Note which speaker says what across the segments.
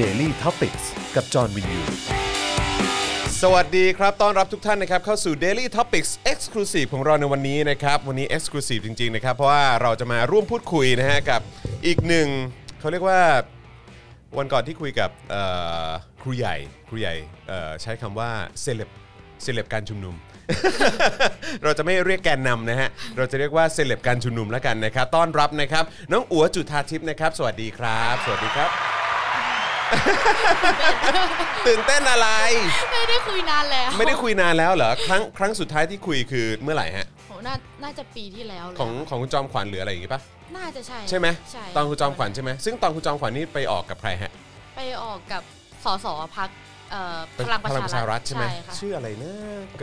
Speaker 1: Daily t o p i c กกับจอห์นวินยู
Speaker 2: สวัสดีครับ ต้อนรับทุกท่านนะครับเข้าสู่ Daily Topics Exclusive ของเราในวันนี้นะครับ วันนี้ Exclusive จริง ๆ นะครับ เพราะว่าเราจะมาร่วมพูดคุยนะฮะกับอีกหนึ่งเขาเรียกว่าวันก่อนที่คุยกับเอ่อครูใหญ่ครูใหญ่เอ่อใช้คำว่าเซเลบเซเลบการชุม นุม เราจะไม่เรียกแกนนำนะฮะ เราจะเรียกว่าเซเลบการชุมนุมแล้วกันนะครับ ต้อนรับนะครับ น้องอัวจุธาทิพย์นะครับ สวัสดีครับ สวัสดีครับ ตื่นเต้นอะไร
Speaker 3: ไม่ได้คุยนานแล้ว
Speaker 2: ไม่ได้คุยนานแล้วเหรอครั้งครั้งสุดท้ายที่คุยคือเมื่อไหร่ฮะ
Speaker 3: โหน่าน่าจะปีที่แล้วเลย
Speaker 2: ของของคุณจอมขวัญหรืออะไรอย่างงี้ปะ
Speaker 3: น่าจะใช่
Speaker 2: ใช่ไหม
Speaker 3: ใช่
Speaker 2: ตอนคุณจอมขวัญใช่ไหมซึ่งตอนคุณจอมขวัญนี่ไปออกกับใครฮะ
Speaker 3: ไปออกกับสสพักเอ่อพลังป
Speaker 2: พลังประ
Speaker 3: ระชา
Speaker 2: ชา
Speaker 3: รั
Speaker 2: รั
Speaker 3: ฐ
Speaker 2: ฐใช่ไหม
Speaker 3: ค่ะ
Speaker 2: ชื่ออะไรนะ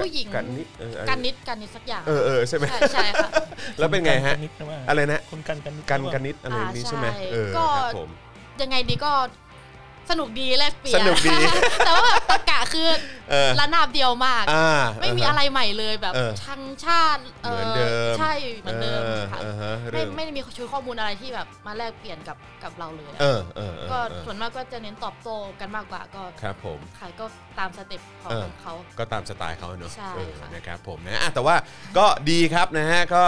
Speaker 3: ผู้หญิง
Speaker 2: กันนิดเออ
Speaker 3: การนิดการนิดสักอย่าง
Speaker 2: เออเออใช่ไหม
Speaker 3: ใช่ใช่ค่ะ
Speaker 2: แล้วเป็นไงฮะ
Speaker 4: คุณกันนิดหว่า
Speaker 2: อะไรนะ
Speaker 4: คุณกันกันนิด
Speaker 2: กัน
Speaker 4: หรือเปล่า
Speaker 2: กันนิดอะไรนี้ใช่ไหมเออ
Speaker 3: ก็
Speaker 2: ครับผม
Speaker 3: ยังไงดีก็สนุกดีแลกเปลี่ยน
Speaker 2: สนุกดี
Speaker 3: แต่ว่าแบบตะกะคือ
Speaker 2: เออ
Speaker 3: ระนาบเดียวมาก
Speaker 2: อ่า
Speaker 3: ไม่มีอะไรใหม่เลยแบบ
Speaker 2: เออ
Speaker 3: ชังชาติ
Speaker 2: เหมือนเดิม
Speaker 3: ใช่เหมือนเดิมค่ะ
Speaker 2: ออออฮะ
Speaker 3: ไม่
Speaker 2: เรื่อง
Speaker 3: ไม่ได้มีชุดข้อมูลอะไรที่แบบมาแลกเปลี่ยนกับกับเราเลยอะ
Speaker 2: เออเออเออ
Speaker 3: ก็
Speaker 2: เออ
Speaker 3: ส่วนมากก็จะเน้นตอบโต้กันมากกว่าก็
Speaker 2: ครับผม
Speaker 3: ขายก็ตามสเต็ปของ
Speaker 2: เออ
Speaker 3: ของเขา
Speaker 2: ก็ตามสไตล์เขาอะเนอะ
Speaker 3: ใช่
Speaker 2: เออ
Speaker 3: ค่ะ
Speaker 2: นะครับผมนะอ่ะแต่ว่าก็ดีครับนะฮะ ก็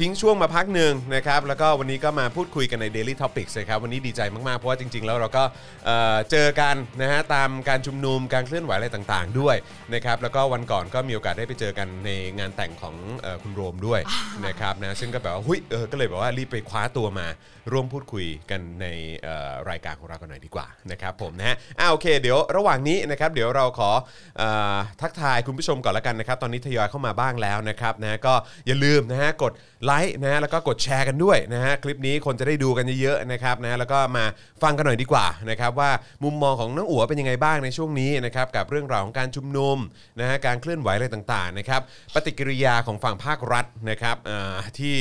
Speaker 2: ทิ้งช่วงมาพักหนึ่งนะครับ แล้วก็วันนี้ก็มาพูดคุยกันใน Daily Topics นะครับ วันนี้ดีใจมาก ๆ เพราะว่าจริง ๆ แล้วเราก็เอ่อเจอกันนะฮะ ตามการชุมนุมการเคลื่อนไหวอะไรต่าง ๆ ด้วยนะครับ แล้วก็วันก่อนก็มีโอกาสได้ไปเจอกันในงานแต่งของเอ่อคุณโรม ด้วยนะครับนะซึ่งก็แบบว่าหุ้ยเออก็เลยแบบว่ารีบไปคว้าตัวมาร่วมพูดคุยกันในเอ่อรายการของเรากันหน่อยดีกว่านะครับผมนะฮะอ่าโอเค เดี๋ยวระหว่างนี้นะครับเดี๋ยวเราขอเออทักทายคุณผู้ชมก่อนละกันนะครับ ตอนนี้ทยอยเข้ามาบ้างแล้วนะครับนะก็อย่าลืมนะฮะกดไลค์นะฮะแล้วก็กดแชร์กันด้วยนะฮะคลิปนี้คนจะได้ดูกันเยอะๆนะครับนะแล้วก็มาฟังกันหน่อยดีกว่านะครับว่ามุมมองของน้องอั๋วเป็นยังไงบ้างในช่วงนี้นะครับกับเรื่องราวของการชุมนุมนะฮะการเคลื่อนไหวอะไรต่างๆนะครับปฏิกิริยาของฝั่งภาครัฐนะครับเอ่อที่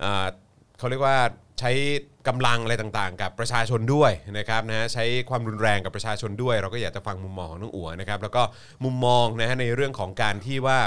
Speaker 2: เอ่อ เขาเรียกว่าใช้กำลังอะไรต่างๆ กับประชาชนด้วยนะครับนะฮะใช้ความรุนแรงกับประชาชนด้วย เราก็อยากจะฟังมุมมองของน้องอั๋วนะครับแล้วก็มุมมองนะฮะในเรื่องของการที่ว่า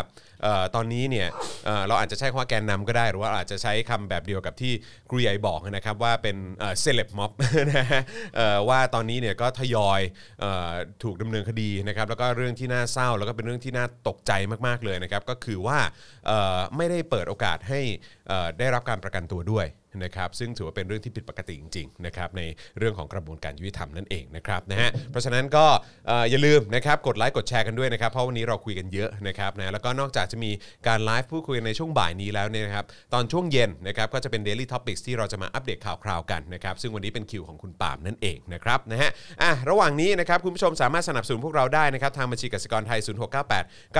Speaker 2: เอ่อตอนนี้เนี่ยเอ่อเราอาจจะใช้คำว่าแกนนำก็ได้ หรือว่าอาจจะใช้คำแบบเดียวกับที่ครูใหญ่บอกนะครับว่าเป็นเซเลบม็อบ นะฮะเอ่อว่าตอนนี้เนี่ยก็ทยอยเอ่อถูกดำเนินคดีนะครับแล้วก็เรื่องที่น่าเศร้า แล้วก็เป็นเรื่องที่น่าตกใจมากๆเลยนะครับก็คือว่าเอ่อไม่ได้เปิดโอกาสให้เอ่อได้รับการประกันตัวด้วย นะครับซึ่งถือว่าเป็นเรื่องที่ผิดปกติจริงๆนะครับในเรื่องของกระบวนการยุติธรรมนั่นเองนะครับนะฮะเพราะฉะนั้นก็เอ่ออย่าลืมนะครับกดไลค์กดแชร์กันด้วยนะครับเพราะวันนี้เราคุยกันเยอะนะครับนะแล้วก็นอกจากจะมีการไลฟ์พูดคุยในช่วงบ่ายนี้แล้วเนี่ยนะครับตอนช่วงเย็นนะครับก็จะเป็น Daily Topics ที่เราจะมาอัปเดตข่าวคราวกันนะครับซึ่งวันนี้เป็นคิวของคุณปาล์มนั่นเองนะครับนะฮะอ่ะระหว่างนี้นะครับคุณผู้ชมสามารถสนับสนุนพวกเราได้นะครับทางบัญชีกสิกรไทย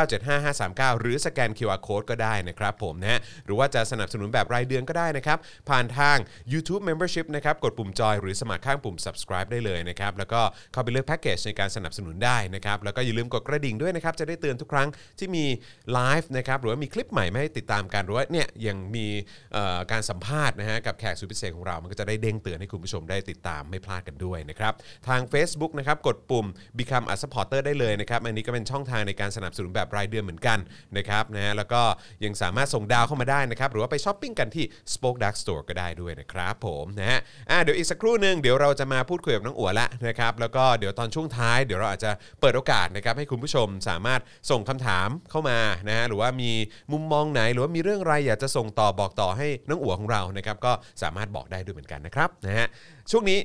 Speaker 2: 0698 975 539 หรือสแกน QR Code ก็ได้นะครับผมนะฮะหรือว่าจะสนับสนุนแบบรายเดือนก็ได้นะครับ ผ่านทาง YouTube Membership นะครับ กดปุ่มจอยหรือสมัครข้างปุ่ม subscribe ได้เลยนะครับ แล้วก็เข้าไปเลือกแพ็กเกจในการสนับสนุนได้นะครับ แล้วก็อย่าลืมกดกระดิ่งด้วยนะครับ จะได้เตือนทุกครั้งที่มีไลฟ์นะครับ หรือว่ามีคลิปใหม่มาให้ติดตามกันหรือว่าเนี่ยยังมีเอ่อการสัมภาษณ์นะฮะกับแขกสุดพิเศษของเรา มันก็จะได้เด้งเตือนให้คุณผู้ชมได้ติดตามไม่พลาดกันด้วยนะครับ ทาง Facebook นะครับ กดปุ่ม Become a supporter ได้เลยนะครับ อันนี้ก็เป็นช่องทางในการสนับสนุนแบบรายเดือนเหมือนกันนะครับนะฮะแล้วก็ยังสามารถส่งดาวเข้ามาได้นะครับ หรือว่าไปช้อปปิ้งกันที่ Spoke Dark Store ก็ได้ด้วยนะครับผมนะฮะอ่ะเดี๋ยวอีกสักครู่หนึ่งเดี๋ยวเราจะมาพูดคุยกับน้องอั๋วละนะครับแล้วก็เดี๋ยวตอนช่วงท้ายเดี๋ยวเราอาจจะเปิดโอกาสนะครับให้คุณผู้ชมสามารถส่งคำถามเข้ามานะฮะหรือว่ามีมุมมองไหน หรือว่ามีเรื่องอะไรอยากจะส่งต่อบอกต่อให้น้องอั๋วของเรานะครับก็สามารถบอกได้ด้วยเหมือนกันนะครับนะฮะช่วงนี้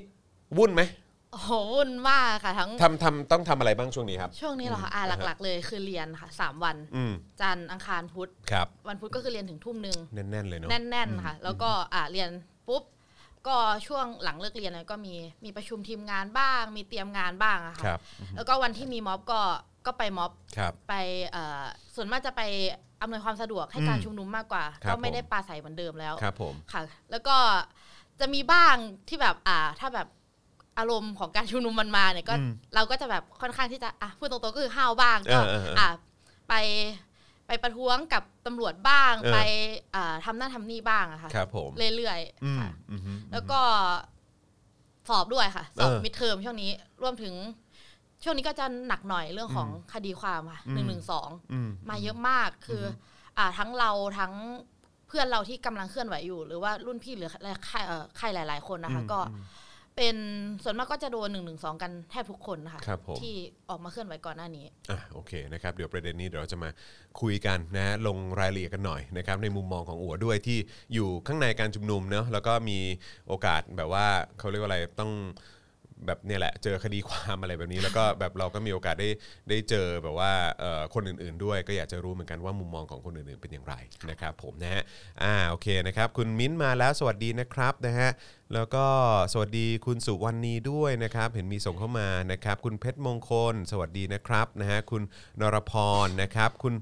Speaker 2: วุ่นไหม
Speaker 3: โอ้โหวุ่นมากค่ะทั้ง
Speaker 2: ทำทำต้องทำอะไรบ้างช่วงนี้ครับ
Speaker 3: ช่วงนี้เหรอคะอ่าหลัก ๆ เลยคือเรียนค่ะสามวัน
Speaker 2: อืม
Speaker 3: จันทร์อังคารพุธ
Speaker 2: ครับ
Speaker 3: วันพุธก็คือเรียนถึงทุ่มหนึ่ง
Speaker 2: แน่นๆเลยเนาะ
Speaker 3: แน่นๆค่ะ แล้วก็อ่าเรียนปุ๊บก็ช่วงหลังเลิกเรียนเนี่ยก็มีมีประชุมทีมงานบ้าง มีเตรียมงานบ้างอะค่ะ
Speaker 2: ครับ
Speaker 3: แล้วก็วันที่มีม็อบก็ก็ไปม็อบ
Speaker 2: ครับ
Speaker 3: ไปเอ่อส่วนมากจะไปอำนวยความสะดวกให้การชุมนุมมากกว่า
Speaker 2: ครับ
Speaker 3: ก็ไม่ได้
Speaker 2: ผม
Speaker 3: ปราศัยเหมือนเดิมแล้ว
Speaker 2: ครับผม
Speaker 3: ค่ะ แล้วก็จะมีบ้างที่แบบอ่า ถ้าแบบอารมณ์ของการชุมนุมมันมาเนี่ยก็
Speaker 2: อืม
Speaker 3: เราก็จะแบบค่อนข้างที่จะอ่ะพูดตรงๆก็คือห้าวบ้างก็
Speaker 2: เออเออเอออ่
Speaker 3: อ่ะไปไปประท้วงกับตำรวจบ้าง
Speaker 2: เออ
Speaker 3: ไปอ่าทำนั่นทำนี่บ้างอะค่ะ
Speaker 2: ครับผม
Speaker 3: เรื่อย
Speaker 2: อื
Speaker 3: ๆ
Speaker 2: ม
Speaker 3: ค่ะ
Speaker 2: อืมฮึ
Speaker 3: แล้วก็สอบด้วยค่ะ สอบ
Speaker 2: เออ
Speaker 3: มิดเทอมช่วงนี้รวมถึง ช่วงนี้ก็จะหนักหน่อยเรื่องของคดีความค่ะ
Speaker 2: อืม
Speaker 3: หนึ่งหนึ่งสอง
Speaker 2: อืม
Speaker 3: มาเยอะมากคือออ่าทั้งเราทั้งเพื่อนเราที่กำลังเคลื่อนไหวอยู่ หรือว่ารุ่นพี่หรือใครเอ่อใครหลาย ๆ คนนะคะ ก็ เป็นส่วนมากก็จะโดนหนึ่งหนึ่งสองกันแทบทุกคนนะคะ
Speaker 2: ครับผม
Speaker 3: ที่ออกมาเคลื่อนไหวก่อนหน้านี้
Speaker 2: อ่ะโอเคนะครับเดี๋ยวประเด็นนี้เดี๋ยวเราจะมาคุยกันนะฮะลงรายละเอียดกันหน่อยนะครับในมุมมองของอัวด้วยที่อยู่ข้างในการชุมนุมเนอะแล้วก็มีโอกาสแบบว่าเขาเรียกว่าอะไรต้องแบบเนี่ยแหละเจอคดีความอะไรแบบนี้ แล้วก็แบบเราก็มีโอกาสได้ได้เจอแบบว่าเอ่อคนอื่น ๆ ด้วย ก็อยากจะรู้เหมือนกันว่ามุมมองของคนอื่นๆเป็นอย่างไรนะครับผมนะฮะอ่าโอเคนะครับคุณมิ้นท์มาแล้วสวัสดีนะครับนะฮะแล้วก็สวัสดีคุณสุวรรณีด้วยนะครับเห็นมีส่งเข้ามานะครับคุณเพชรมงคล สวัสดีนะครับนะฮะคุณนรพรนะครับคุณ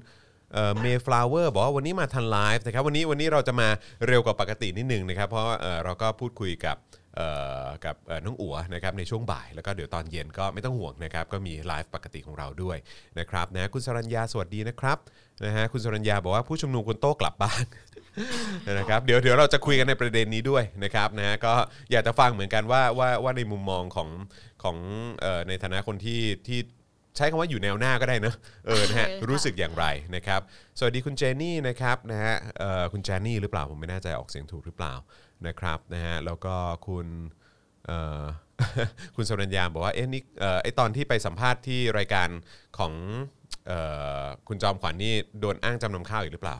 Speaker 2: เมฟลาเวอร์บอกว่าวันนี้มาทันไลฟ์นะครับวันนี้วันนี้เราจะมาเร็วกว่าปกตินิดหนึ่งนะครับเพราะว่าเอ่อเราก็พูดคุยกับ เอ่อกับเอ่อน้องอัวนะครับในช่วงบ่ายแล้วก็เดี๋ยวตอนเย็นก็ไม่ต้องห่วงนะครับก็มีไลฟ์ปกติของเราด้วยนะครับนะคุณสรัญญาสวัสดีนะครับนะฮะคุณสรัญญาบอกว่าผู้ชุมนุมควรโต้กลับบ้าน นะครับเดี๋ยวเดี๋ยวเราจะคุยกันในประเด็นนี้ด้วยนะครับนะฮะก็อยากจะฟังเหมือนกันว่าว่าว่าในมุมมองของของเอ่อในฐานะคนที่ที่ใช้คำว่าอยู่แนวหน้าก็ได้เนอะเออนะฮะ
Speaker 3: ใช่ค่ะ
Speaker 2: รู้สึกอย่างไรนะครับสวัสดีคุณเจนี่นะครับนะฮะเอ่อคุณเจนี่หรือเปล่าผมไม่แน่ใจออกเสียงถูกหรือเปล่านะครับนะฮะแล้วก็คุณเอ่อ คุณสรัญญาบอกว่าเอ๊ะนี่เอ่อไอตอนที่ไปสัมภาษณ์ที่รายการของเอ่อคุณจอมขวัญนี่โดนอ้างจำนำข้าวอีกหรือเปล่า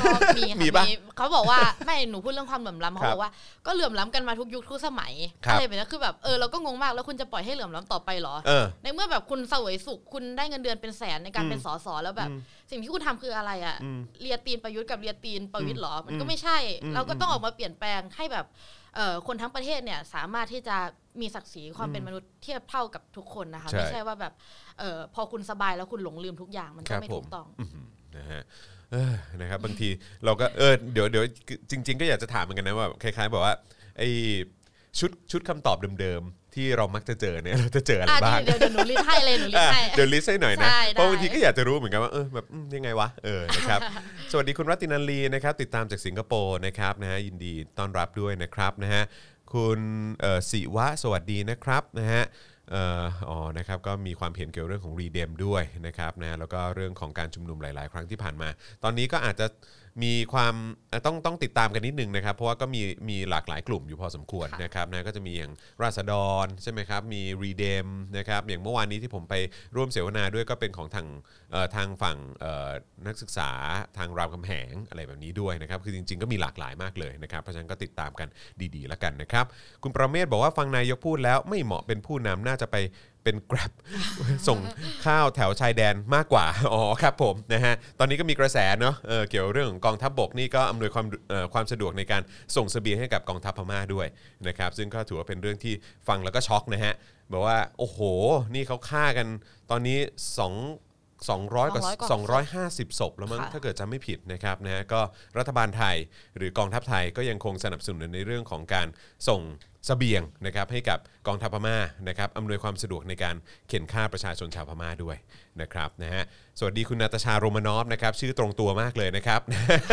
Speaker 3: ก็มี
Speaker 2: มี
Speaker 3: ค่ะ
Speaker 2: ปะ
Speaker 3: มีเขาบอกว่า ไม่หนูพูดเรื่องความเหลื่อม
Speaker 2: ค
Speaker 3: ล้ำเขา
Speaker 2: รับ
Speaker 3: บอกว่าก็เหลื่อมล้ำกันมาทุกยุคทุกสมัย
Speaker 2: ครับ
Speaker 3: อะไรแบบนี้คือแบบเออเราก็งงมากแล้วคุณจะปล่อยให้เหลื่อมล้ำต่อไปเหรอ
Speaker 2: เออ
Speaker 3: ในเมื่อแบบคุณเสวยสุขคุณได้เงินเดือนเป็นแสนในการเป็นสสแล้วแบบ สิ่งที่คุณทำคืออะไรอะเรียตีนประยุทธ์กับเรียตีนประวิทย์เหรอมันก็ไม่ใช่ เราก็ต้องออกมาเปลี่ยนแปลงให้แบบเอ่อคนทั้งประเทศเนี่ยสามารถที่จะมีศักดิ์ศรีความเป็นมนุษย์เทียบเท่ากับทุกคนนะคะ
Speaker 2: ใช่
Speaker 3: ไม่ใช่ว่าแบบเอ่อพอคุณสบายแล้วคุณหลงลืมทุกอย่างมัน
Speaker 2: ค
Speaker 3: ก็
Speaker 2: รับ
Speaker 3: ไม่
Speaker 2: ผม
Speaker 3: ถูกต้อง
Speaker 2: นะฮะเอ้อนะครับบางทีเราก็เออเดี๋ยวเดี๋ยวจริง ๆ ก็อยากจะถามเหมือนกันนะว่าคล้ายๆแบบว่าไอชุดชุดคำตอบเดิมๆ ที่เรามักจะเจอเนี่ยเราจะเจออะไร
Speaker 3: อ่ะ
Speaker 2: บ้าง
Speaker 3: เดี๋ยวเดี๋ยวหนูรีดให้เลยหนูรีด
Speaker 2: อ่ะ
Speaker 3: ให้
Speaker 2: เดี๋ยวลิสต์ให้หน่อยนะ
Speaker 3: ใช่ได้
Speaker 2: เพราะบางทีก็อยากจะรู้เหมือนกันว่าเออ แบบอืมยังไงวะเออนะครับ สวัสดีคุณรัตินันลีนะครับติดตามจากสิงคโปร์นะครับนะฮะยินดีต้อนรับด้วยนะครับนะฮะคุณเอ่อศิวะสวัสดีนะครับนะฮะเอ่ออ๋อนะครับก็มีความเห็นเกี่ยวเรื่องของรีเดมด้วยนะครับนะแล้วก็เรื่องของการชุมนุมหลาย ๆ ครั้งที่ผ่านมา ตอนนี้ก็อาจจะมีความเอ่อต้องต้องติดตามกันนิดนึงนะครับ เพราะว่าก็มีมีหลากหลายกลุ่มอยู่พอสมควรนะครับนะก็จะมีอย่างราษฎรใช่ไหมครับมีรีเดมนะครับอย่างเมื่อวานนี้ที่ผมไปร่วมเสวนาด้วยก็เป็นของทางเอ่อทางฝั่งเอ่อนักศึกษาทางรามคำแหงอะไรแบบนี้ด้วยนะครับคือจริง ๆ ก็มีหลากหลายมากเลยนะครับเพราะฉะนั้นก็ติดตามกันดีๆแล้วกันนะครับ คุณประเมศบอกว่าฟังนายกพูดแล้วไม่เหมาะเป็นผู้นำน่าจะไปเป็น Grab ส่งข้าวแถวชายแดนมากก ว่า อ๋อครับผมนะฮะ ตอนนี้ก็มีกระแสเนาะเออเกี่ยวเรื่องของกองทัพบบกนี่ก็อำนวยความเอ่อความสะดวกในการส่งเสบียงให้กับกองทัพพม่าด้วยนะครับ ซึ่งก็ถือว่าเป็นเรื่องที่ฟังแล้วก็ช็อกนะฮะบอกว่าโอ้โห นี่เขาฆ่ากันตอนนี้สอง200กว่า
Speaker 3: 200กว่า
Speaker 2: สองร้อย 150ศพแล้วมั้ง
Speaker 3: ค่ะ
Speaker 2: ถ้าเกิดจำไม่ผิดนะครับนะฮะก็รัฐบาลไทยหรือกองทัพไทยก็ยังคงสนับสนุนในเรื่องของการส่งเสบียงนะครับให้กับกองทัพพม่านะครับอำนวยความสะดวกในการเข็นฆ่าประชาชนชาวพม่าด้วยนะครับนะฮะสวัสดีคุณนาตาชาโรมานอฟนะครับชื่อตรงตัวมากเลยนะครับ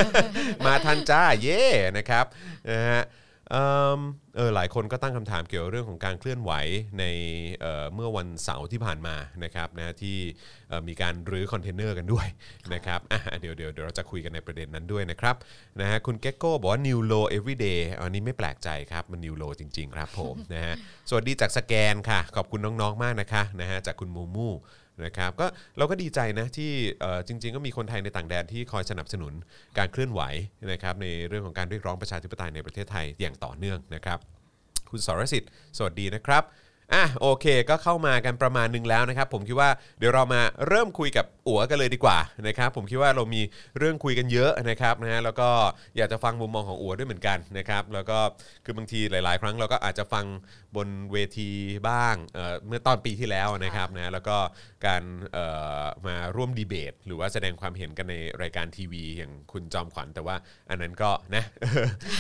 Speaker 2: มาทันจ้าเย่นะครับนะฮะเอิ่มเออหลายคนก็ตั้งคำถามเกี่ยวกับเรื่องของการเคลื่อนไหวในเอ่อเมื่อวันเสาร์ที่ผ่านมานะครับนะที่เอ่อมีการรื้อคอนเทนเนอร์กันด้วยนะครับอ่ะเดี๋ยวเดี๋ยวเดี๋ยวเราจะคุยกันในประเด็นนั้นด้วยนะครับนะฮะคุณเก็กโก้บอกว่า new low everyday อันนี้ไม่แปลกใจครับ มัน new low จริง ๆ ครับผม นะฮะสวัสดีจากสแกนค่ะ ขอบคุณน้องๆมากนะคะนะฮะจากคุณมูมู นะครับก็เราก็ดีใจนะที่เอ่อจริง ๆ ก็มีคนไทยในต่างแดนที่คอยสนับสนุนการเคลื่อนไหวนะครับในเรื่องของการเรียกร้องประชาธิปไตยในประเทศไทยอย่างต่อเนื่องนะครับ คุณสรสิทธิ์สวัสดีนะครับอ่ะโอเค ก็เข้ามากันประมาณหนึงแล้วนะครับ ผมคิดว่าเดี๋ยวเรามาเริ่มคุยกับอัวกันเลยดีกว่านะครับ ผมคิดว่าเรามีเรื่องคุยกันเยอะนะครับนะฮะแล้วก็อยากจะฟังมุมมองของอัวด้วยเหมือนกันนะครับ แล้วก็คือบางทีหลาย ๆ ครั้งเราก็อาจจะฟังบนเวทีบ้างเอ่อเมื่อตอนปีที่แล้วนะครับนะแล้วก็การเอ่อมาร่วมดีเบต หรือว่าแสดงความเห็นกันในรายการทีวีอย่างคุณจอมขวัญแต่ว่าอันนั้นก็นะ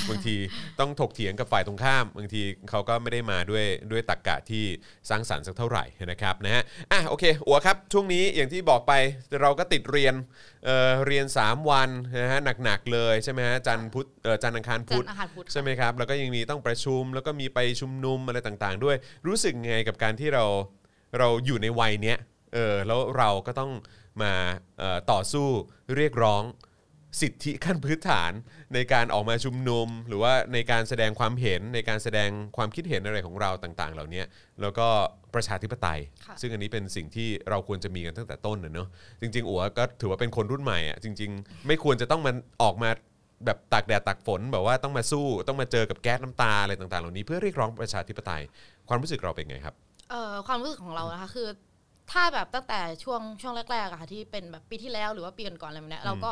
Speaker 2: บางทีต้องถกเถียงกับฝ่ายตรงข้าม บางทีเขาก็ไม่ได้มาด้วยด้วยตรกกะที่สร้างสรรค์สักเท่าไหร่นะครับนะฮะอ่ะโอเคอัวครับช่วงนี้อย่างที่บอกไปเราก็ติดเรียนเอ่อเรียน 3 วันนะฮะหนักๆเลยใช่ไหมฮะจันทร์พุธเอ่อจันทร์อังคาร
Speaker 3: จั
Speaker 2: พุ
Speaker 3: น
Speaker 2: ธ
Speaker 3: ทร์อาหารพุธ
Speaker 2: ใช่ไหมครับ แล้วก็ยังมีต้องประชุม แล้วก็มีไปชุมนุมอะไรต่างๆ ด้วย รู้สึกไงกับการที่เราเราอยู่ในวัยเนี้ย เออ แล้วเราก็ต้องมาเอ่อต่อสู้เรียกร้อง สิทธิขั้นพื้นฐานในการออกมาชุมนุม หรือว่าในการแสดงความเห็นในการแสดงความคิดเห็นอะไรของเราต่าง ๆ เหล่านี้แล้วก็ประชาธิปไตย
Speaker 3: ค่ะ
Speaker 2: ซึ่งอันนี้เป็นสิ่งที่เราควรจะมีกันตั้งแต่ต้นนะเนอะจริงๆอัวก็ถือว่าเป็นคนรุ่นใหม่อะจริง ๆ ไม่ควรจะต้องมาออกมาแบบตากแดดตากฝนแบบว่าต้องมาสู้ต้องมาเจอกับแก๊สน้ำตาอะไรต่างๆ เหล่านี้เพื่อเรียกร้องประชาธิปไตย ความรู้สึกเราเป็นไงครับ
Speaker 3: เอ่อความรู้สึกของเรานะคะคือ ถ้าแบบตั้งแต่ช่วงช่วงแรกๆอะค่ะที่เป็นแบบปีที่แล้วหรือว่าปีก่อนๆอะไรแบบเนี้ยเราก็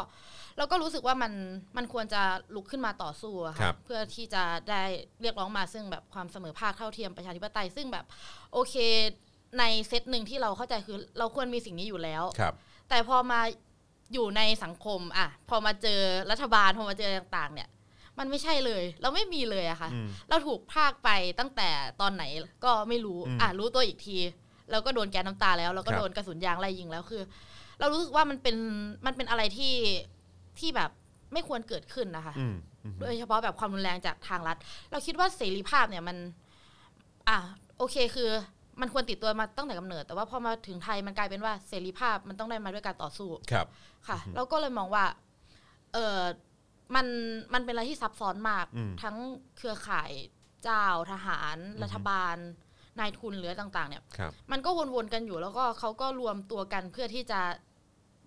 Speaker 3: เราก็รู้สึกว่ามันมันควรจะลุกขึ้นมาต่อสู้อะ
Speaker 2: ครั
Speaker 3: ค่ะ
Speaker 2: บ
Speaker 3: เพื่อที่จะได้เรียกร้องมาซึ่งแบบความเสมอภาคเท่าเทียมประชาธิปไตย ซึ่งแบบโอเคในเซตหนึ่งที่เราเข้าใจคือเราควรมีสิ่งนี้อยู่แล้ว แต่พอมาอยู่ในสังคมอ่ะพอมาเจอรัฐบาลพอมาเจออะไรต่างๆ เนี่ย มันไม่ใช่เลย เราไม่มีเลยอะค่ะ
Speaker 2: อืม
Speaker 3: เราถูกพรากไปตั้งแต่ตอนไหนก็ไม่รู้
Speaker 2: อืม
Speaker 3: อ่ะรู้ตัวอีกที เราก็โดนแก๊สน้ำตาแล้วเราก็
Speaker 2: ครับ
Speaker 3: โดนกระสุนยางไล่ยิงแล้วคือ เรารู้สึกว่ามันเป็นมันเป็นอะไรที่ที่แบบไม่ควรเกิดขึ้นนะคะ
Speaker 2: อืมอืม
Speaker 3: โดยเฉพาะแบบความรุนแรงจากทางรัฐ เราคิดว่าเสรีภาพเนี่ยมัน อ่ะโอเคคือ มันควรติดตัวมาตั้งแต่กำเนิด แต่ว่าพอมาถึงไทยมันกลายเป็นว่าเสรีภาพมันต้องได้มาด้วยการต่อสู้
Speaker 2: ครับ
Speaker 3: ค่ะเราก็เลยมองว่า เออมันมันเป็นอะไรที่ซับซ้อนมาก
Speaker 2: อืม
Speaker 3: ทั้งเครือข่ายเจ้าทหาร รัฐบาล นายทุนหรืออะไรต่าง ๆ เนี่ย
Speaker 2: ครับ
Speaker 3: มันก็วนๆกันอยู่ แล้วก็เขาก็รวมตัวกันเพื่อที่จะ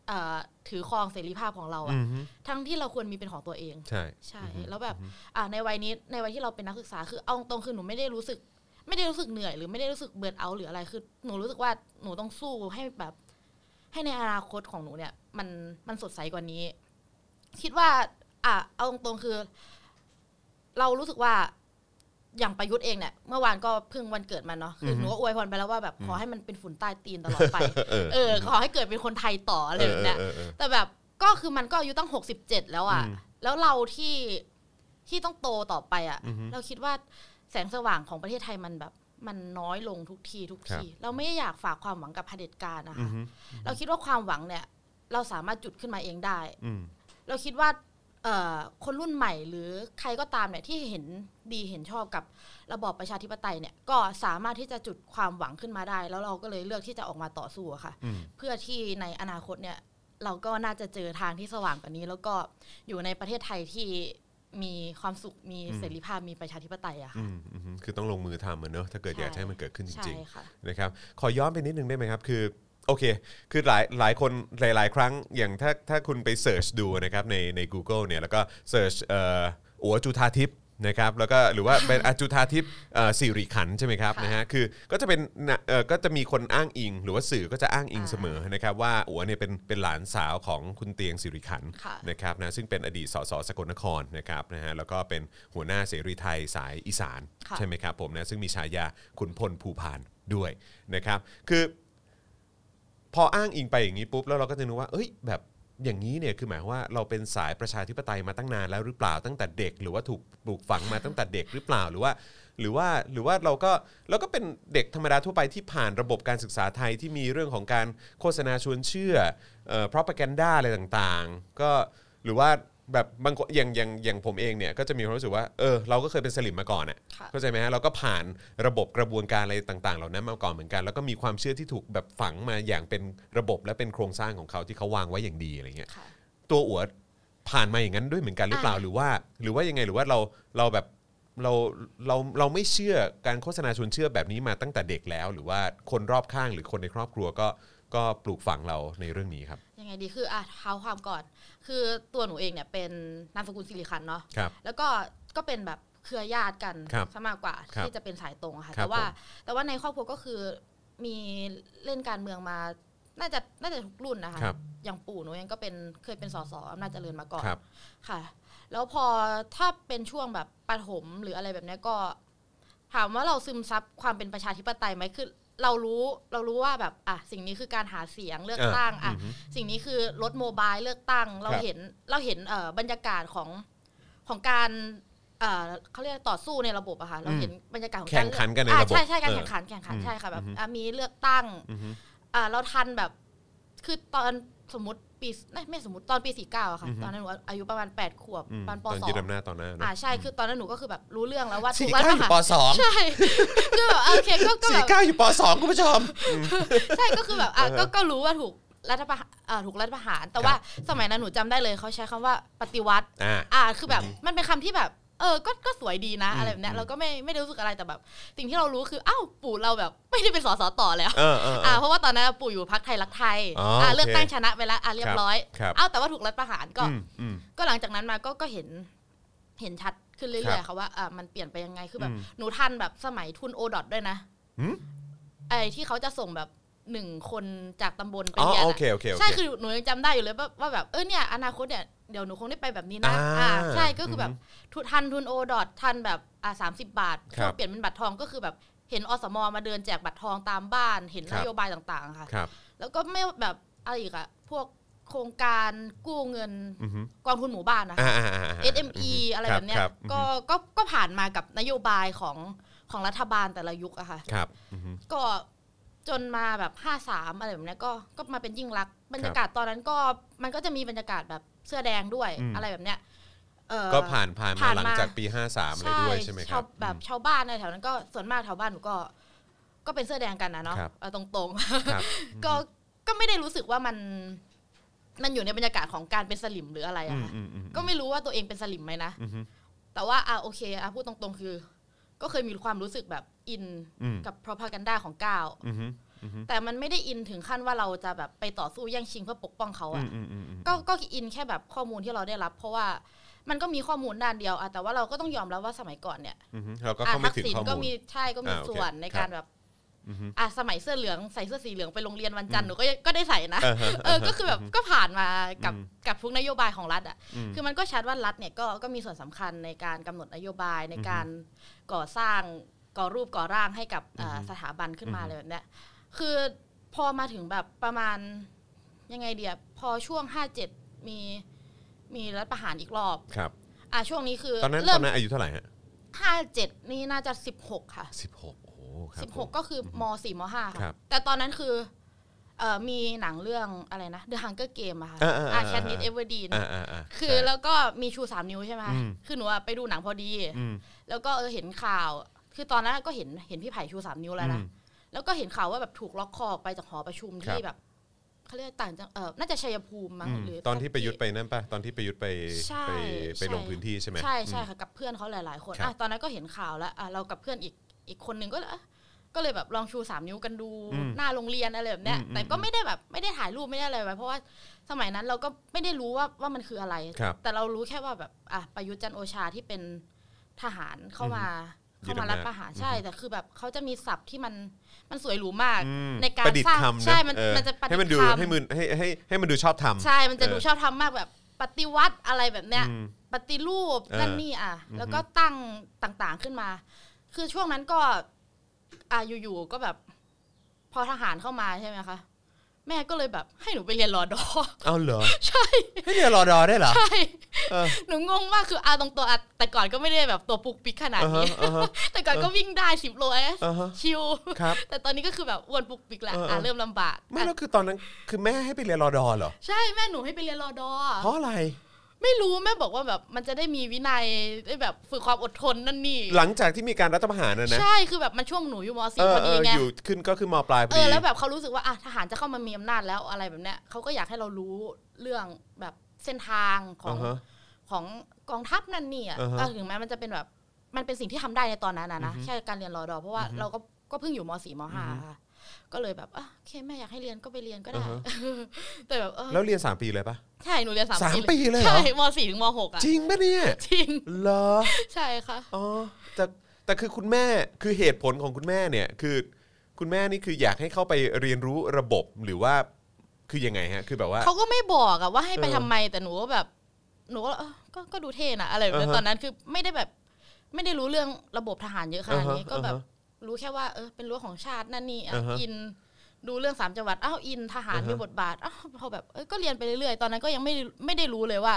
Speaker 3: เอ่อถือครองเสรีภาพของเราอะ
Speaker 2: อืมฮึ
Speaker 3: ทั้งที่เราควรมีเป็นของตัวเอง
Speaker 2: ใช่
Speaker 3: ใช่ แล้วแบบ อ่าในวัยนี้ ในวัยที่เราเป็นนักศึกษา คือ เอาตรงคือหนูไม่ได้รู้สึก ไม่ได้รู้สึกเหนื่อย หรือไม่ได้รู้สึกเบื่อเอาหรืออะไร คือ หนูรู้สึกว่า หนูต้องสู้ให้แบบ ให้ในอนาคตของหนูเนี่ย มัน มันสดใสกว่านี้ คิดว่า อ่ะเอาตรงๆคือ เรารู้สึกว่า อย่างประยุทธ์เองเนี่ย เมื่อวานก็เพิ่งวันเกิดมันเนาะ คือหนูก็อวยพรไปแล้วว่าแบบ ขอให้มันเป็นฝุ่นใต้ตีนตลอดไป
Speaker 2: เออ
Speaker 3: เออ ขอให้เกิดเป็นคนไทยต่ออะไรแบบเนี้ย
Speaker 2: เออเออเออ
Speaker 3: แต่แบบก็คือมันก็อายุตั้งหกสิบเจ็ดแล้วอ่ะ
Speaker 2: อืม
Speaker 3: แล้วเราที่ที่ต้องโตต่อไปอ่ะ
Speaker 2: อือฮึ
Speaker 3: เราคิดว่าแสงสว่างของประเทศไทยมันแบบ มันน้อยลงทุกทีทุก
Speaker 2: ครั
Speaker 3: ที
Speaker 2: บ
Speaker 3: เราไม่อยากฝากความหวังกับเผด็จการนะ
Speaker 2: อื
Speaker 3: คะ
Speaker 2: มฮึ
Speaker 3: เราคิดว่าความหวังเนี่ย เราสามารถจุดขึ้นมาเองได้
Speaker 2: อืม
Speaker 3: เราคิดว่าเอ่อคนรุ่นใหม่หรือใครก็ตามเนี่ยที่เห็นดีเห็นชอบกับระบอบประชาธิปไตยเนี่ยก็สามารถที่จะจุดความหวังขึ้นมาได้ แล้วเราก็เลยเลือกที่จะออกมาต่อสู้อะค่ะ
Speaker 2: อืม
Speaker 3: เพื่อที่ในอนาคตเนี่ยเราก็น่าจะเจอทางที่สว่างกว่านี้ แล้วก็อยู่ในประเทศไทยที่มีความสุขมีเสรีภาพมีประชาธิปไตยอะค่ะ
Speaker 2: อืมอืมฮึคือต้องลงมือทำอะเนอะถ้าเกิด
Speaker 3: ใช่
Speaker 2: อยากจะให้มันเกิดขึ้นจ
Speaker 3: ใช่
Speaker 2: ริง
Speaker 3: ค่ะ
Speaker 2: ๆนะครับ ขอย้อนไปนิดนึงได้ไหมครับ คือ โอเค คือหลายหลายคนหลาย ๆ ครั้ง อย่างถ้าถ้าคุณไปเสิร์ชดูนะครับในใน Google เนี่ย แล้วก็เสิร์ชเอ่ออัวจุธาทิพย์นะครับ แล้วก็หรือว่า เป็นอาจุธาทิพย์เอ่อสิริขันธ์ใช่ไหมครับ
Speaker 3: ค่ะ
Speaker 2: นะฮะ คือก็จะเป็นนะเอ่อก็จะมีคนอ้างอิง หรือว่าสื่อก็จะอ้างอิงเสมอนะครับว่าอัวเนี่ยเป็นเป็นหลานสาวของคุณเตียงสิริขันธ์
Speaker 3: ค่ะ
Speaker 2: นะครับนะซึ่งเป็นอดีตสสสกลนครนะครับนะฮะแล้วก็เป็นหัวหน้าเสรีไทยสายอีสาน
Speaker 3: ค่ะ
Speaker 2: ใช่ไหมครับผมนะซึ่งมีฉายาขุนพลภูพานด้วยนะครับคือ พออ้างอิงไปอย่างนี้ปุ๊บแล้วเราก็จะนึกว่าเอ้ยแบบอย่างนี้เนี่ยคือหมายความว่าเราเป็นสายประชาธิปไตยมาตั้งนานแล้วหรือเปล่าตั้งแต่เด็ก หรือว่าถูกปลูกฝังมาตั้งแต่เด็กหรือเปล่าหรือว่า หรือว่าหรือว่าเราก็เราก็เป็นเด็กธรรมดาทั่วไปที่ผ่านระบบการศึกษาไทยที่มีเรื่องของการโฆษณาชวนเชื่อเอ่อ propaganda อะไรต่างๆ ก็หรือว่าแบบบางคนอย่างอย่างอย่างผมเองเนี่ยก็จะมีความรู้สึกว่าเออเราก็เคยเป็นสลิมมาก่อนอ่ะ
Speaker 3: ค่ะ
Speaker 2: เข้าใจไหมฮะเราก็ผ่านระบบกระบวนการอะไรต่างๆ เหล่านั้นมาก่อนเหมือนกัน แล้วก็มีความเชื่อที่ถูกแบบฝังมาอย่างเป็นระบบและเป็นโครงสร้างของเขาที่เขาวางไว้อย่างดีอะไรเงี้ย
Speaker 3: ค่ะ
Speaker 2: ตัวอวดผ่านมาอย่างนั้นด้วยเหมือนกันหรือเปล่า
Speaker 3: อ่า
Speaker 2: หรือว่า หรือว่ายังไงหรือว่าเราเราแบบเราเราเราไม่เชื่อการโฆษณาชวนเชื่อแบบนี้มาตั้งแต่เด็กแล้ว หรือว่าคนรอบข้างหรือคนในครอบครัวก็ก็ปลูกฝังเราในเรื่องนี้ครับ
Speaker 3: ยังไงดีคืออ่ะเท้าความก่อน คือตัวหนูเองเนี่ยเป็นนามสกุลสิริคันธ์เนาะ
Speaker 2: ครับ
Speaker 3: แล้วก็ก็เป็นแบบเครือญาติกัน
Speaker 2: ครับ
Speaker 3: ซะมากกว่า
Speaker 2: ครับ
Speaker 3: ที่จะเป็นสายตรงอะค่ะ
Speaker 2: ครับ
Speaker 3: แต่ว่า
Speaker 2: ผม
Speaker 3: แต่ว่าในครอบครัวก็คือมีเล่นการเมืองมาน่าจะน่าจะทุกรุ่นนะคะ
Speaker 2: ครับ
Speaker 3: อย่างปู่หนูยังก็เป็นเคยเป็นสสอำนาจเจริญมาก่อน
Speaker 2: ครับ
Speaker 3: ค่ะ แล้วพอถ้าเป็นช่วงแบบประถมหรืออะไรแบบเนี้ยก็ ถามว่าเราซึมซับความเป็นประชาธิปไตยไหมคือ เรารู้เรารู้ว่าแบบอ่ะสิ่งนี้คือการหาเสียงเลือกตั้งอ่ะ
Speaker 2: อืม
Speaker 3: สิ่งนี้คือรถโมบายเลือกตั้ง เรา
Speaker 2: ครับ
Speaker 3: เห็นเราเห็นเอ่อบรรยากาศของของการเอ่อเขาเรียกต่อสู้ในระบบอะค่ะเราเห็นบรรยากาศของ
Speaker 2: แข่ง
Speaker 3: การ
Speaker 2: ขันกันใน
Speaker 3: อ่า
Speaker 2: ระบบ
Speaker 3: ใช่ใช่การ
Speaker 2: เออ
Speaker 3: แข่งขันแข่งขัน
Speaker 2: อืม
Speaker 3: ใช่ค่ะแบบ
Speaker 2: อืม
Speaker 3: อ่ะมีเลือกตั้ง
Speaker 2: อือฮึ
Speaker 3: อ่าเราทันแบบคือตอนสมมติปีไม่ไม่สมมติตอนปีสี่เก้าอะค่ะ
Speaker 2: อือฮึ
Speaker 3: ตอนนั้นหนูอายุประมาณแปดขวบ
Speaker 2: อืม
Speaker 3: ประมาณป
Speaker 2: ตอน
Speaker 3: สอ
Speaker 2: ยึ
Speaker 3: ง
Speaker 2: ดอำนาจตอนหน้าเน
Speaker 3: อ่า
Speaker 2: อะ
Speaker 3: ใช่คือตอนนั้นหนูก็คือแบบรู้เรื่องแล้วว่าถู
Speaker 2: สี่
Speaker 3: กรัฐ
Speaker 2: เก้า
Speaker 3: ประ
Speaker 2: อยู่ป
Speaker 3: หาร
Speaker 2: สอง
Speaker 3: ใช่ คือแบบโอเคก็ก็
Speaker 2: สี่
Speaker 3: แบบ
Speaker 2: เก้าอยู่ปสองคุณผู้ชม
Speaker 3: ใช่ก็คือแบบอ่ะ
Speaker 2: เออ
Speaker 3: ก็ก็รู้ว่าถูก รัฐประหารเอ่อถูกรัฐประหาร แต่ว่าสมัยนั้นหนูจำได้เลยเขาใช้คำว่าปฏิวัติ
Speaker 2: อ่า
Speaker 3: อ่าคือแบบ
Speaker 2: อืม
Speaker 3: มันเป็นคำที่แบบ เออก็ก็สวยดีนะ อะไรแบบเนี้
Speaker 2: อื
Speaker 3: ย
Speaker 2: ม
Speaker 3: เราก็ไม่ไม่ได้รู้สึกอะไรแต่แบบ สิ่งที่เรารู้คืออ้าวปู่เราแบบ ไม่ได้เป็นสสต่อแล้ว
Speaker 2: เออเออเอ
Speaker 3: อ่า
Speaker 2: อ
Speaker 3: เพราะว่าตอนนั้นปู่อยู่พักไทยรักไทย
Speaker 2: อ๋ออ่
Speaker 3: า
Speaker 2: โอเค
Speaker 3: เลือกตั้งชนะไปแล้วอ่าเรียบร้อย
Speaker 2: ครับ
Speaker 3: อ้าวแต่ว่าถูกรัฐประหารก็
Speaker 2: อืมอืม
Speaker 3: ก็หลังจากนั้นมาก็ก็เห็นเห็นชัดขึ้นเรื่อ
Speaker 2: ค
Speaker 3: ย
Speaker 2: รับ
Speaker 3: ๆค่ะว่าอ่ามันเปลี่ยนไปยังไงคือแบบ
Speaker 2: อืม
Speaker 3: หนูทันแบบสมัยทุนโอดอทด้วยนะ
Speaker 2: หืม
Speaker 3: ไอ้ที่เขาจะส่งแบบหนึ่งคนจากตำบลไป
Speaker 2: อ๋อ
Speaker 3: เรียน
Speaker 2: โอ
Speaker 3: อะ
Speaker 2: เคโอเคโอเค
Speaker 3: ใช่คือหนูยังจำได้อยู่เลยว่าว่าแบบเออเนี่ยอนาคตเนี่ยเดี๋ยวหนูคงได้ไปแบบนี้นะ
Speaker 2: อ่า
Speaker 3: อ่าใช่ก็คืออ
Speaker 2: ม
Speaker 3: แบบทุทันทุนโอดอททันแบบอ่าสามสิบาท
Speaker 2: ครับ
Speaker 3: ที่เปลี่ยนเป็นบัตรทองก็คือแบบเห็นอสมมาเดินแจกบัตรทองตามบ้านเห็น
Speaker 2: ครั
Speaker 3: น
Speaker 2: บ
Speaker 3: โยบายต่างๆอะค่ะ
Speaker 2: ครับ
Speaker 3: แล้วก็ไม่แบบอะไรอีกอะพวกโครงการกู้เงิน
Speaker 2: อือฮึ
Speaker 3: กองทุนหมู่บ้านนะคะ
Speaker 2: อ่าอ่าอ่าา
Speaker 3: SME อะไรแบบเนี้ย
Speaker 2: ครั
Speaker 3: ก็ก็ก็ผ่านมากับนโยบายของของรัฐบาลแต่ละยุคอะค่ะ
Speaker 2: ครับอือฮึ
Speaker 3: ก็จนมาแบบห้าสามอะไรแบบเนี้ยก็ก็มาเป็นยิ่งรักษณ์บรรยากาศตอนนั้นก็มันก็จะมีบรรยากาศแบบเสื้อแดงด้วย
Speaker 2: อืม
Speaker 3: อะไรแบบเนี้ยเอ่อ
Speaker 2: ก็ผ่านผ่านมา
Speaker 3: ผ่าน
Speaker 2: หลัง
Speaker 3: มา
Speaker 2: จากปี 53เลยด้วยใช่ไหมค
Speaker 3: ชา
Speaker 2: รั
Speaker 3: ว
Speaker 2: บ
Speaker 3: แบบชาวบ้านในแถวนั้นก็ส่วนมากแถวบ้านหนูก็ ก็เป็นเสื้อแดงกันนะเนาะ
Speaker 2: ครับ
Speaker 3: เอาตรง
Speaker 2: ครับ
Speaker 3: ๆ ก็ก็ไม่ได้รู้สึกว่ามัน มันอยู่ในบรรยากาศของการเป็นสลิมหรืออะไร
Speaker 2: อืม
Speaker 3: อะค่ะ
Speaker 2: อืมอืม
Speaker 3: ก็ไม่รู้ว่าตัวเองเป็นสลิมไหมนะ
Speaker 2: อือฮึ
Speaker 3: แต่ว่าอ่ะโอเคอ่ะพูดตรงๆคือ ก็เคยมีความรู้สึกแบบอิน
Speaker 2: อืม
Speaker 3: กับ propaganda ของก้าว
Speaker 2: อือฮึอือฮึ
Speaker 3: แต่มันไม่ได้อินถึงขั้นว่าเราจะแบบไปต่อสู้แย่งชิงเพื่อปกป้องเขา
Speaker 2: อืม
Speaker 3: อะ
Speaker 2: อืมอืมอืม
Speaker 3: ก็ก็อินแค่แบบข้อมูลที่เราได้รับ เพราะว่ามันก็มีข้อมูลด้านเดียวอะแต่ว่าเราก็ต้องยอมรับว่าสมัยก่อนเนี่ย
Speaker 2: อือฮึเราก็
Speaker 3: อ่ะ
Speaker 2: เข้าไม่
Speaker 3: ทัก
Speaker 2: ถึง
Speaker 3: ษิณ
Speaker 2: ข้อ
Speaker 3: ก็
Speaker 2: มูล
Speaker 3: มีใช่ก็มี
Speaker 2: อ่าโอเค
Speaker 3: ส่วนใน
Speaker 2: ครับ
Speaker 3: การแบบ
Speaker 2: อือฮึ
Speaker 3: อ่ะสมัยเสื้อเหลืองใส่เสื้อสีเหลืองไปโรงเรียนวันจันทร์
Speaker 2: อื
Speaker 3: ห
Speaker 2: ม
Speaker 3: นูก็ยังก็ได้ใส่นะ
Speaker 2: เออฮะ
Speaker 3: เออก็คือแบบก็ผ่านมากับกับทุกนโยบายของรัฐอะ
Speaker 2: ม
Speaker 3: คือมันก็ชัดว่ารัฐเนี่ยก็ก็มีส่วนสำคัญในการกำหนดนโยบายในการก่อสร้างก่อรูปก่อร่างให้กับเอ่
Speaker 2: อื
Speaker 3: อ
Speaker 2: อฮึ
Speaker 3: สถาบันขึ้นมา
Speaker 2: อือฮึ
Speaker 3: เลยแบบเนี้ยคือพอมาถึงแบบประมาณยังไงเดียพอช่วง 57 มีมีรัฐประหารอีกรอบ
Speaker 2: ครับ
Speaker 3: อ่ะช่วงนี้คือ
Speaker 2: ตอนนั้นต
Speaker 3: เริ่
Speaker 2: อ
Speaker 3: ม
Speaker 2: นนั้นอายุเท่าไหร่ฮะ
Speaker 3: 57 นี่น่าจะ 16 ค่ะ
Speaker 2: สิบหกโอ้โหครับ
Speaker 3: 16
Speaker 2: ผม
Speaker 3: ก็คือม .4 ม .5
Speaker 2: ครั
Speaker 3: ค่ะ
Speaker 2: บ
Speaker 3: แต่ตอนนั้นคือเอ่อมีหนังเรื่องอะไรนะ The Hunger Game อะค่ะ
Speaker 2: อ่าอ่าอ่า
Speaker 3: แคทนิดเอเวอร์ดีน
Speaker 2: อ่าอ่าอ่า
Speaker 3: คือ
Speaker 2: ใช่
Speaker 3: แล้วก็มีชูสามนิ้วใช่ไหมคะ
Speaker 2: อืม
Speaker 3: คือหนูอะไปดูหนังพอดี
Speaker 2: อืม
Speaker 3: แล้วก็เออเห็นข่าว คือตอนนั้นก็เห็นเห็นพี่ไผ่ชูสามนิ้วแล้วนะ
Speaker 2: อืม
Speaker 3: แล้วก็เห็นข่าวว่าแบบถูกล็อกคอออกไปจากหอประชุม
Speaker 2: ครั
Speaker 3: ที่
Speaker 2: บ
Speaker 3: แบบเขาเรียกต่างจังเออน่าจะชัยภูมิมั้ง
Speaker 2: อืม
Speaker 3: หรือ
Speaker 2: ตอนที่ประยุทธ์
Speaker 3: สัก
Speaker 2: ไปนั่นป่ะ ตอนที่ประยุทธ์ไป
Speaker 3: ใช่
Speaker 2: ไปไป
Speaker 3: ใช่
Speaker 2: ลงพื้นที่ใช่ไหม
Speaker 3: ใช่ใช่ค่ะกับเพื่อนเขาหลาย ๆ คน
Speaker 2: ครับ
Speaker 3: อ่ะตอนนั้นก็เห็นข่าวแล้วอ่ะเรากับเพื่อนอีกอีกคนนึงก็เลยเอ๊ะก็เลยแบบลองชูสามนิ้วกันดู
Speaker 2: อืม
Speaker 3: หน้าโรงเรียนอะไรแบบเนี้ย
Speaker 2: อืม
Speaker 3: แต่ก็ไม่ได้แบบไม่ได้ถ่ายรูปไม่ได้อะไรไว้เพราะว่าสมัยนั้นเราก็ไม่ได้รู้ว่าว่ามันคืออะไร
Speaker 2: ครับ
Speaker 3: แต่เรารู้แค่ว่าแบบอ่ะประยุทธ์จันทร์โอชาที่เป็นทหารเข้ามา
Speaker 2: ยึ
Speaker 3: เข้า
Speaker 2: ด
Speaker 3: มา
Speaker 2: อำนาจ
Speaker 3: รัฐประหารใช่ แต่คือแบบเขาจะมีศัพท์ที่มันมันสวยหรูมาก
Speaker 2: อืม
Speaker 3: ในกา
Speaker 2: ป
Speaker 3: ร
Speaker 2: ระดิษ
Speaker 3: สร้า
Speaker 2: ฐ์
Speaker 3: ง
Speaker 2: คำนะ
Speaker 3: ใช่มัน
Speaker 2: เออ
Speaker 3: มันจะประดิ
Speaker 2: ให้
Speaker 3: ษ
Speaker 2: มันดู
Speaker 3: ฐ์
Speaker 2: ให้
Speaker 3: คำ
Speaker 2: มันให้ให้ให้มันดูชอบทำ
Speaker 3: ใช่มันจะ
Speaker 2: เออ
Speaker 3: ดูชอบทำมากแบบปฏิวัติอะไรแบบเนี้ย
Speaker 2: อืม
Speaker 3: ปฏิรูป
Speaker 2: เออ
Speaker 3: นั่นนี่อ่ะ
Speaker 2: อือฮึ
Speaker 3: แล้วก็ตั้งต่างๆขึ้นมา คือช่วงนั้นก็อ่ะอยู่ๆก็แบบ พอทหารเข้ามาใช่ไหมคะ แม่ก็เลยแบบ ให้หนูไปเรียนรอด อ
Speaker 2: เอาเหรอ
Speaker 3: ใช่
Speaker 2: ให้เรียนรอดอได้เหรอ
Speaker 3: ใช่
Speaker 2: เออ
Speaker 3: หนูงงมากคืออาตรงตัวอาแต่ก่อนก็ไม่ได้แบบตัวปุกปิกขนาด
Speaker 2: อ่าฮะ
Speaker 3: นี้
Speaker 2: อ่าฮะ
Speaker 3: แต่ก่อนก็วิ่งได้สิบโลเอส
Speaker 2: อ่าฮะ
Speaker 3: ชิว
Speaker 2: ครับ
Speaker 3: แต่ตอนนี้ก็คือแบบอ้วนปุกปิกแหละ
Speaker 2: เออเอออ่
Speaker 3: อ่ะเริ่มลำบาก
Speaker 2: ไม่แล้วคือตอนนั้นคือแม่ให้ไปเรียนรอดอเหรอ
Speaker 3: ใช่แม่หนูให้ไปเรียนรอดอ
Speaker 2: เพราะอะไร
Speaker 3: ไม่รู้แม่บอกว่าแบบมันจะได้มีวินัยได้แบบฝึกความอดทนนั่นนี่
Speaker 2: หลังจากที่มีการรัฐประหารนะนะ
Speaker 3: ใช่คือแบบมันช่วงหนูอยู่ม
Speaker 2: เอ
Speaker 3: สี่
Speaker 2: อ
Speaker 3: พอ
Speaker 2: เอ
Speaker 3: ดี
Speaker 2: อ
Speaker 3: ไง
Speaker 2: อยู่ขึ้นก็คือมปลายพอ
Speaker 3: เอ
Speaker 2: ดี
Speaker 3: อแล้วแบบเขารู้สึกว่าอ่ะทหารจะเข้ามามีอำนาจแล้วอะไรแบบเนี้ยเขาก็อยากให้เรารู้เรื่องแบบเส้นทางของ
Speaker 2: อ่าฮะ
Speaker 3: ของกองทัพนั่นนี่อ่ะ
Speaker 2: อ่าฮะ
Speaker 3: เออถึงแม้มันจะเป็นแบบมันเป็นสิ่งที่ทำได้ในตอนนั้นนะนะ
Speaker 2: อือฮึ
Speaker 3: แค่การเรียนรอดอเพราะว่า
Speaker 2: อือฮึ
Speaker 3: เราก็ก็เพิ่งอยู่มสี่มห้า
Speaker 2: อือฮึ
Speaker 3: ค่ะก็เลยแบบอ่ะโอเคแม่อยากให้เรียนก็ไปเรียนก็ได้
Speaker 2: อ่าฮะ
Speaker 3: แต่แบบเออ
Speaker 2: แล้วเรียน 3 ปีเลยปะ
Speaker 3: ใช่หนูเรียนสาม
Speaker 2: สาม
Speaker 3: ปี
Speaker 2: ปีเลยเหรอ
Speaker 3: ใช่มสี่ถึงมหกอ่ะ
Speaker 2: จริงปะเนี่ย
Speaker 3: จริง
Speaker 2: เหรอ
Speaker 3: ใช่ค่ะ
Speaker 2: อ๋อแต่แต่คือคุณแม่คือเหตุผลของคุณแม่เนี่ยคือ คุณแม่นี่คืออยากให้เข้าไปเรียนรู้ระบบหรือว่าคือยังไงฮะ คือแบบว่า
Speaker 3: เขาก็ไม่บอกอะว่าให้ไป
Speaker 2: เออ
Speaker 3: ทำไมแต่หนูก็แบบหนูก็เออก็ก็ดูเท่นะอะไรแบบนี้
Speaker 2: อ่าฮะ
Speaker 3: ตอนนั้นคือไม่ได้แบบ ไม่ได้รู้เรื่องระบบทหารเยอะขนาดนี้
Speaker 2: อ่าฮะ
Speaker 3: ก็แบบ
Speaker 2: อ่าฮะ
Speaker 3: รู้แค่ว่าเออเป็นรั้วของชาตินั่นนี่อ่ะ
Speaker 2: อ่าฮะ
Speaker 3: อินดูเรื่องสามจังหวัดอ้าวอินทหาร
Speaker 2: อ่าฮะ
Speaker 3: มีบทบาทอ้าวพอแบบเออก็เรียนไปเรื่อยๆตอนนั้นก็ยังไม่ได้ไม่ได้รู้เลยว่า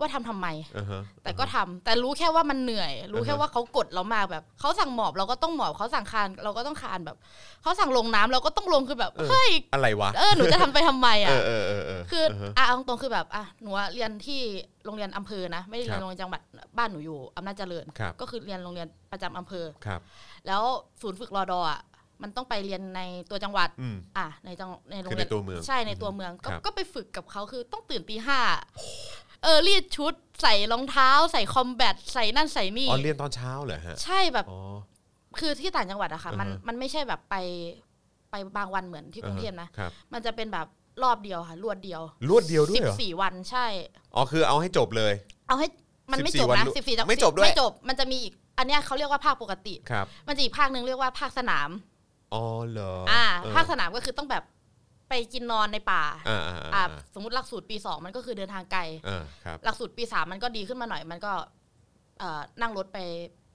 Speaker 3: ว่าทำทำไม
Speaker 2: อ่าฮะ
Speaker 3: แต่ก็ทำแต่รู้แค่ว่ามันเหนื่อย รู้แค่
Speaker 2: อ่าฮะ
Speaker 3: ว่าเขากดเรามาแบบเขาสั่งหมอบเราก็ต้องหมอบเขาสั่งคานเราก็ต้องคานแบบเขาสั่งลงน้ำเราก็ต้องลงคือแบบเฮ้ย
Speaker 2: อะไรวะ
Speaker 3: เออหนูจะทำไปทำไม
Speaker 2: เออ
Speaker 3: อ่ะ
Speaker 2: เออเออเออ
Speaker 3: คือ
Speaker 2: อฮะ
Speaker 3: อ่ะเอาตรงๆคือแบบอ่ะหนูอะเรียนที่โรงเรียนอำเภอนะ ไม่ได้เรี
Speaker 2: ค
Speaker 3: ย
Speaker 2: รั
Speaker 3: น
Speaker 2: บ
Speaker 3: โรงเรียนจังหวัดบ้านหนูอยู่อำนาจเจริญ
Speaker 2: ครับ
Speaker 3: ก็คือเรียนโรงเรียนประจำอำเภอ
Speaker 2: ครับ
Speaker 3: แล้วศูนย์ฝึกรอดออะ มันต้องไปเรียนในตัวจังหวัด
Speaker 2: อืม
Speaker 3: อ่ะในจังในโรง
Speaker 2: คือ
Speaker 3: เรีย
Speaker 2: ในตัวเมือง
Speaker 3: ใช่ในตัวเมืองก็
Speaker 2: ครับ
Speaker 3: ก็ไปฝึกกับเขาคือต้องตื่นตีห้าเออรีดชุดใส่รองเท้า ใส่คอมแบทใส่นั่นใส่นี่
Speaker 2: อ๋อเรียนตอนเช้าเหรอฮะ
Speaker 3: ใช่แบบ
Speaker 2: อ๋อ
Speaker 3: คือที่ต่างจังหวัดอะค่ะ มัน
Speaker 2: อ่าฮะ
Speaker 3: มันไม่ใช่แบบไปไปบางวันเหมือนที่กรุงเทพนะ
Speaker 2: ครับ
Speaker 3: มันจะเป็นแบบรอบเดียวค่ะรวดเดียว
Speaker 2: รวดเดียวด้วย
Speaker 3: สิ
Speaker 2: เหรอบ
Speaker 3: สี่วันใช่
Speaker 2: อ๋อคือเอาให้จบเลย
Speaker 3: เอาให้มันไม่จบ
Speaker 2: 14วัน
Speaker 3: นะ
Speaker 2: รู้
Speaker 3: สิบสี่
Speaker 2: ไม่จบด้วย
Speaker 3: ไม่จบมันจะมีอีกอันเนี้ยเขาเรียกว่าภาคปกติ
Speaker 2: ครับ
Speaker 3: มันจะอีกภาคหนึ่งเรียกว่าภาคสนาม
Speaker 2: อ๋อเหรอ
Speaker 3: อ่า
Speaker 2: เออ
Speaker 3: ภาคสนามก็คือต้องแบบไปกินนอนในป่า
Speaker 2: อ่าอ่า
Speaker 3: อ่า
Speaker 2: อ่า
Speaker 3: สมมติหลักสูตรปีสองมันก็คือเดินทางไกล
Speaker 2: อ่าครับ
Speaker 3: หลักสูตรปีสามมันก็ดีขึ้นมาหน่อย มันก็เอ่อนั่งรถไป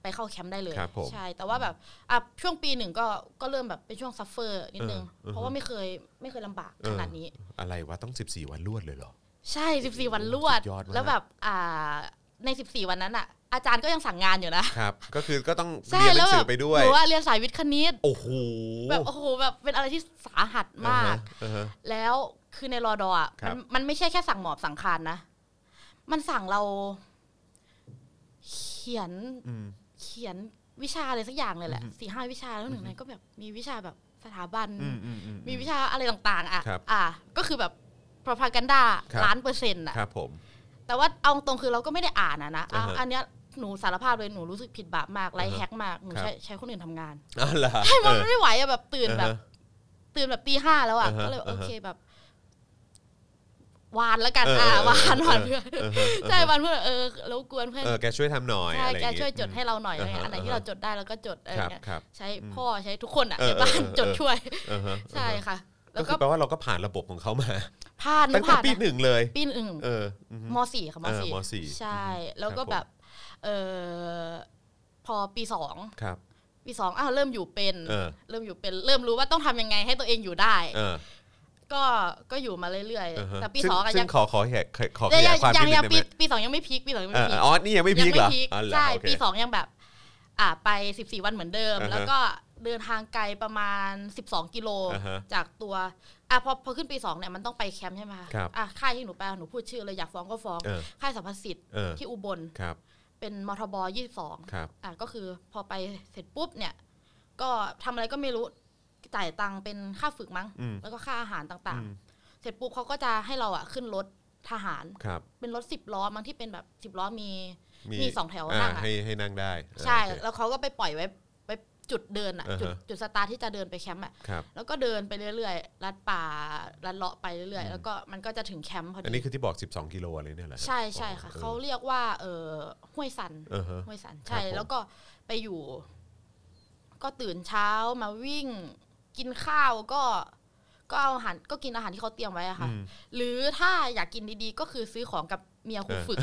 Speaker 3: ไปเข้าแคมป์ได้เลย
Speaker 2: ครับผม
Speaker 3: ใช่ แต่ว่าแบบอ่ะช่วงปีหนึ่งก็ก็เริ่มแบบเป็นช่วงซัฟเฟอร์นิดนึง
Speaker 2: เออเออ
Speaker 3: เพราะว่าไม่เคยไม่เคยลำบากขนาดนี้
Speaker 2: อะไรวะต้อง 14 วันรวดเลยเหรอ
Speaker 3: ใช่ 14 วันรวด
Speaker 2: สุดยอดมาก
Speaker 3: แล้วแบบอ่าใน 14 วันนั้นอ่ะ อาจารย์ก็ยังสั่งงานอยู่นะครับ
Speaker 2: ก็คือก็ต้อง
Speaker 3: ใช่
Speaker 2: เรียนห
Speaker 3: แล้
Speaker 2: นั
Speaker 3: ว
Speaker 2: ง
Speaker 3: แบ
Speaker 2: สื
Speaker 3: บ
Speaker 2: อไปด้วย
Speaker 3: หนูว่าเรียนสายวิทย์คณิต
Speaker 2: โอ้โห
Speaker 3: แบบโอ้โหแบบเป็นอะไรที่สาหัสมาก
Speaker 2: อ่าฮะ
Speaker 3: แล้วคือในรอดออ่ะ
Speaker 2: ครั
Speaker 3: มั
Speaker 2: บ
Speaker 3: นมันไม่ใช่แค่สั่งหมอบสั่งคานนะ มันสั่งเรา เขียน
Speaker 2: อืม
Speaker 3: เขียนวิชาอะไรสักอย่างเลยแหละ
Speaker 2: อือฮึ
Speaker 3: สี่ห้าวิชาแล้วหนึ่งในก็แบบมีวิชาแบบสถาบัน
Speaker 2: อืมอืมอืม
Speaker 3: มีวิชาอะไรต่างๆ อ่ะ
Speaker 2: ครับ
Speaker 3: อ่ะก็คือแบบพรพากันดา
Speaker 2: ครับ
Speaker 3: ล้านเปอร์เซ็นต์อ่ะ
Speaker 2: ครับผม
Speaker 3: แต่ว่าเอาตรงคือเราก็ไม่ได้อ่านอะนะอ่ะ
Speaker 2: อ่าฮะ
Speaker 3: อันเนี้ยหนูสารภาพเลยหนูรู้สึกผิดบาปมากไรแฮกมากหนู
Speaker 2: ครับ
Speaker 3: ใช้ใช้คนอื่นทำงาน
Speaker 2: อ๋อเหรอ
Speaker 3: ใช่มัน
Speaker 2: เออ
Speaker 3: ไม่ไหวอะแบบตื่นแบบ
Speaker 2: อ่าฮะ
Speaker 3: ตื่นแบบตีห้าแล้วอ่ะ
Speaker 2: อ่าฮะ
Speaker 3: ก็เลยโอ
Speaker 2: อ่าฮะ
Speaker 3: เคแบบ วานแล้วกัน
Speaker 2: เ
Speaker 3: อ่าวานวาน
Speaker 2: เออน เออเออ
Speaker 3: เพื่อ
Speaker 2: เออ
Speaker 3: ใช่วานเพื่อนเออรบกวนเพื่อน
Speaker 2: เออแกช่วยทำหน่อย
Speaker 3: ใช่
Speaker 2: อะไรอ
Speaker 3: แก
Speaker 2: ย่างงี้
Speaker 3: ช่วยจดให้เราหน่อยอะไร
Speaker 2: อ่า
Speaker 3: เงี้ย
Speaker 2: ฮะ
Speaker 3: อันไหนที่เราจดได้เราก็จดอะไร
Speaker 2: ครับ
Speaker 3: เงี้ย
Speaker 2: ครับ
Speaker 3: ใช้
Speaker 2: อืม
Speaker 3: พ่อใช้ทุกคนอ่ะ
Speaker 2: เออ
Speaker 3: ในบ้าน
Speaker 2: เออเออ
Speaker 3: จดช่วย
Speaker 2: อ่าฮะ
Speaker 3: ใช่ค่ะ แล้
Speaker 2: ก็คื
Speaker 3: วก็
Speaker 2: อแปลว่าเราก็ผ่านระบบของเขามา
Speaker 3: ผ่าน
Speaker 2: ตั้งแต่
Speaker 3: ผ่าน
Speaker 2: ปีหนึ่งเลย
Speaker 3: ปีหนึ่ง
Speaker 2: เอออือฮึ
Speaker 3: มสี่ค่ะม
Speaker 2: เออ
Speaker 3: สี่
Speaker 2: มสี่
Speaker 3: ใช่
Speaker 2: อืม
Speaker 3: แล้วก็
Speaker 2: ค
Speaker 3: แบ
Speaker 2: รับบ ผม
Speaker 3: เออพอปีสอง
Speaker 2: ครับ
Speaker 3: ปีสองอ้าวเริ่มอยู่เป็น
Speaker 2: เออ
Speaker 3: เริ่มอยู่เป็น เริ่มรู้ว่าต้องทำยังไงให้ตัวเองอยู่ได้
Speaker 2: เออ
Speaker 3: ก็ก็อยู่มาเรื่อย
Speaker 2: อ่าฮะ
Speaker 3: ๆแต่ปีสองอะ
Speaker 2: ซึ่
Speaker 3: ยัง ง
Speaker 2: ขอขอแขกขอข
Speaker 3: ยังยั
Speaker 2: ยาย
Speaker 3: ง
Speaker 2: ความ
Speaker 3: ยั
Speaker 2: นิด
Speaker 3: ง
Speaker 2: นึ
Speaker 3: ยัง
Speaker 2: งได้
Speaker 3: ปี
Speaker 2: ไหม
Speaker 3: ปีสองยังไม่พีคปีสองยัง
Speaker 2: เอ
Speaker 3: ไม่
Speaker 2: อ
Speaker 3: พีค
Speaker 2: อ๋อนี่ยังไม่
Speaker 3: ยั
Speaker 2: พีคเหรอ
Speaker 3: พีค
Speaker 2: อ๋อเหรอ
Speaker 3: ใช่
Speaker 2: โอเค
Speaker 3: ปีสองยังแบบ อ่าไปสิบสี่วันเหมือนเดิม
Speaker 2: อ่าฮะ
Speaker 3: แล้วก็เดินทางไกลประมาณสิบสองกิโล
Speaker 2: อ่าฮะ
Speaker 3: จากตัวอ่ะพอพอขึ้นปีสองเนี่ยมันต้องไปแคมป์ใช่ไหมคะ
Speaker 2: ครับ
Speaker 3: อ่ะค่ายที่หนูไปหนูพูดชื่อเลยอยากฟ้องก็ฟ้อง
Speaker 2: เออ
Speaker 3: ค่ายสรรพสิทธิ์
Speaker 2: เออ
Speaker 3: ที่อุบล
Speaker 2: ครับ
Speaker 3: เป็นมทบยี่สิบสอง
Speaker 2: ครับ
Speaker 3: อ่ะก็คือพอไปเสร็จปุ๊บเนี่ย ก็ทำอะไรก็ไม่รู้จ่ายตังค์เป็นค่าฝึกมั้ง
Speaker 2: อืม
Speaker 3: แล้วก็ค่าอาหารต่า
Speaker 2: อื
Speaker 3: ง
Speaker 2: ม
Speaker 3: ๆ เสร็จปุ๊บเขาก็จะให้เราอ่ะขึ้นรถทหาร
Speaker 2: ครับ
Speaker 3: เป็นรถสิบล้อมั้งที่เป็นแบบสิบล้อมี
Speaker 2: มี
Speaker 3: มีสองแถวนั่
Speaker 2: อ่าง
Speaker 3: อะ
Speaker 2: ให้ให้นั่งได้
Speaker 3: ใช่
Speaker 2: อ่าโอเค
Speaker 3: แล้วเขาก็ไปปล่อยไว้ไปจุดเดินอะ
Speaker 2: อ่าฮะ
Speaker 3: จุดจุดสตาร์ทที่จะเดินไปแคมป์อะ
Speaker 2: ครับ
Speaker 3: แล้วก็เดินไปเรื่อยๆลัดป่าลัดเลาะไปเรื่อยๆ แล้วก็มันก็จะถึงแคมป์พอ
Speaker 2: อัน
Speaker 3: ดี
Speaker 2: นี้คือที่บอก 12 กิโลอะไรเนี่ยเหรอฮะ
Speaker 3: ใช่ใช่ค่ะ
Speaker 2: อ๋อ
Speaker 3: เขาเรียกว่า เออห้วยสัน
Speaker 2: เออฮะ
Speaker 3: ห้วยสัน
Speaker 2: ค
Speaker 3: ใช่
Speaker 2: รับผม
Speaker 3: แล้วก็ไปอยู่ ก็ตื่นเช้ามาวิ่ง กินข้าวก็ก็เอาอาหารก็กินอาหารที่เขาเตรียมไว้อะค่ะ หรือถ้าอยากกินดีๆ ก็คือซื้อของกับเมียครูฝึก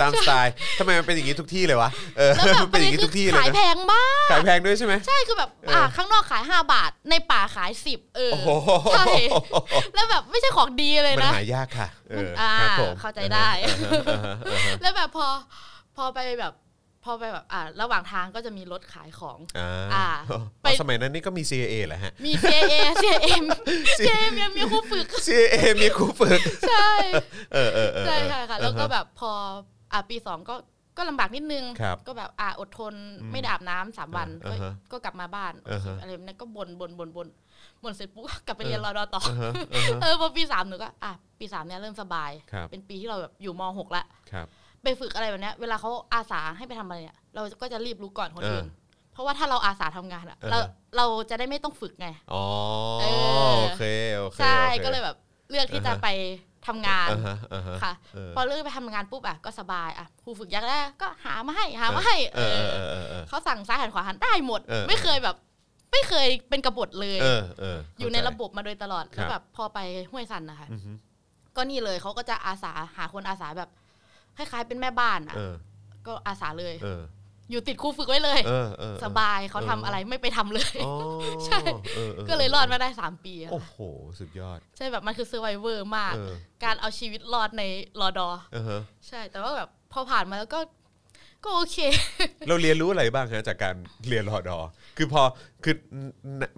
Speaker 2: ตามสไตล์ทำไมมันเป็นอย่างนี้ทุกที่เลยวะเออ
Speaker 3: แล้วแบบ
Speaker 2: มันเป็นอย่างนี้
Speaker 3: คื
Speaker 2: ทุกที่เลย
Speaker 3: ขาย
Speaker 2: นะ
Speaker 3: แพงมาก
Speaker 2: ขายแพงด้วยใช่ไหม
Speaker 3: ใช่คือแบบ
Speaker 2: เอออ่
Speaker 3: อ่าข้างนอกขาย 5 บาท ในป่าขาย 10 เออ
Speaker 2: โอ้โห
Speaker 3: ใช่ แล้วแบบไม่ใช่ของดีเลย
Speaker 2: มัน
Speaker 3: นะ
Speaker 2: หายากค่ะเออ
Speaker 3: อ่า
Speaker 2: ครับผม
Speaker 3: เข้าใจได้
Speaker 2: อ่าฮะอ่าฮะ
Speaker 3: แล้วแบบพอพอไปแบบ พอไปแบบอ่าระหว่างทางก็จะมีรถขายของ
Speaker 2: อ่า
Speaker 3: อ่าไป
Speaker 2: อ๋อสมัยนั้นนี่ก็มี CIA เหรอฮะ
Speaker 3: มี JA JM JM มีครูฝึก
Speaker 2: CIA มีครูฝึก
Speaker 3: ใช่
Speaker 2: เออเออเออ
Speaker 3: ใช่ค่ะค่ะ แล้วก็
Speaker 2: อ่าฮ
Speaker 3: แบบพออ่าปีสองก็ก็ลำบากนิดนึง
Speaker 2: ครับ
Speaker 3: ก็แบบอ่าอดทนไม่ได้อาบน้ำสามวัน
Speaker 2: อ่า
Speaker 3: ก็
Speaker 2: ฮะ
Speaker 3: ก็กลับมาบ้าน
Speaker 2: อ่าฮะ
Speaker 3: อะไรแบบนั้นก็บนบนบนบนบนเสร็จปุ๊บ ก็กลับไปเรียนรอดอต่อ
Speaker 2: อ่าฮะอ่าฮะ
Speaker 3: เออพอปีสามหนูก็อ่ะปีสามเนี่ยเริ่มสบาย
Speaker 2: ครับ
Speaker 3: เป็นปีที่เราแบบอยู่มหกละ
Speaker 2: ครับ
Speaker 3: ไปฝึกอะไรแบบเนี้ย เวลาเขาอาสาให้ไปทำอะไรเนี่ยเราก็จะรีบรู้ก่อนคนอื่น
Speaker 2: เออ
Speaker 3: เพราะว่าถ้าเราอาสาทำงานอะ
Speaker 2: เออ
Speaker 3: เราเราจะได้ไม่ต้องฝึกไง
Speaker 2: อ๋อ
Speaker 3: เออ
Speaker 2: โอเคโอเค
Speaker 3: ใช่
Speaker 2: โอค
Speaker 3: ก็เลยแบบเลือกที่จะไปทำงาน
Speaker 2: อ่าฮะอ่าฮะ
Speaker 3: ค่ะ
Speaker 2: เออ
Speaker 3: พอเลือกไปทำงานปุ๊บอ่ะก็สบายอ่ะครูฝึกอยากได้ก็หามาให้หามาให้
Speaker 2: เออเออเออเออเออ
Speaker 3: เขาสั่งซ้ายหันขวาหันได้หมด
Speaker 2: เออ
Speaker 3: ไม่เคยแบบ ไม่เคยเป็นกบฏเลย
Speaker 2: เออเออ
Speaker 3: อ
Speaker 2: เข้า
Speaker 3: ยู่ใน
Speaker 2: จ
Speaker 3: ระบบมาโดยตลอด
Speaker 2: ครั
Speaker 3: แล้
Speaker 2: บ
Speaker 3: วแบบพอไปห้วยสันนะคะ
Speaker 2: อือฮึ
Speaker 3: ก็นี่เลยเขาก็จะอาสาหาคนอาสาแบบคล้ายๆเป็นแม่บ้านอ่ะ
Speaker 2: เออ
Speaker 3: ก็อาสาเลย
Speaker 2: เออ
Speaker 3: อยู่ติดครูฝึกไว้เลย
Speaker 2: เออเออ
Speaker 3: สบายเขาทำอะไรไม่ไปทำเลย
Speaker 2: อ๋อ
Speaker 3: ใช่
Speaker 2: อออ
Speaker 3: ก็เลยรอดมาได้ 3 ปีอะ
Speaker 2: โอ้โห สุดยอด
Speaker 3: ใช่แบบมันคือเซอร์ไวเวอร์มาก
Speaker 2: เออ
Speaker 3: การเอาชีวิตรอดในรอดอ
Speaker 2: เออฮะ
Speaker 3: ใช่แต่ว่าแบบพอผ่านมาแล้วก็ ก็โอเค
Speaker 2: เราเรียนรู้อะไรบ้างฮะจากการเรียนรอดอ คือพอ คือ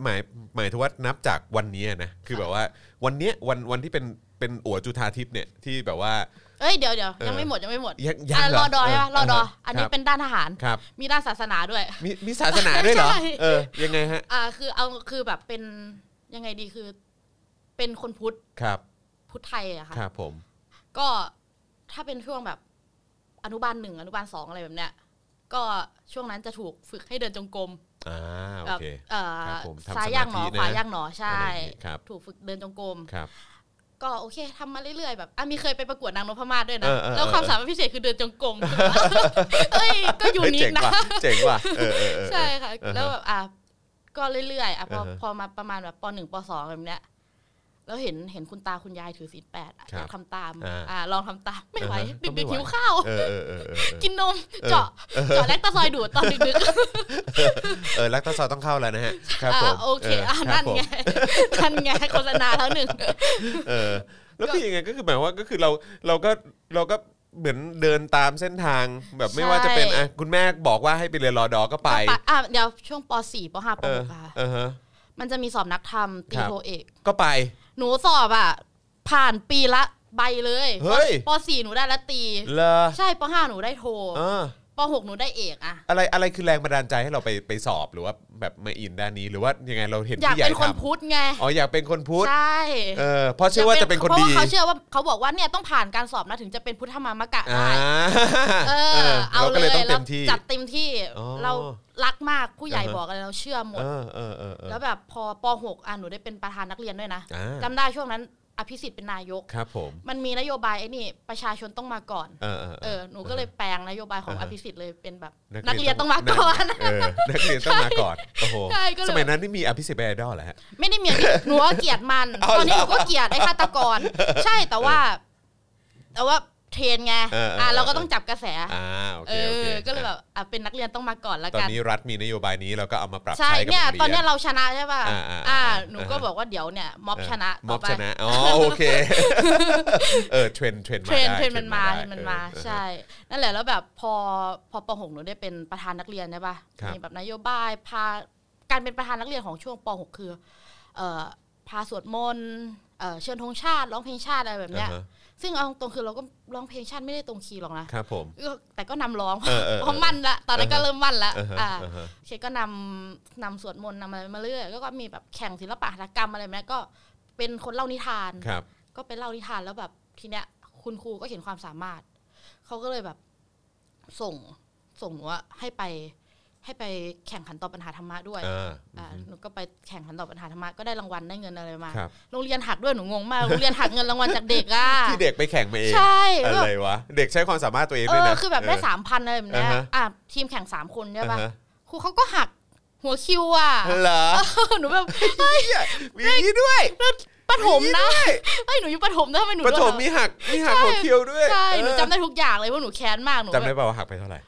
Speaker 2: หมายหมายถึงว่านับจากวันนี้นะ คือแบบว่าวันเนี้ยวันวันที่เป็นเป็นอัวจุธาทิพย์เนี่ยที่แบบว่า
Speaker 3: เอ้ยเดี๋ยวเดี๋ยวยัง
Speaker 2: เออ
Speaker 3: ไม่หมดยังไม่หมด
Speaker 2: ยังยัง
Speaker 3: อ่ะ
Speaker 2: เหรอ
Speaker 3: รอดอใช่ปะ
Speaker 2: เออ
Speaker 3: รอดอ
Speaker 2: เอออั
Speaker 3: อันนี้
Speaker 2: ครับ
Speaker 3: เป็นด้านทหาร
Speaker 2: ครับ
Speaker 3: มีด้านศาสนาด้วย
Speaker 2: มีมีศาสนาด้วยเหรอ
Speaker 3: ใช่
Speaker 2: เออ ยังไงฮะ
Speaker 3: อ่าคือเอาคือแบบเป็นยังไงดีคือ เป็นคนพุทธ
Speaker 2: ครับ
Speaker 3: พุทธไทยอะค่ะ
Speaker 2: ครับผม
Speaker 3: ก็ถ้าเป็นช่วงแบบอนุบาลหนึ่งอนุบาลสองอะไรแบบเนี้ยก็ช่วงนั้นจะถูกฝึกให้เดินจงกรม
Speaker 2: อ่า โอ
Speaker 3: แบบ
Speaker 2: เค
Speaker 3: เอ่อ
Speaker 2: ครับผมทำ
Speaker 3: ซ้ายย่างหนอ
Speaker 2: สมาธินะ
Speaker 3: ขวาย่างหนอใช่
Speaker 2: อะไรอย่างงี้ครับ
Speaker 3: ถูกฝึกเดินจงกรม
Speaker 2: ครับ
Speaker 3: ก็โอเคทำมาเรื่อยๆแบบอ่ะมีเคยไปประกวดนางนพมาศด้วยนะ
Speaker 2: เออเออเออ
Speaker 3: แล้วความสามารถพิเศษคือเดินจงกรมเอ้ยก็ยู
Speaker 2: เฮ้ย
Speaker 3: นิค
Speaker 2: เจ๋ง
Speaker 3: นะ
Speaker 2: ว่ะ เจ๋งว่ะ เออเออเออ
Speaker 3: ใช่ค่ะ
Speaker 2: เออ
Speaker 3: แล้วแบบอ่ะก็เรื่อยๆอ่ะพอ
Speaker 2: เออฮะ
Speaker 3: พอมาประมาณแบบปหนึ่งปสองแบบเนี้ยแล้วเห็นเห็นคุณตาคุณยายถือศีลแปดอ่ะ
Speaker 2: ครับ
Speaker 3: อยากทำตาม
Speaker 2: อ่า
Speaker 3: อ่ะลองทำตามไม่ไหว
Speaker 2: เออฮะก็ไม่
Speaker 3: ดึก
Speaker 2: ไหว
Speaker 3: ๆหิวข้าว
Speaker 2: เออเออเออเออเออ
Speaker 3: กินนม
Speaker 2: เออ
Speaker 3: เจาะเจาะแลคตาซอยดู ดตอนดึก
Speaker 2: เออลักตาซอยต้องเข้าแล้วนะฮะ ค
Speaker 3: ๆ
Speaker 2: รับผม
Speaker 3: อ่ะโอเคอ่ะ
Speaker 2: ครับ
Speaker 3: นั่น
Speaker 2: ผม
Speaker 3: ไง นั่นไงโฆษณาแล้วหนึ่ง
Speaker 2: เออ แล้วคือยังไงก็คือหมายว่าก็คือเราเราก็เราก็เหมือนเดินตามเส้นทางแบบไม่
Speaker 3: ใช่
Speaker 2: ว่าจะเป็นอ่ะคุณแม่บอกว่าให้ไปเรียนรอดอก็ไป
Speaker 3: ปะอ่ะเดี๋ยวช่วงป .4 ป .5 ป
Speaker 2: เออ
Speaker 3: .6 ค่ะ
Speaker 2: เออฮะ
Speaker 3: มันจะมีสอบนักธรรมตี
Speaker 2: ครับ
Speaker 3: โทเอก
Speaker 2: ก็ไป
Speaker 3: หนูสอบอ่ะ ผ่านปีละใบเลย
Speaker 2: เฮ้ย
Speaker 3: ป .4 หนูได้ละตี
Speaker 2: เลอ
Speaker 3: ใช่ป .5 หนูได้โท
Speaker 2: เออ
Speaker 3: ป .6 หนูได้เอกอ่ะ
Speaker 2: อะไรอะไรคือแรงบันดาลใจให้เราไปไปสอบหรือว่าแบบมาอินด้านนี้หรือว่ายังไงเราเห็น
Speaker 3: อยาก
Speaker 2: ผู้ใหญ่
Speaker 3: เป็นคน
Speaker 2: ทำ
Speaker 3: พุทธไง
Speaker 2: อ๋ออยากเป็นคนพุทธ
Speaker 3: ใช่
Speaker 2: เออเพราะเชื่อว่าจะเป็นคน
Speaker 3: เพราะ
Speaker 2: ดี
Speaker 3: ว่าเขาเชื่อว่าเขาบอกว่าเนี่ยต้องผ่านการสอบนะถึงจะเป็นพุทธมามะกะ
Speaker 2: อ่า
Speaker 3: ได้ เอ
Speaker 2: เออ
Speaker 3: อเอา
Speaker 2: เราก็
Speaker 3: เล
Speaker 2: เลย
Speaker 3: ย
Speaker 2: ต้องเต็
Speaker 3: เรา
Speaker 2: มที่
Speaker 3: จัดเต็มที่
Speaker 2: อ๋อ
Speaker 3: เรารักมากผู้ใหญ่
Speaker 2: อ่าฮะ
Speaker 3: บอกอะไรเราเชื่อหมด
Speaker 2: เออเออเออเออ
Speaker 3: แล้วแบบพอป .6 อ่ะหนูได้เป็นประธานนักเรียนด้วยนะ
Speaker 2: อ่า
Speaker 3: จำได้ช่วงนั้นอภิสิทธิ์เป็นนายก
Speaker 2: ครับผม
Speaker 3: มันมีนโยบายไอ้นี่ประชาชนต้องมาก่อน
Speaker 2: เออเออ
Speaker 3: เออหนูก็เลยแปลงนโยบายของ
Speaker 2: า
Speaker 3: อ
Speaker 2: ฮะ
Speaker 3: ภิสิทธิ์เลยเป็นแบบนักเรียนต้องมา
Speaker 2: นั่
Speaker 3: ก่อน
Speaker 2: เออนักเรียนต้องมาก่อนโอ้โห
Speaker 3: ใช่ก็เลย
Speaker 2: สมัยนั้นนี่มีอภิสิทธิ์เป็นไอดอลเหรอฮะ
Speaker 3: ไม่ได้เมียหนูว่าเกลียดมัน
Speaker 2: เอาเหรอ
Speaker 3: ตอนนี้หนูก็เกลียดไอ้ฆาตก ร ใช่แต่ว่า แต่ว่าเทรนไง
Speaker 2: เออเอออ่
Speaker 3: อ่ะเราก็ต้องจับกระแส
Speaker 2: อ่าโอ
Speaker 3: เอ
Speaker 2: เคโอเค
Speaker 3: อ ก็เลยแบบอ่ะเป็นนักเรียนต้องมาก่อน
Speaker 2: ต
Speaker 3: ละ
Speaker 2: อน
Speaker 3: กัน
Speaker 2: นี้รัฐมีนโยบายนี้เราก็เอามาปรับ
Speaker 3: ใช่
Speaker 2: ใช้กับ
Speaker 3: เนี่ย
Speaker 2: โรงรี
Speaker 3: ตอนเนี้ยเราชนะใช่ป่ะ
Speaker 2: อ่าอ่า
Speaker 3: อ่า
Speaker 2: อ่า
Speaker 3: หนูก็
Speaker 2: อ่าฮะ
Speaker 3: บอกว่าเดี๋ยวเนี่ยม็อบชนะ
Speaker 2: ม็อบ
Speaker 3: ต่ไป
Speaker 2: ชนะอ๋อโอเคเออเทรนเทรน
Speaker 3: เทรนเทรนมันมาเทรนมันมา
Speaker 2: ได้
Speaker 3: ใช่ นั่นแหละแล้วแบบพอพอปหกหนูได้เป็นประธานนักเรียนใช่ป่ะ
Speaker 2: ครับ
Speaker 3: มีแบบนโยบายพาการเป็นประธานนักเรียนของช่วงปหกคือเอ่อพาสวดมนต์เอ่อเชิญธงชาติร้องเพลงชาติอะไรแบบเนี้ย
Speaker 2: อ่าฮะ
Speaker 3: ซึ่งเอาตรงๆคือเราก็ร้องเพลงชาติไม่ได้ตรงคีย์หรอกนะครับ
Speaker 2: ผม
Speaker 3: ก็แต่ก็นำร้อง
Speaker 2: เออเออเออ
Speaker 3: เพราะมั่นละตอนนั้นก็เริ่มมั่นละ
Speaker 2: อ่าฮะ
Speaker 3: อ่า
Speaker 2: อ่าฮะ
Speaker 3: เชฟก็นำนำสวดมนต์นำอะไรมาเรื่อยแล้วก็มีแบบแข่งศิลปะหัตถกรรมอะไรแบบเนี้ยก็เป็นคนเล่านิทาน
Speaker 2: ครับ
Speaker 3: ก็ไปเล่านิทานแล้วแบบทีเนี้ย คุณครูก็เห็นความสามารถ เขาก็เลยแบบส่งส่งหนูอะให้ไป ให้ไปแข่งขันตอบปัญหาธรรมะด้วย
Speaker 2: อ่า
Speaker 3: อ่าหนูก็ไปแข่งขันตอบปัญหาธรรมะก็ได้รางวัลได้เงินอะไรมา
Speaker 2: ครับ
Speaker 3: โรงเรียนหักด้วยหนูงงมากโรงเรียนหักเงินรางวัลจากเด็กอะ
Speaker 2: ที่เด็กไปแข่งมาเอง
Speaker 3: ใช่
Speaker 2: อะ
Speaker 3: แล้ว
Speaker 2: ไรวะ เด็กใช้ความสามารถตัวเอง
Speaker 3: เอ
Speaker 2: ด้วย
Speaker 3: อ
Speaker 2: นะ
Speaker 3: คือแบบได้
Speaker 2: เ
Speaker 3: สามพันอะไรแบบเนี้ย
Speaker 2: อ่าฮะ
Speaker 3: อ่ะทีมแข่งสามคนใช่ปะ
Speaker 2: อ่าฮะ
Speaker 3: ครูเขาก็หักหัวคิวอ่ะ
Speaker 2: เหรอ
Speaker 3: หนูแบบ
Speaker 2: เหี้ยมีอย่างนี้ด้วย
Speaker 3: ปฐมนะเอ้ยหนูอยู่ปฐมนะทำไมหนู
Speaker 2: ป
Speaker 3: โดน
Speaker 2: ฐมมีหักมีหักหัวคิวด้วย
Speaker 3: ใช่หนู
Speaker 2: เออ
Speaker 3: จำได้ทุกอย่างเลยว่าหนูแค้นมากหนู
Speaker 2: จำได้
Speaker 3: แบบ
Speaker 2: ป่าวว่าหักไปเท่าไหร่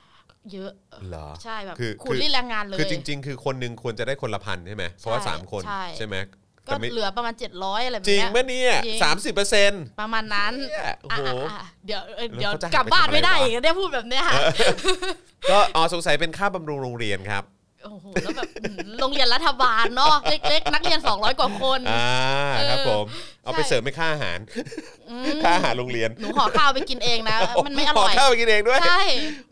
Speaker 3: เยอะ
Speaker 2: เหรอ
Speaker 3: ใช่แบบ
Speaker 2: คือ
Speaker 3: ขู
Speaker 2: คื
Speaker 3: ด
Speaker 2: อ
Speaker 3: รีดแรงงานเลย
Speaker 2: คือจริง ๆ คือคนหนึ่งควรจะได้คนละพันใช่ไหมเพราะว่า
Speaker 3: ใช่
Speaker 2: สามคน
Speaker 3: ใช่
Speaker 2: ใช่ไหม
Speaker 3: ก็
Speaker 2: แต่ไม่
Speaker 3: เหลือประมาณ 700 อะไรแบบ
Speaker 2: จริง
Speaker 3: เนี้ย
Speaker 2: ไหมเนี่ย
Speaker 3: จริง
Speaker 2: สามสิบเปอร์เซ็นต์
Speaker 3: ประมาณนั้น
Speaker 2: เนี่ยโอ้โห
Speaker 3: อ่ะอ่ะอ่ะเดี๋ยวเอ้ย
Speaker 2: แล้ว
Speaker 3: เดี๋ยว
Speaker 2: เขาจะหัก
Speaker 3: กลับบ้าน
Speaker 2: ไปทำไม
Speaker 3: ไม่ได้
Speaker 2: วะ
Speaker 3: อีกได้พูดแบบเนี้ย
Speaker 2: ก็อ๋อสงสัยเป็นค่าบำรุงโรงเรียนครับ
Speaker 3: โอ้โหแล้วแบบอืมโรงเรียนรัฐบาลเนาะเล็กๆ นักเรียน 200 กว่าคน
Speaker 2: อ่าครับ
Speaker 3: เออ
Speaker 2: ผม เอาไป
Speaker 3: ใช่
Speaker 2: เสริมเป็นค่าอาหาร
Speaker 3: อืม
Speaker 2: ค่าอาหารโรงเรียน
Speaker 3: หนูห่อข้าวไปกินเองนะ มันไม่อร่อย
Speaker 2: ขข้าวไปกินเองด้วย
Speaker 3: ใช่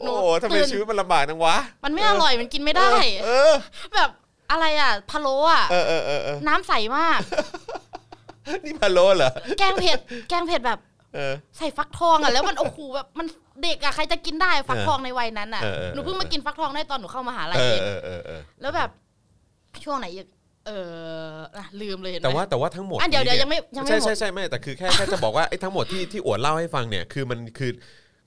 Speaker 3: หนู
Speaker 2: โอ้โหทำไม
Speaker 3: ตื่น
Speaker 2: ชีวิตมันลำบากจังวะ
Speaker 3: มันไม่อร่อยมันกินไม่ได้
Speaker 2: เออ
Speaker 3: แบบอะไรอ่ะพะโล้อ่ะ
Speaker 2: เออเออเออเออ
Speaker 3: น้ำใสมาก
Speaker 2: นี่พะโล้เหรอ
Speaker 3: แกงเผ็ด แกงเผ็ดแบบ
Speaker 2: เออ
Speaker 3: ใส่ฟักทองอ่ะ แล้วมันโอ้โหแบบมันเด็กอ่ะใครจะกินได้ฟักทองในวัยนั้นอ่ะ
Speaker 2: เออเออ
Speaker 3: หนูเพิ่งมากินฟักทองได้ตอนหนูเข้ามหาลัย
Speaker 2: เออง
Speaker 3: เอ
Speaker 2: เออเออเออ
Speaker 3: แล้วแบบช่วงไหนอีกเอออ่ะลืมเลยเห็นไหม
Speaker 2: แต่ว่าแต่ว่าทั้งหมด
Speaker 3: อ่ะเดี๋ยวเดี๋ยวยังไม่ยังไม่
Speaker 2: ใช่
Speaker 3: หมด
Speaker 2: ใช่ใช่ไม่แต่คือแค่แค่จะบอกว่าไอ้ทั้งหมดที่ที่อวดเล่าให้ฟังเนี่ยคือมันคือ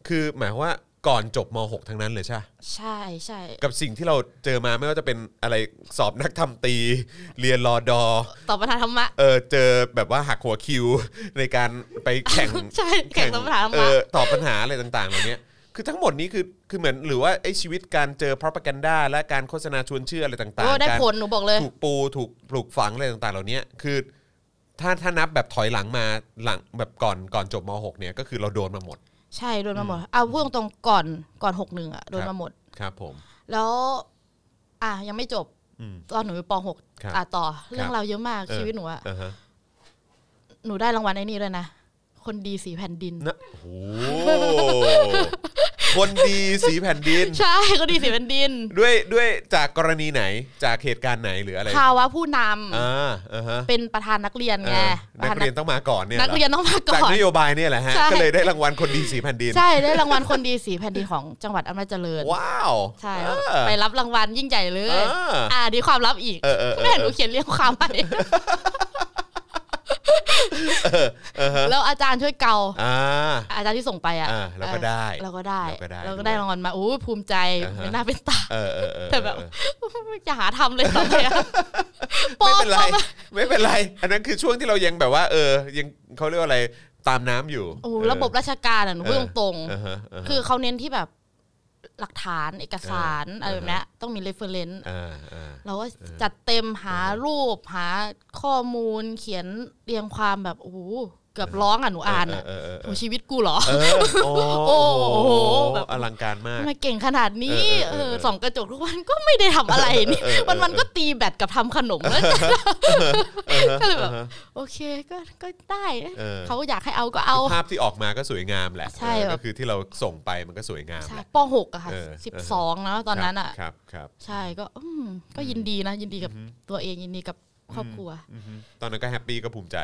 Speaker 2: คือหมายความว่าก่อนจบม .6 ทั้งนั้นเลยใช่ปะ
Speaker 3: ใช่ใช่
Speaker 2: กับสิ่งที่เราเจอมาไม่ว่าจะเป็นอะไรสอบนักทำตี เรียนรอดอ
Speaker 3: ตอบประธานธรรมะ
Speaker 2: เออเจอแบบว่าหักหัวคิว ในการไปแข่ง
Speaker 3: ใช่แข่งตอบประธานธรร
Speaker 2: เอ
Speaker 3: มะ
Speaker 2: อตอบปัญหาอะไรต่างๆเหล่านี้คือทั้งหมดนี้คือคือเหมือนหรือว่าไอ้ชีวิตการเจอ propaganda และการโฆษณาชวนเชื่ออะไรต่างๆ
Speaker 3: โอ้ได้
Speaker 2: การ
Speaker 3: ผลหนูบอกเลย
Speaker 2: ถูกปูถูกปลูกฝังอะไรต่างๆ เหล่านี้คือ ถ้าถ้านับแบบถอยหลังมาหลังแบบก่อนก่อนจบม .6 เนี่ยก็คือเราโดนมาหมด
Speaker 3: ใช่โดนมาหมด เอาพูดตรงๆก่อนก่อนหกหนึ่งอ่ะโดน
Speaker 2: ครั
Speaker 3: มา
Speaker 2: บ
Speaker 3: หมด
Speaker 2: ครับผม
Speaker 3: แล้ว อ่ะยังไม่จบ
Speaker 2: อืม
Speaker 3: ตอนหนูอยู่ปหก
Speaker 2: ครับ
Speaker 3: อ่ะต่อ เรื่องราวเยอะมาก
Speaker 2: เออ
Speaker 3: ชีวิตหนูอ่ะ
Speaker 2: อ่าฮะ
Speaker 3: หนูได้รางวัลไอ้นี่ด้วยนะ โฆ คนดีสีแผ่นดิน
Speaker 2: นะโอ้โหคนดีสีแผ่นดิน
Speaker 3: ใช่คนดีสีแผ่นดิน
Speaker 2: ด้วยด้วยจากกรณีไหนจากเหตุการณ์ไหนหรืออะไร
Speaker 3: ภาวะผู้นำ
Speaker 2: อ่าอ่าฮะ
Speaker 3: เป็นประธานนักเรียนไง
Speaker 2: อ่า
Speaker 3: ประ
Speaker 2: นั
Speaker 3: ธาก
Speaker 2: เรียนต้องมาก่อนเนี่ย
Speaker 3: นักเรียน
Speaker 2: หอ
Speaker 3: ต้องมาก่
Speaker 2: จาก
Speaker 3: อน
Speaker 2: นโยบายเนี่ยแหละฮะ
Speaker 3: ใช่
Speaker 2: ก็เลยได้รางวัลคนดีสีแผ่นดิน
Speaker 3: ใช่ได้รางวัลคนดีสีแผ่นดินของจังหวัดอำนาจเจริญ
Speaker 2: ว้าว
Speaker 3: ใช่
Speaker 2: เอ
Speaker 3: แล้ว
Speaker 2: อ
Speaker 3: ไปรับรางวัลยิ่งใหญ่เลย
Speaker 2: เอออ่
Speaker 3: อ่าดีความลับอีก
Speaker 2: เออเออเออ
Speaker 3: แม่หนูเขียนเรียงความมาเองแล้วอาจารย์ช่วยเกา
Speaker 2: อ่า
Speaker 3: อาจารย์ที่ส่งไปอ่ะ
Speaker 2: อ่าเราก็ได้
Speaker 3: เออเราก็ได้
Speaker 2: เราก็ได้
Speaker 3: เราก็ได้
Speaker 2: ด้วย
Speaker 3: รางวัลมาโอ้ยภูมิใจ
Speaker 2: อ่าฮะ
Speaker 3: เป็นหน้าเป็นตา
Speaker 2: เออเออเออ
Speaker 3: แต่แบบ
Speaker 2: เออ
Speaker 3: อย่าหาทำเลยต่อไปอะปล
Speaker 2: ไม่
Speaker 3: อม
Speaker 2: เป็นไร
Speaker 3: ปลอมอะ
Speaker 2: ไม่เป็นไร อันนั้นคือช่วงที่เรายังแบบว่า เออ ยังเขาเรียกว่าอะไรตามน้ำอยู่
Speaker 3: โอ้
Speaker 2: เ
Speaker 3: ระบบราชการอ่ะหนูพูดตรง
Speaker 2: เออฮะเออ
Speaker 3: ๆ
Speaker 2: ฮะ
Speaker 3: คือเขาเน้นที่แบบหลักฐานเอกสาร
Speaker 2: เอออ
Speaker 3: อะไรแบบเนี้ยต้องมีเรฟเฟอร์เรนซ์
Speaker 2: เออเออ
Speaker 3: เราก็จัดเต็มหารูปหาข้อมูลเขียนเรียงความแบบโอ้โหเกือบร้องอ่ะหนูอ่านอ่ะ
Speaker 2: เออเออเออเออ
Speaker 3: โอ้ชีวิตกูเหรอ
Speaker 2: เออโอ้โห
Speaker 3: โอ้โหแบบ
Speaker 2: อลังการมาก
Speaker 3: ทำไมเก่งขนาดนี้
Speaker 2: เออเออ
Speaker 3: เอ
Speaker 2: เออ
Speaker 3: อส่องกระจกทุกวันก็ไม่ได้ทำอะไรนี่
Speaker 2: เออเออเอ
Speaker 3: วั
Speaker 2: อ
Speaker 3: นวันๆก็ตีแบตกับทำขนมแล้ว ก็เลยแบบ
Speaker 2: อ่าฮะ
Speaker 3: โอเคก็ก็ได้นะ
Speaker 2: เออ
Speaker 3: เขาอยากให้เอาก็เอา
Speaker 2: ภาพที่ออกมาก็สวยงามแหละ
Speaker 3: ใช่
Speaker 2: เออ
Speaker 3: แบบ
Speaker 2: ก็คือที่เราส่งไปมันก็สวยงาม
Speaker 3: ใช่
Speaker 2: แหละ
Speaker 3: ป .6 อะค่ะ
Speaker 2: เออ
Speaker 3: สิบ
Speaker 2: เออ
Speaker 3: สองแล้วตอนนั้นอะ
Speaker 2: ครับครับ
Speaker 3: ใช่ก็อืมก็ยินดีนะ ยินดีกับตัวเองยินดีกับครอบครัว
Speaker 2: อือฮึตอนนั้นก็แฮปปี้ก็ภูมิใจ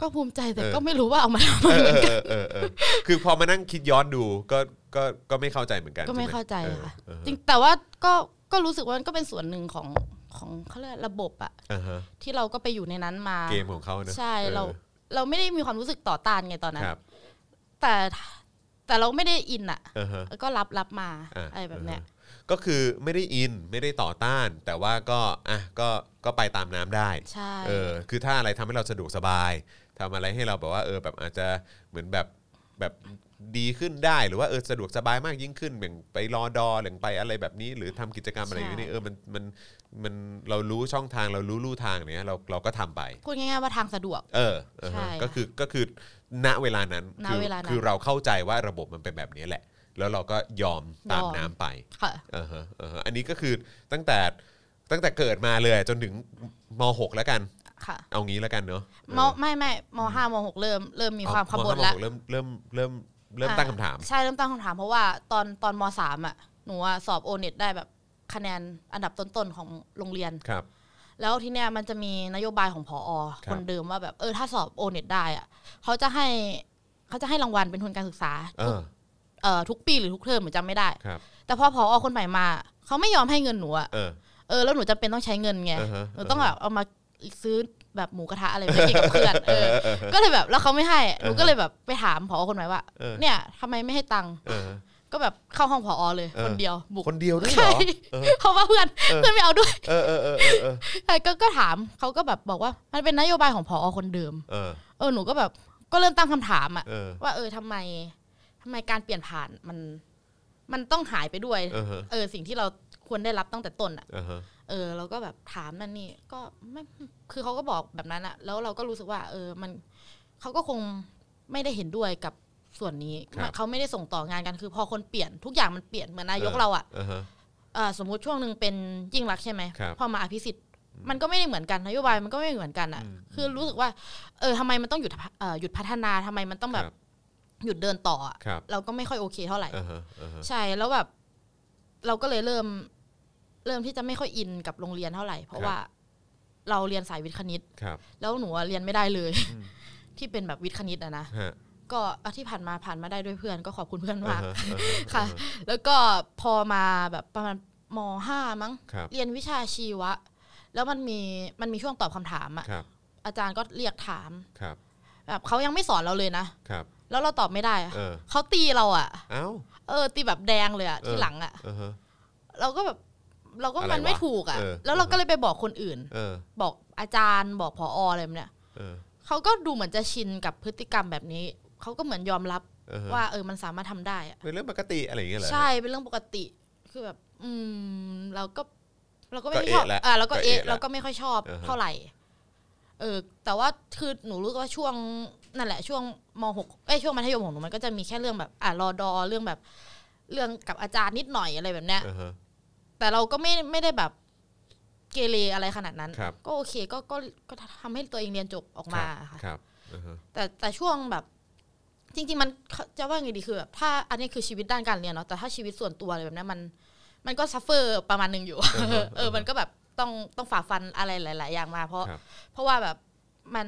Speaker 3: ก็ภูมิใจแต่
Speaker 2: เออ
Speaker 3: ก็ไม่รู้ว่าเอามา ทำไม
Speaker 2: เออเออเออเออคือพอมานั่งคิดย้อนดูก็ก็ก็ไม่เข้าใจเหมือนกัน
Speaker 3: ก็ไม่
Speaker 2: ช่ห
Speaker 3: เข้าใจค่ะ
Speaker 2: เออ
Speaker 3: จริงแต่ว่าก็ก็รู้สึกว่ามันก็เป็นส่วนหนึ่งของของเขาเรียกระบบอะ
Speaker 2: อ่าฮะ
Speaker 3: ที่เราก็ไปอยู่ในนั้นมา
Speaker 2: เกมของเขาเนอะ
Speaker 3: ใช่
Speaker 2: ออ
Speaker 3: เราเราไม่ได้มีความรู้สึกต่อต้านไงตอนนั้น
Speaker 2: ครับ
Speaker 3: แต่แต่เราไม่ได้อินอะ
Speaker 2: อ่าฮะ
Speaker 3: ก็รับรับมา
Speaker 2: อ่ะ
Speaker 3: อะไรแบบเนี้ย
Speaker 2: อ่าฮะก็คือไม่ได้อินไม่ได้ต่อต้าน แต่ว่าก็อ่ะก็ก็ไปตามน้ำได้
Speaker 3: ใช่
Speaker 2: เออคือถ้าอะไรทำให้เราสะดวกสบายทำอะไรให้เราแบบว่าเออแบบอาจจะเหมือนแบบแบบดีขึ้นได้หรือว่าเออสะดวกสบายมากยิ่งขึ้นอย่างไปรอดอหรือไปอะไรแบบนี้ หรือทำกิจกรรมอะไรอย่าง
Speaker 3: ใช่
Speaker 2: นี้เออมันมันมันเรารู้ช่องทางเรารู้ลู่ทางเนี้ยเราเราก็ทำไป
Speaker 3: พูดง่ายๆว่าทางสะดวก
Speaker 2: เออเออ
Speaker 3: ใช่
Speaker 2: ฮะ
Speaker 3: ค่ะ
Speaker 2: ก็คือก็คือณเวลานั้น
Speaker 3: ณ
Speaker 2: คือ
Speaker 3: เวลานั้น
Speaker 2: คือเราเข้าใจว่าระบบมันเป็นแบบนี้แหละ แล้วเราก็ยอมตาม
Speaker 3: ยอม
Speaker 2: น้ำไป
Speaker 3: ค่ะ
Speaker 2: อ่าฮะอ่าฮะอันนี้ก็คือตั้งแต่ตั้งแต่เกิดมาเลยจนถึงม .6 แล้วกัน
Speaker 3: ค่ะ
Speaker 2: เอางี้แล้วกันเนาะ
Speaker 3: มไม่ไม่มห้ามหกเริ่มเริ่มมีความขบวน
Speaker 2: ห้
Speaker 3: แล้ว
Speaker 2: มหกเริ่มเริ่มเริ่มเริ่มตั้งคำถาม
Speaker 3: อ่ะใช่เริ่มตั้งคำถามเพราะว่าตอนตอนมสามอ่ะหนูอะสอบโอเน็ตได้แบบคะแนนอันดับต้นๆของโรงเรียน
Speaker 2: ครับ
Speaker 3: แล้วทีเนี้ยมันจะมีนโยบายของพออ
Speaker 2: ครับ
Speaker 3: คนเดิมว่าแบบเออถ้าสอบโอเน็ตได้อ่ะเขาจะให้เขาจะให้รางวัลเป็นทุนการศึกษา
Speaker 2: เออ
Speaker 3: เอ่อทุกปีหรือทุกเทอมหนูจำไม่ได้
Speaker 2: ครับ
Speaker 3: แต่พอพออคนใหม่มาเขาไม่ยอมให้เงินหนูอ่ะ
Speaker 2: เออ
Speaker 3: เออแล้วหนูจำเป็นต้องใช้เงินไง
Speaker 2: อ่าฮะ
Speaker 3: หนูต้องแบบเอามาซื้อแบบหมูกระทะอะไรไปกินกับ เพื่อนเออก็เลยแบบแล้วเขาไม่ให้หนูก็เลยแบบไปถามพอคนใหม่ว่า
Speaker 2: เออ
Speaker 3: เนี่ยทำไมไม่ให้ตังค์
Speaker 2: เออ
Speaker 3: ก็แบบเข้าห้องผอเลย
Speaker 2: เออ
Speaker 3: คนเดียวบุก
Speaker 2: คนเดียวด้วยเหร
Speaker 3: ใช่
Speaker 2: อ
Speaker 3: เพราะว่าเพื่อนเพื่อนไม่เอาด้วย
Speaker 2: เออเออเออเออเออ
Speaker 3: ใช่ก็ก็ถามเขาก็แบบบอกว่ามันเป็นนโยบายของผอคนเดิม
Speaker 2: เออ
Speaker 3: เออหนูก็แบบก็เริ่มตั้งคำถามอะ
Speaker 2: เออ
Speaker 3: ว่าเออทำไมทำไมการเปลี่ยนผ่านมัน มันต้องหายไปด้วย
Speaker 2: เออฮะ
Speaker 3: เออสิ่งที่เราควรได้รับตั้งแต่ต้นอะ
Speaker 2: เออฮะ
Speaker 3: เออเราก็แบบถามนั่นนี่ก็ไม่คือเขาก็บอกแบบนั้นอะแล้วเราก็รู้สึกว่า เออมันเขาก็คงไม่ได้เห็นด้วยกับส่วนนี้มันเขาไม่ได้ส่งต่องานกันคือ พอคนเปลี่ยนทุกอย่างมันเปลี่ยนเหมือนนายกเราอะ
Speaker 2: เออฮะ
Speaker 3: เอ่อสมมุติช่วงหนึ่งเป็นยิ่งรักษณ์ใช่ไหม
Speaker 2: ครับ
Speaker 3: พอมาอภิสิทธิ์มันก็ไม่ได้เหมือนกันนโยบายมันก็ไม่เหมือนกันอ่ะ
Speaker 2: อืม
Speaker 3: คือรู้สึกว่าเออทำไมมันต้องหยุดพัฒเอ่อหยุดพัฒนาทำไมมันต้องแบบ
Speaker 2: ครับ
Speaker 3: หยุดเดินต่ออะ
Speaker 2: ครับ
Speaker 3: เราก็ไม่ค่อยโอเคเท่าไหร่
Speaker 2: เออฮะเออฮะ
Speaker 3: ใช่แล้วแบบ เราก็เลยเริ่ม เริ่มที่จะไม่ค่อยอินกับโรงเรียนเท่าไหร่ เพราะว่าเราเรียนสายวิทย์คณิต
Speaker 2: ครับ
Speaker 3: แล้วหนูอะเรียนไม่ได้เลย ที่เป็นแบบวิทย์คณิตอะนะ
Speaker 2: ฮะ
Speaker 3: ก็เอาที่ผ่านมาผ่านมาได้ด้วยเพื่อน ก็ขอบคุณเพื่อน
Speaker 2: เออ
Speaker 3: มาก
Speaker 2: ฮะเออฮะ
Speaker 3: ค่ะ แล้วก็พอมาแบบประมาณมห้ามั้ง
Speaker 2: ครับ
Speaker 3: เรียนวิชาชีวะ แล้วมันมี มันมีช่วงตอบคำถามอะ
Speaker 2: ครับ
Speaker 3: อาจารย์ก็เรียกถาม
Speaker 2: ครับ
Speaker 3: แบบเขายังไม่สอนเราเลยนะ
Speaker 2: ครับ
Speaker 3: แล้วเราตอบไม่ได้อะ
Speaker 2: เออ
Speaker 3: เขาตีเราอะ
Speaker 2: เอ้า
Speaker 3: เออ ตีแบบแดงเลยอะ
Speaker 2: เออ
Speaker 3: ที่หลังอะ
Speaker 2: เออฮะ
Speaker 3: เราก็แบบ เราก็
Speaker 2: อะไร
Speaker 3: มันไม่
Speaker 2: วะ
Speaker 3: ถูกอะ
Speaker 2: เออ
Speaker 3: แล้วเราก็เลยไปบอกคนอื่น
Speaker 2: เออ
Speaker 3: บอกอาจารย์ บอกพออะไรแบบเนี่ย
Speaker 2: เออ
Speaker 3: เขาก็ดูเหมือนจะชินกับพฤติกรรมแบบนี้ เขาก็เหมือนยอมรับ
Speaker 2: เออฮะ
Speaker 3: ว่าเออ มันสามารถทำได้อะ
Speaker 2: เป็นเรื่องปกติอะไรอย่างเงี้ยเหรอ
Speaker 3: ใช่เป็นเรื่องปกติคือแบบ อืม เราก็ เราก็ไม่
Speaker 2: ก็
Speaker 3: ชอบ
Speaker 2: เอะละ
Speaker 3: อ่าเราก็
Speaker 2: ก็เอะ
Speaker 3: เอะ
Speaker 2: ละ
Speaker 3: เราก็ไม่ค่อยชอบ
Speaker 2: อ่าฮะ
Speaker 3: เท่าไหร่ เออ แต่ว่าคือหนูรู้ว่าช่วงนั่นแหละ ช่วงมหกเอ้ยช่วงมัธยมของหนูมันก็จะมีแค่เรื่องแบบ อ่ารอดอเรื่องแบบ เรื่องกับอาจารย์นิดหน่อยอะไรแบบเนี้ย
Speaker 2: เออฮะ
Speaker 3: แต่เราก็ไม่ไม่ได้แบบเกเรอะไรขนาดนั้น
Speaker 2: ครับ
Speaker 3: ก็โอเค ก็ก็ก็ทำให้ตัวเองเรียนจบออก
Speaker 2: ครั
Speaker 3: มา
Speaker 2: บ
Speaker 3: ค่ะ
Speaker 2: ครับเออฮะ
Speaker 3: แต่แต่ช่วงแบบ จริงๆมันจะว่าไงดีคือแบบถ้าอันนี้คือชีวิตด้านการเรียนเนาะแต่ถ้าชีวิตส่วนตัวอะไรแบบเนี้ยมัน มันก็ซัฟเฟอร์ประมาณหนึ่งอยู่ เออมันก็แบบต้องต้องฝ่าฟันอะไรหลาย ๆ อย่างมาเพราะ
Speaker 2: ครับ
Speaker 3: เพราะว่าแบบมัน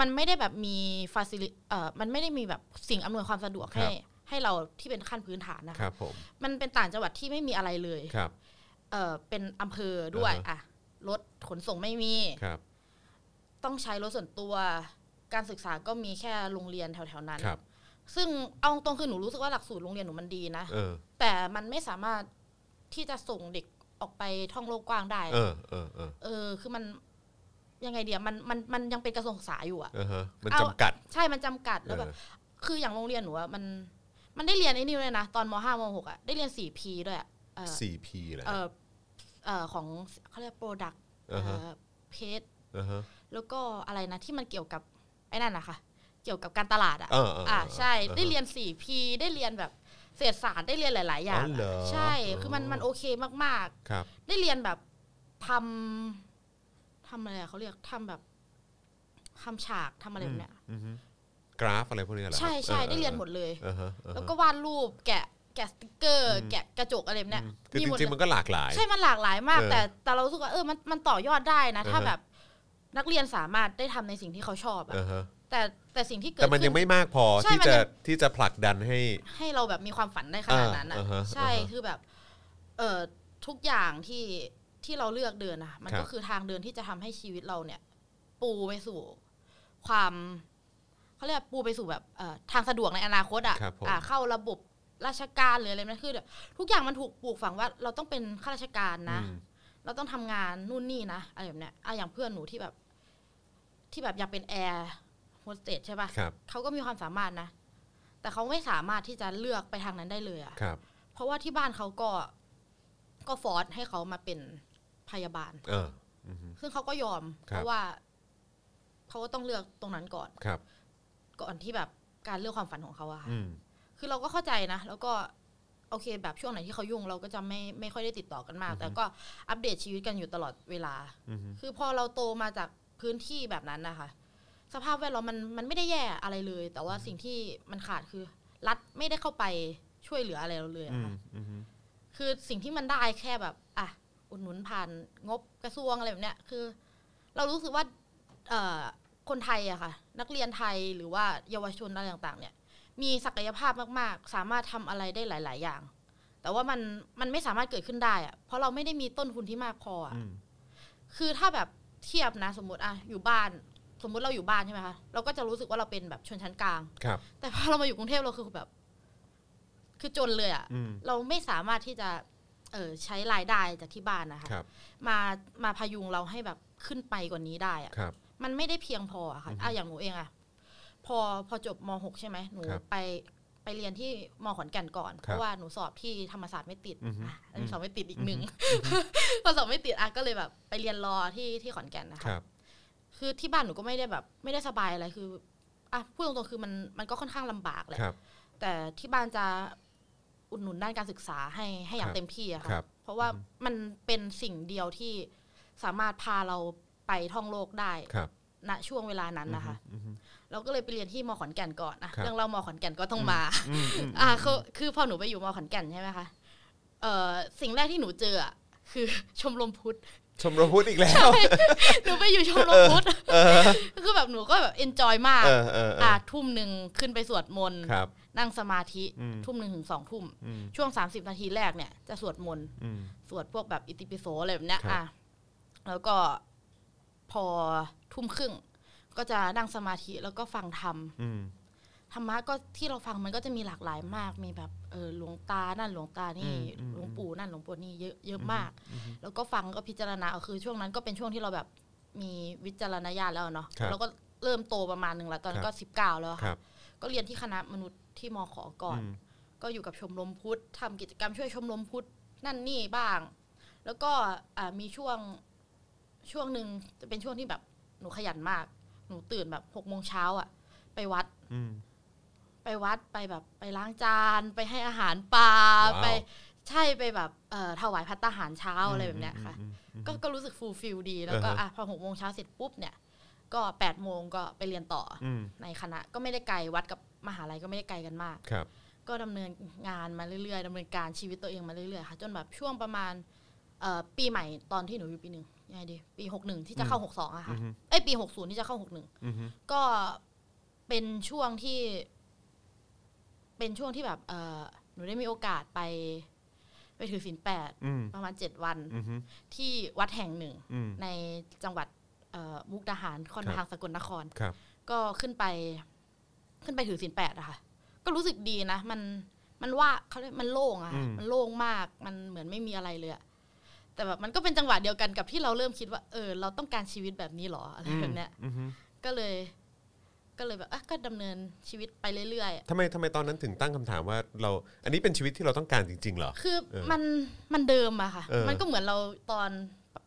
Speaker 3: มันไม่ได้แบบมีฟาซิลิเอ่อมันไม่ได้มีแบบสิ่งอำนวยความสะดวกให้ให้เราที่เป็นขั้นพื้นฐาน
Speaker 2: ค
Speaker 3: นะคะ
Speaker 2: รับผม
Speaker 3: มันเป็นต่างจังหวัดที่ไม่มีอะไรเลย
Speaker 2: ครับ
Speaker 3: เออเป็นอำเภอด้วย
Speaker 2: อ่าฮะ
Speaker 3: อ่ะรถขนส่งไม่มี
Speaker 2: ครับ
Speaker 3: ต้องใช้รถส่วนตัว การศึกษาก็มีแค่โรงเรียนแถวๆนั้น
Speaker 2: ครับ
Speaker 3: ซึ่งเอาตรงคือหนูรู้สึกว่าหลักสูตรโรงเรียนหนูมันดีนะ
Speaker 2: เออ
Speaker 3: แต่มันไม่สามารถที่จะส่งเด็กออกไปท่องโลกกว้างได้
Speaker 2: เออ เออ เออ
Speaker 3: เออ คือมันยังไงเดียวมันมันมันยังเป็นกระทรวงศึกษาอยู่อะ
Speaker 2: เออฮะมันจำกัด
Speaker 3: ใช่มันจำกัดแล้วแบบ
Speaker 2: เออ
Speaker 3: คืออย่างโรงเรียนหนูอะมันมันได้เรียนไอ้นี่เลยนะ ตอนมห้ามหกอะได้เรียนสี่พีด้วยอะเอ่อ
Speaker 2: 4P แหละ
Speaker 3: เออเอ่อของเขาเรียกโปรดักต์
Speaker 2: เออฮะ
Speaker 3: เพจ
Speaker 2: เออฮะ
Speaker 3: แล้วก็อะไรนะที่มันเกี่ยวกับไอ้นั่นนะคะเกี่ยวกับการตลาดอะ
Speaker 2: เออเออเอออ่
Speaker 3: ่าใช่
Speaker 2: เออ
Speaker 3: ได้เรียนสี่พีได้เรียนแบบเศรษฐศาสตร์ได้เรียนหลาย ๆ อย่าง
Speaker 2: อ๋อ
Speaker 3: อะ
Speaker 2: เหรอ
Speaker 3: ใช่คือมัน
Speaker 2: อ๋อ
Speaker 3: มันโอเคมาก
Speaker 2: ครับ
Speaker 3: ๆ ได้เรียนแบบทำทำอะไรอะเขาเรียกทำแบบทำฉากทำอะไรแบบเนี้ย
Speaker 2: อือฮึกราฟอะไรพวกนี้เหรอครับ
Speaker 3: ใช่ใช่
Speaker 2: ออ
Speaker 3: ได้เรียน
Speaker 2: ออ
Speaker 3: หมดเลย
Speaker 2: เออฮะเออฮะ
Speaker 3: แล้วก็วาดรูปแกะแกะสติกเกอร์ แกะกระจกอะไรแบบเนี้ย
Speaker 2: คือจ
Speaker 3: หมด
Speaker 2: ริ
Speaker 3: เล
Speaker 2: ง
Speaker 3: ย
Speaker 2: ๆมันก็หลากหลาย
Speaker 3: ใช่มันหลากหลายมาก
Speaker 2: เออ
Speaker 3: แต่แต่เรารู้สึกว่าเออมันมันต่อยอดได้นะ ถ้า
Speaker 2: อือฮะ
Speaker 3: แบบนักเรียนสามารถได้ทำในสิ่งที่เขาชอบอะ
Speaker 2: เออฮะ
Speaker 3: แต่แต่สิ่งที่เกิด
Speaker 2: แต่มัน
Speaker 3: ขึ้
Speaker 2: ยังไม่มากพอ
Speaker 3: ใช่
Speaker 2: ที่
Speaker 3: มัน
Speaker 2: จะ
Speaker 3: ยัง
Speaker 2: ที่จะผลักดันให้
Speaker 3: ให้เราแบบมีความฝันได้ขนาดนั้น
Speaker 2: อ่าอ่าฮะ
Speaker 3: ใช่
Speaker 2: อ่าฮะ
Speaker 3: คือแบบเออทุกอย่างที่ที่เราเลือกเดินอะมัน
Speaker 2: ครับ
Speaker 3: ก็คือทางเดินที่จะทำให้ชีวิตเราเนี่ย ปูไปสู่ ความเขาเรียกว่าปูไปสู่แบบเอ่อทางสะดวกในอนาคตอะ
Speaker 2: ครับผม
Speaker 3: อ่ะเข้าระบบราชการหรืออะไรแบบนั่นคือแบบทุกอย่างมันถูกปลูกฝังว่าเราต้องเป็นข้าราชการนะ
Speaker 2: อืม
Speaker 3: เราต้องทำงานนู่นนี่นะอะไรแบบเนี้ยอะอย่างเพื่อนหนูที่แบบ ที่แบบอยากเป็นแอร์โฮสเตสใช่ปะ
Speaker 2: ครั่
Speaker 3: ะ
Speaker 2: บ
Speaker 3: เขาก็มีความสามารถนะ แต่เขาไม่สามารถที่จะเลือกไปทางนั้นได้เลยอะ
Speaker 2: ครับ
Speaker 3: เพราะว่าที่บ้านเขาก็ก็ฟอร์สให้เขามาเป็นพยาบาล
Speaker 2: เอออือฮึ
Speaker 3: ซึ่งเขาก็ยอม
Speaker 2: ครับ
Speaker 3: เพราะว่าเขาก็ต้องเลือกตรงนั้นก่อน
Speaker 2: ครับ
Speaker 3: ก่อนที่แบบการเลือกความฝันของเขาอะค่ะ
Speaker 2: อืม
Speaker 3: คือเราก็เข้าใจนะ แล้วก็โอเค แบบช่วงไหนที่เขายุ่ง เราก็จะไม่ไม่ค่อยได้ติดต่อกันมาก แต่ก็อัปเดตชีวิตกันอยู่ตลอดเวลา
Speaker 2: อือฮึ
Speaker 3: คือพอเราโตมาจากพื้นที่แบบนั้นนะคะ สภาพแวดล้อมมันมันไม่ได้แย่อะไรเลย แต่ว่าสิ่งที่มันขาดคือ รัฐไม่ได้เข้าไปช่วยเหลืออะไรเราเลย
Speaker 2: อืม
Speaker 3: อะค่ะ
Speaker 2: อือฮึ
Speaker 3: คือสิ่งที่มันได้แค่แบบอ่ะอุดหนุนผ่านงบกระทรวงอะไรแบบเนี้ยคือ เรารู้สึกว่าเอ่อคนไทยอะค่ะ นักเรียนไทยหรือว่าเยาวชนอะไรต่างๆ เนี่ย มีศักยภาพมากๆ สามารถทำอะไรได้หลาย ๆ อย่าง แต่ว่ามันมันไม่สามารถเกิดขึ้นได้อะเพราะเราไม่ได้มีต้นทุนที่มากพออะ
Speaker 2: อืม
Speaker 3: คือถ้าแบบเทียบนะสมมติอะอยู่บ้าน สมมติเราอยู่บ้านใช่ไหมคะเราก็จะรู้สึกว่าเราเป็นแบบชนชั้นกลาง
Speaker 2: ครับ
Speaker 3: แต่พอเรามาอยู่กรุงเทพเราคือแบบ คือจนเลยอะ
Speaker 2: อืม
Speaker 3: เราไม่สามารถที่จะ เออใช้รายได้จากที่บ้านนะคะ
Speaker 2: ครับ
Speaker 3: มามาพยุงเราให้แบบขึ้นไปกว่านี้ได้อะ
Speaker 2: ครับ
Speaker 3: มันไม่ได้เพียงพออะค่ะอ่ะอย่างหนูเองอะพอพอจบม .6 ใช่ไหมหนู
Speaker 2: ครับ
Speaker 3: ไปไปเรียนที่มขอนแก่นก่อน เพ
Speaker 2: ครับ
Speaker 3: ราะว่าหนูสอบที่ธรรมศาสตร์ไม่ติด
Speaker 2: อือฮึ
Speaker 3: อ่ะอันนี้สอบไม่ติดอีกหนึ่งพอสอบไม่ติดอ่ะก็เลยแบบ ไปเรียนรอที่ที่ขอนแก่น
Speaker 2: ค
Speaker 3: นะคะ
Speaker 2: รับ
Speaker 3: คือที่บ้านหนูก็ไม่ได้แบบ ไม่ได้สบายอะไรคืออ่ะพูดตรงๆคือมันมันก็ค่อนข้างลำบากแหละ
Speaker 2: ครับ
Speaker 3: แต่ที่บ้านจะอุดหนุนด้านการศึกษาให้ให้อย่า
Speaker 2: ค
Speaker 3: ง
Speaker 2: รับ
Speaker 3: เต็มที่อะ
Speaker 2: ครั
Speaker 3: ค่ะ
Speaker 2: บ
Speaker 3: เพราะว่ามันเป็นสิ่งเดียวที่สามารถพาเราไปท่องโลกได้
Speaker 2: ครับ
Speaker 3: ณช่วงเวลานั้นนะคะ เราก็เลยไปเรียนที่มขอนแก่นก่อนนะครับ เรื่องเรามขอนแก่นก็ต้องมา อ่าคือคือพอหนูไปอยู่มขอนแก่นใช่ไหมคะเอ่อสิ่งแรกที่หนูเจออะคือชมรมพุทธ
Speaker 2: ชมรมพุทธอีกแล้ว
Speaker 3: หนูไปอยู่ชมรมพุทธคือแบบหนูก็แบบเอนจอยมาก
Speaker 2: เออเออเอ
Speaker 3: อ่า
Speaker 2: อ
Speaker 3: ทุ่มหนึ่งขึ้นไปสวดมนต์
Speaker 2: ครับ
Speaker 3: นั่งสมาธิ
Speaker 2: อืม
Speaker 3: ทุ่มหนึ่งถึงสองทุ่ม
Speaker 2: อืม
Speaker 3: ช่วง 30 นาทีแรกเนี่ยจะสวดมนต์
Speaker 2: อืม
Speaker 3: สวดพวกแบบอิติปิโสอะไรแบบเนี้ย
Speaker 2: ครับ
Speaker 3: อ่ะแล้วก็พอทุ่มครึ่ง ก็จะนั่งสมาธิแล้วก็ฟังธรรม
Speaker 2: อืม
Speaker 3: ธรรมะก็ที่เราฟังมันก็จะมีหลากหลายมาก มีแบบเออหลวงตานั่นหลวงตานี่
Speaker 2: อืมอืม
Speaker 3: หลวงปู่นั่นหลวงปู่นี่เยอะเยอะมาก แล้วก็ฟังก็พิจารณาเอาคือช่วงนั้นก็เป็นช่วงที่เราแบบมีวิจารณญาณแล้วเนาะ
Speaker 2: ครับ
Speaker 3: แล้วก็เริ่มโตประมาณหนึ่งแล้วตอนนั้น
Speaker 2: ครั
Speaker 3: ก็
Speaker 2: บ
Speaker 3: สิบเก้าแล้วอะ
Speaker 2: ค
Speaker 3: ค่ะ
Speaker 2: รับ
Speaker 3: ก็เรียนที่คณะมนุษย์ที่มอขอก่อน
Speaker 2: อืม
Speaker 3: ก็อยู่กับชมรมพุทธทำกิจกรรมช่วยชมรมพุทธนั่นนี่บ้าง แล้วก็อ่ามีช่วงช่วงหนึ่งจะเป็นช่วงที่แบบหนูขยันมาก หนูตื่นแบบหกโมงเช้าอะไปวัด
Speaker 2: อืม
Speaker 3: ไปวัดไปแบบไปล้างจานไปให้อาหารปลา
Speaker 2: ว้าว
Speaker 3: ไปใช่ไปแบบเอ่อถวายพัตตาหารเช้าอะไรแบบเนี้ยค่ะ
Speaker 2: อืมอืม
Speaker 3: ก็ก็รู้สึกฟูลฟิลดีแล้วก็
Speaker 2: อ่าฮะ
Speaker 3: อ่ะพอหกโมงเช้าเสร็จปุ๊บเนี่ย ก็แปดโมงก็ไปเรียนต่ออ
Speaker 2: อืม
Speaker 3: ในคณะก็ไม่ได้ไกลวัดกับ มหาลัยก็ไม่ได้ไกลกันมาก
Speaker 2: ครับ
Speaker 3: ก็ดำเนินงานมาเรื่อยๆดำเนินการชีวิตตัวเองมาเรื่อยๆค่ะจนแบบช่วงประมาณเอ่อปีใหม่ตอนที่หนูอยู่ปีหนึ่งยังไงดีปีหกหนึ่งที่จะเข้าหกสองอะค่ะ
Speaker 2: อือฮึ
Speaker 3: ไอยปีหกศูนย์ที่จะเข้าหกหนึ่ง
Speaker 2: อือฮึ
Speaker 3: ก็เป็นช่วงที่ เป็นช่วงที่แบบเออหนูได้มีโอกาสไป ไปถือศีลแปด
Speaker 2: อืม
Speaker 3: ประมาณเจ็ดวัน
Speaker 2: อือฮึ
Speaker 3: ที่วัดแห่งหนึ่ง
Speaker 2: อืม
Speaker 3: ในจังหวัดเอ่อมุกดาหารคอน
Speaker 2: ครับ
Speaker 3: ทางสกลนคร
Speaker 2: ครับ
Speaker 3: ก็ขึ้นไป ขึ้นไปถือศีลแปดอะค่ะ ก็รู้สึกดีนะ มันมันว่าเขาเรียกมันโล่งอะค่ะ
Speaker 2: อืม
Speaker 3: มันโล่งมากมันเหมือนไม่มีอะไรเลยอะแต่แบบมันก็เป็นจังหวะเดียวกันกับที่เราเริ่มคิดว่า เออ เราต้องการชีวิตแบบนี้หรออะไรแบบเนี้ย
Speaker 2: อือฮึ
Speaker 3: ก็เลย ก็เลยแบบอ่ะก็ดำเนินชีวิตไปเรื่อย
Speaker 2: ทำไมทำไมตอนนั้นถึงตั้งคำถามว่าเรา อันนี้เป็นชีวิตที่เราต้องการจริงๆเหรอ
Speaker 3: ๆ คือ
Speaker 2: เออ
Speaker 3: มันมันเดิมอะค่ะ
Speaker 2: เออ
Speaker 3: มันก็เหมือนเราตอน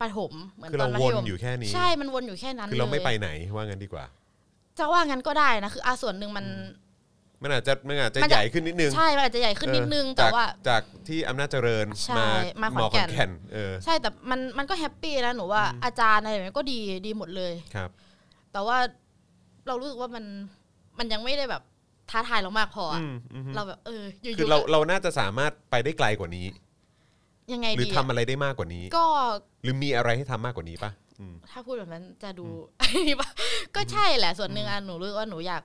Speaker 3: ประถมเหมือน
Speaker 2: คือ
Speaker 3: ต
Speaker 2: เรา
Speaker 3: อนมัธย
Speaker 2: ว
Speaker 3: ม
Speaker 2: นอยู่แค่นี้
Speaker 3: ใช่มันวนอยู่แค่นั้น
Speaker 2: คือเราไม่ไป
Speaker 3: ลย
Speaker 2: ไหนว่างั้นดีกว่า
Speaker 3: จะว่างั้นก็ได้นะคืออาส่วนหนึ่งมัน
Speaker 2: มันอาจจะมันอาจจะ
Speaker 3: มันจะ
Speaker 2: ใหญ่ขึ้นนิดนึง
Speaker 3: ใช่ มันอาจจะใหญ่ขึ้นนิดนึง
Speaker 2: เออ
Speaker 3: แต่
Speaker 2: จก
Speaker 3: ว่า
Speaker 2: จากที่อำนาจเจริญ
Speaker 3: ใช่
Speaker 2: มา
Speaker 3: มา
Speaker 2: หมอข
Speaker 3: ขอนแก่
Speaker 2: อน
Speaker 3: น
Speaker 2: แก่นเออ
Speaker 3: ใช่แต่มันมันก็แฮปปี้นะหนูว่าอาจารย์อะไรแบบนี้ก็ดีดีหมดเลย
Speaker 2: ครับ
Speaker 3: แต่ว่าเรารู้สึกว่ามันมันยังไม่ได้แบบท้าทายเรามากพออะ
Speaker 2: อืมอือฮึ
Speaker 3: เราแบบเอออยู่
Speaker 2: คือเราเราน่าจะสามารถไปได้ไกลกว่านี้
Speaker 3: ๆยังไง
Speaker 2: หรือ
Speaker 3: ดี
Speaker 2: ทำอะไรได้มากกว่านี้
Speaker 3: ก็
Speaker 2: หรือมีอะไรให้ทำมากกว่านี้ปะอืม
Speaker 3: ถ้าพูดแบบนั้นจะดู ก็ใช่แหละส่วนหนึ่งอ่ะหนูรู้สึกว่าหนูอยาก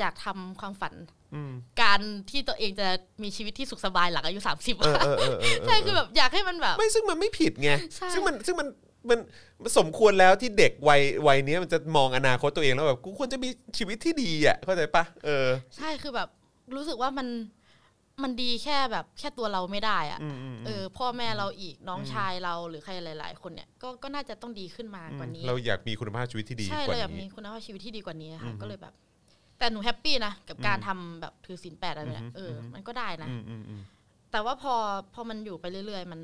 Speaker 3: อยากทำความฝัน
Speaker 2: อืม
Speaker 3: การที่ตัวเองจะมีชีวิตที่สุขสบายหลังอายุสามสิบ
Speaker 2: เออเออเออเออเออ
Speaker 3: ใช่คือแบบอยากให้มันแบบ
Speaker 2: ไม่ซึ่งมันไม่ผิดไง
Speaker 3: ใช่
Speaker 2: ซึ่งมันซึ่งมันมันมันสมควรแล้วที่เด็กวัยวัยเนี้ยมันจะมองอนาคตตัวเองแล้วแบบกูควรจะมีชีวิตที่ดีอ่ะเข้าใจปะเออ
Speaker 3: ใช่คือแบบ รู้สึกว่ามันมันดีแค่แบบแค่ตัวเราไม่ได้อะ
Speaker 2: อืมอืม
Speaker 3: เออพ่อแม่เราอีกน้องชายเราหรือใครหลาย ๆ คนเนี่ยก็ก็น่าจะต้องดีขึ้นมากว่านี้
Speaker 2: เราอยากมีคุณภาพชีวิตที่ดี
Speaker 3: ใช่
Speaker 2: ก
Speaker 3: เรา
Speaker 2: ว่า
Speaker 3: อยากมี
Speaker 2: นี้
Speaker 3: คุณภาพชีวิตที่ดีกว่านี้ค่ะก็เลยแบบ แต่หนูแฮปปี้นะกับการทำแบบถือศีลแปดอะไรเนี่ย
Speaker 2: อืม
Speaker 3: เอออมันก็ได้นะ
Speaker 2: อืมอืมอืม
Speaker 3: แต่ว่าพอพอมันอยู่ไปเรื่อย ๆ มัน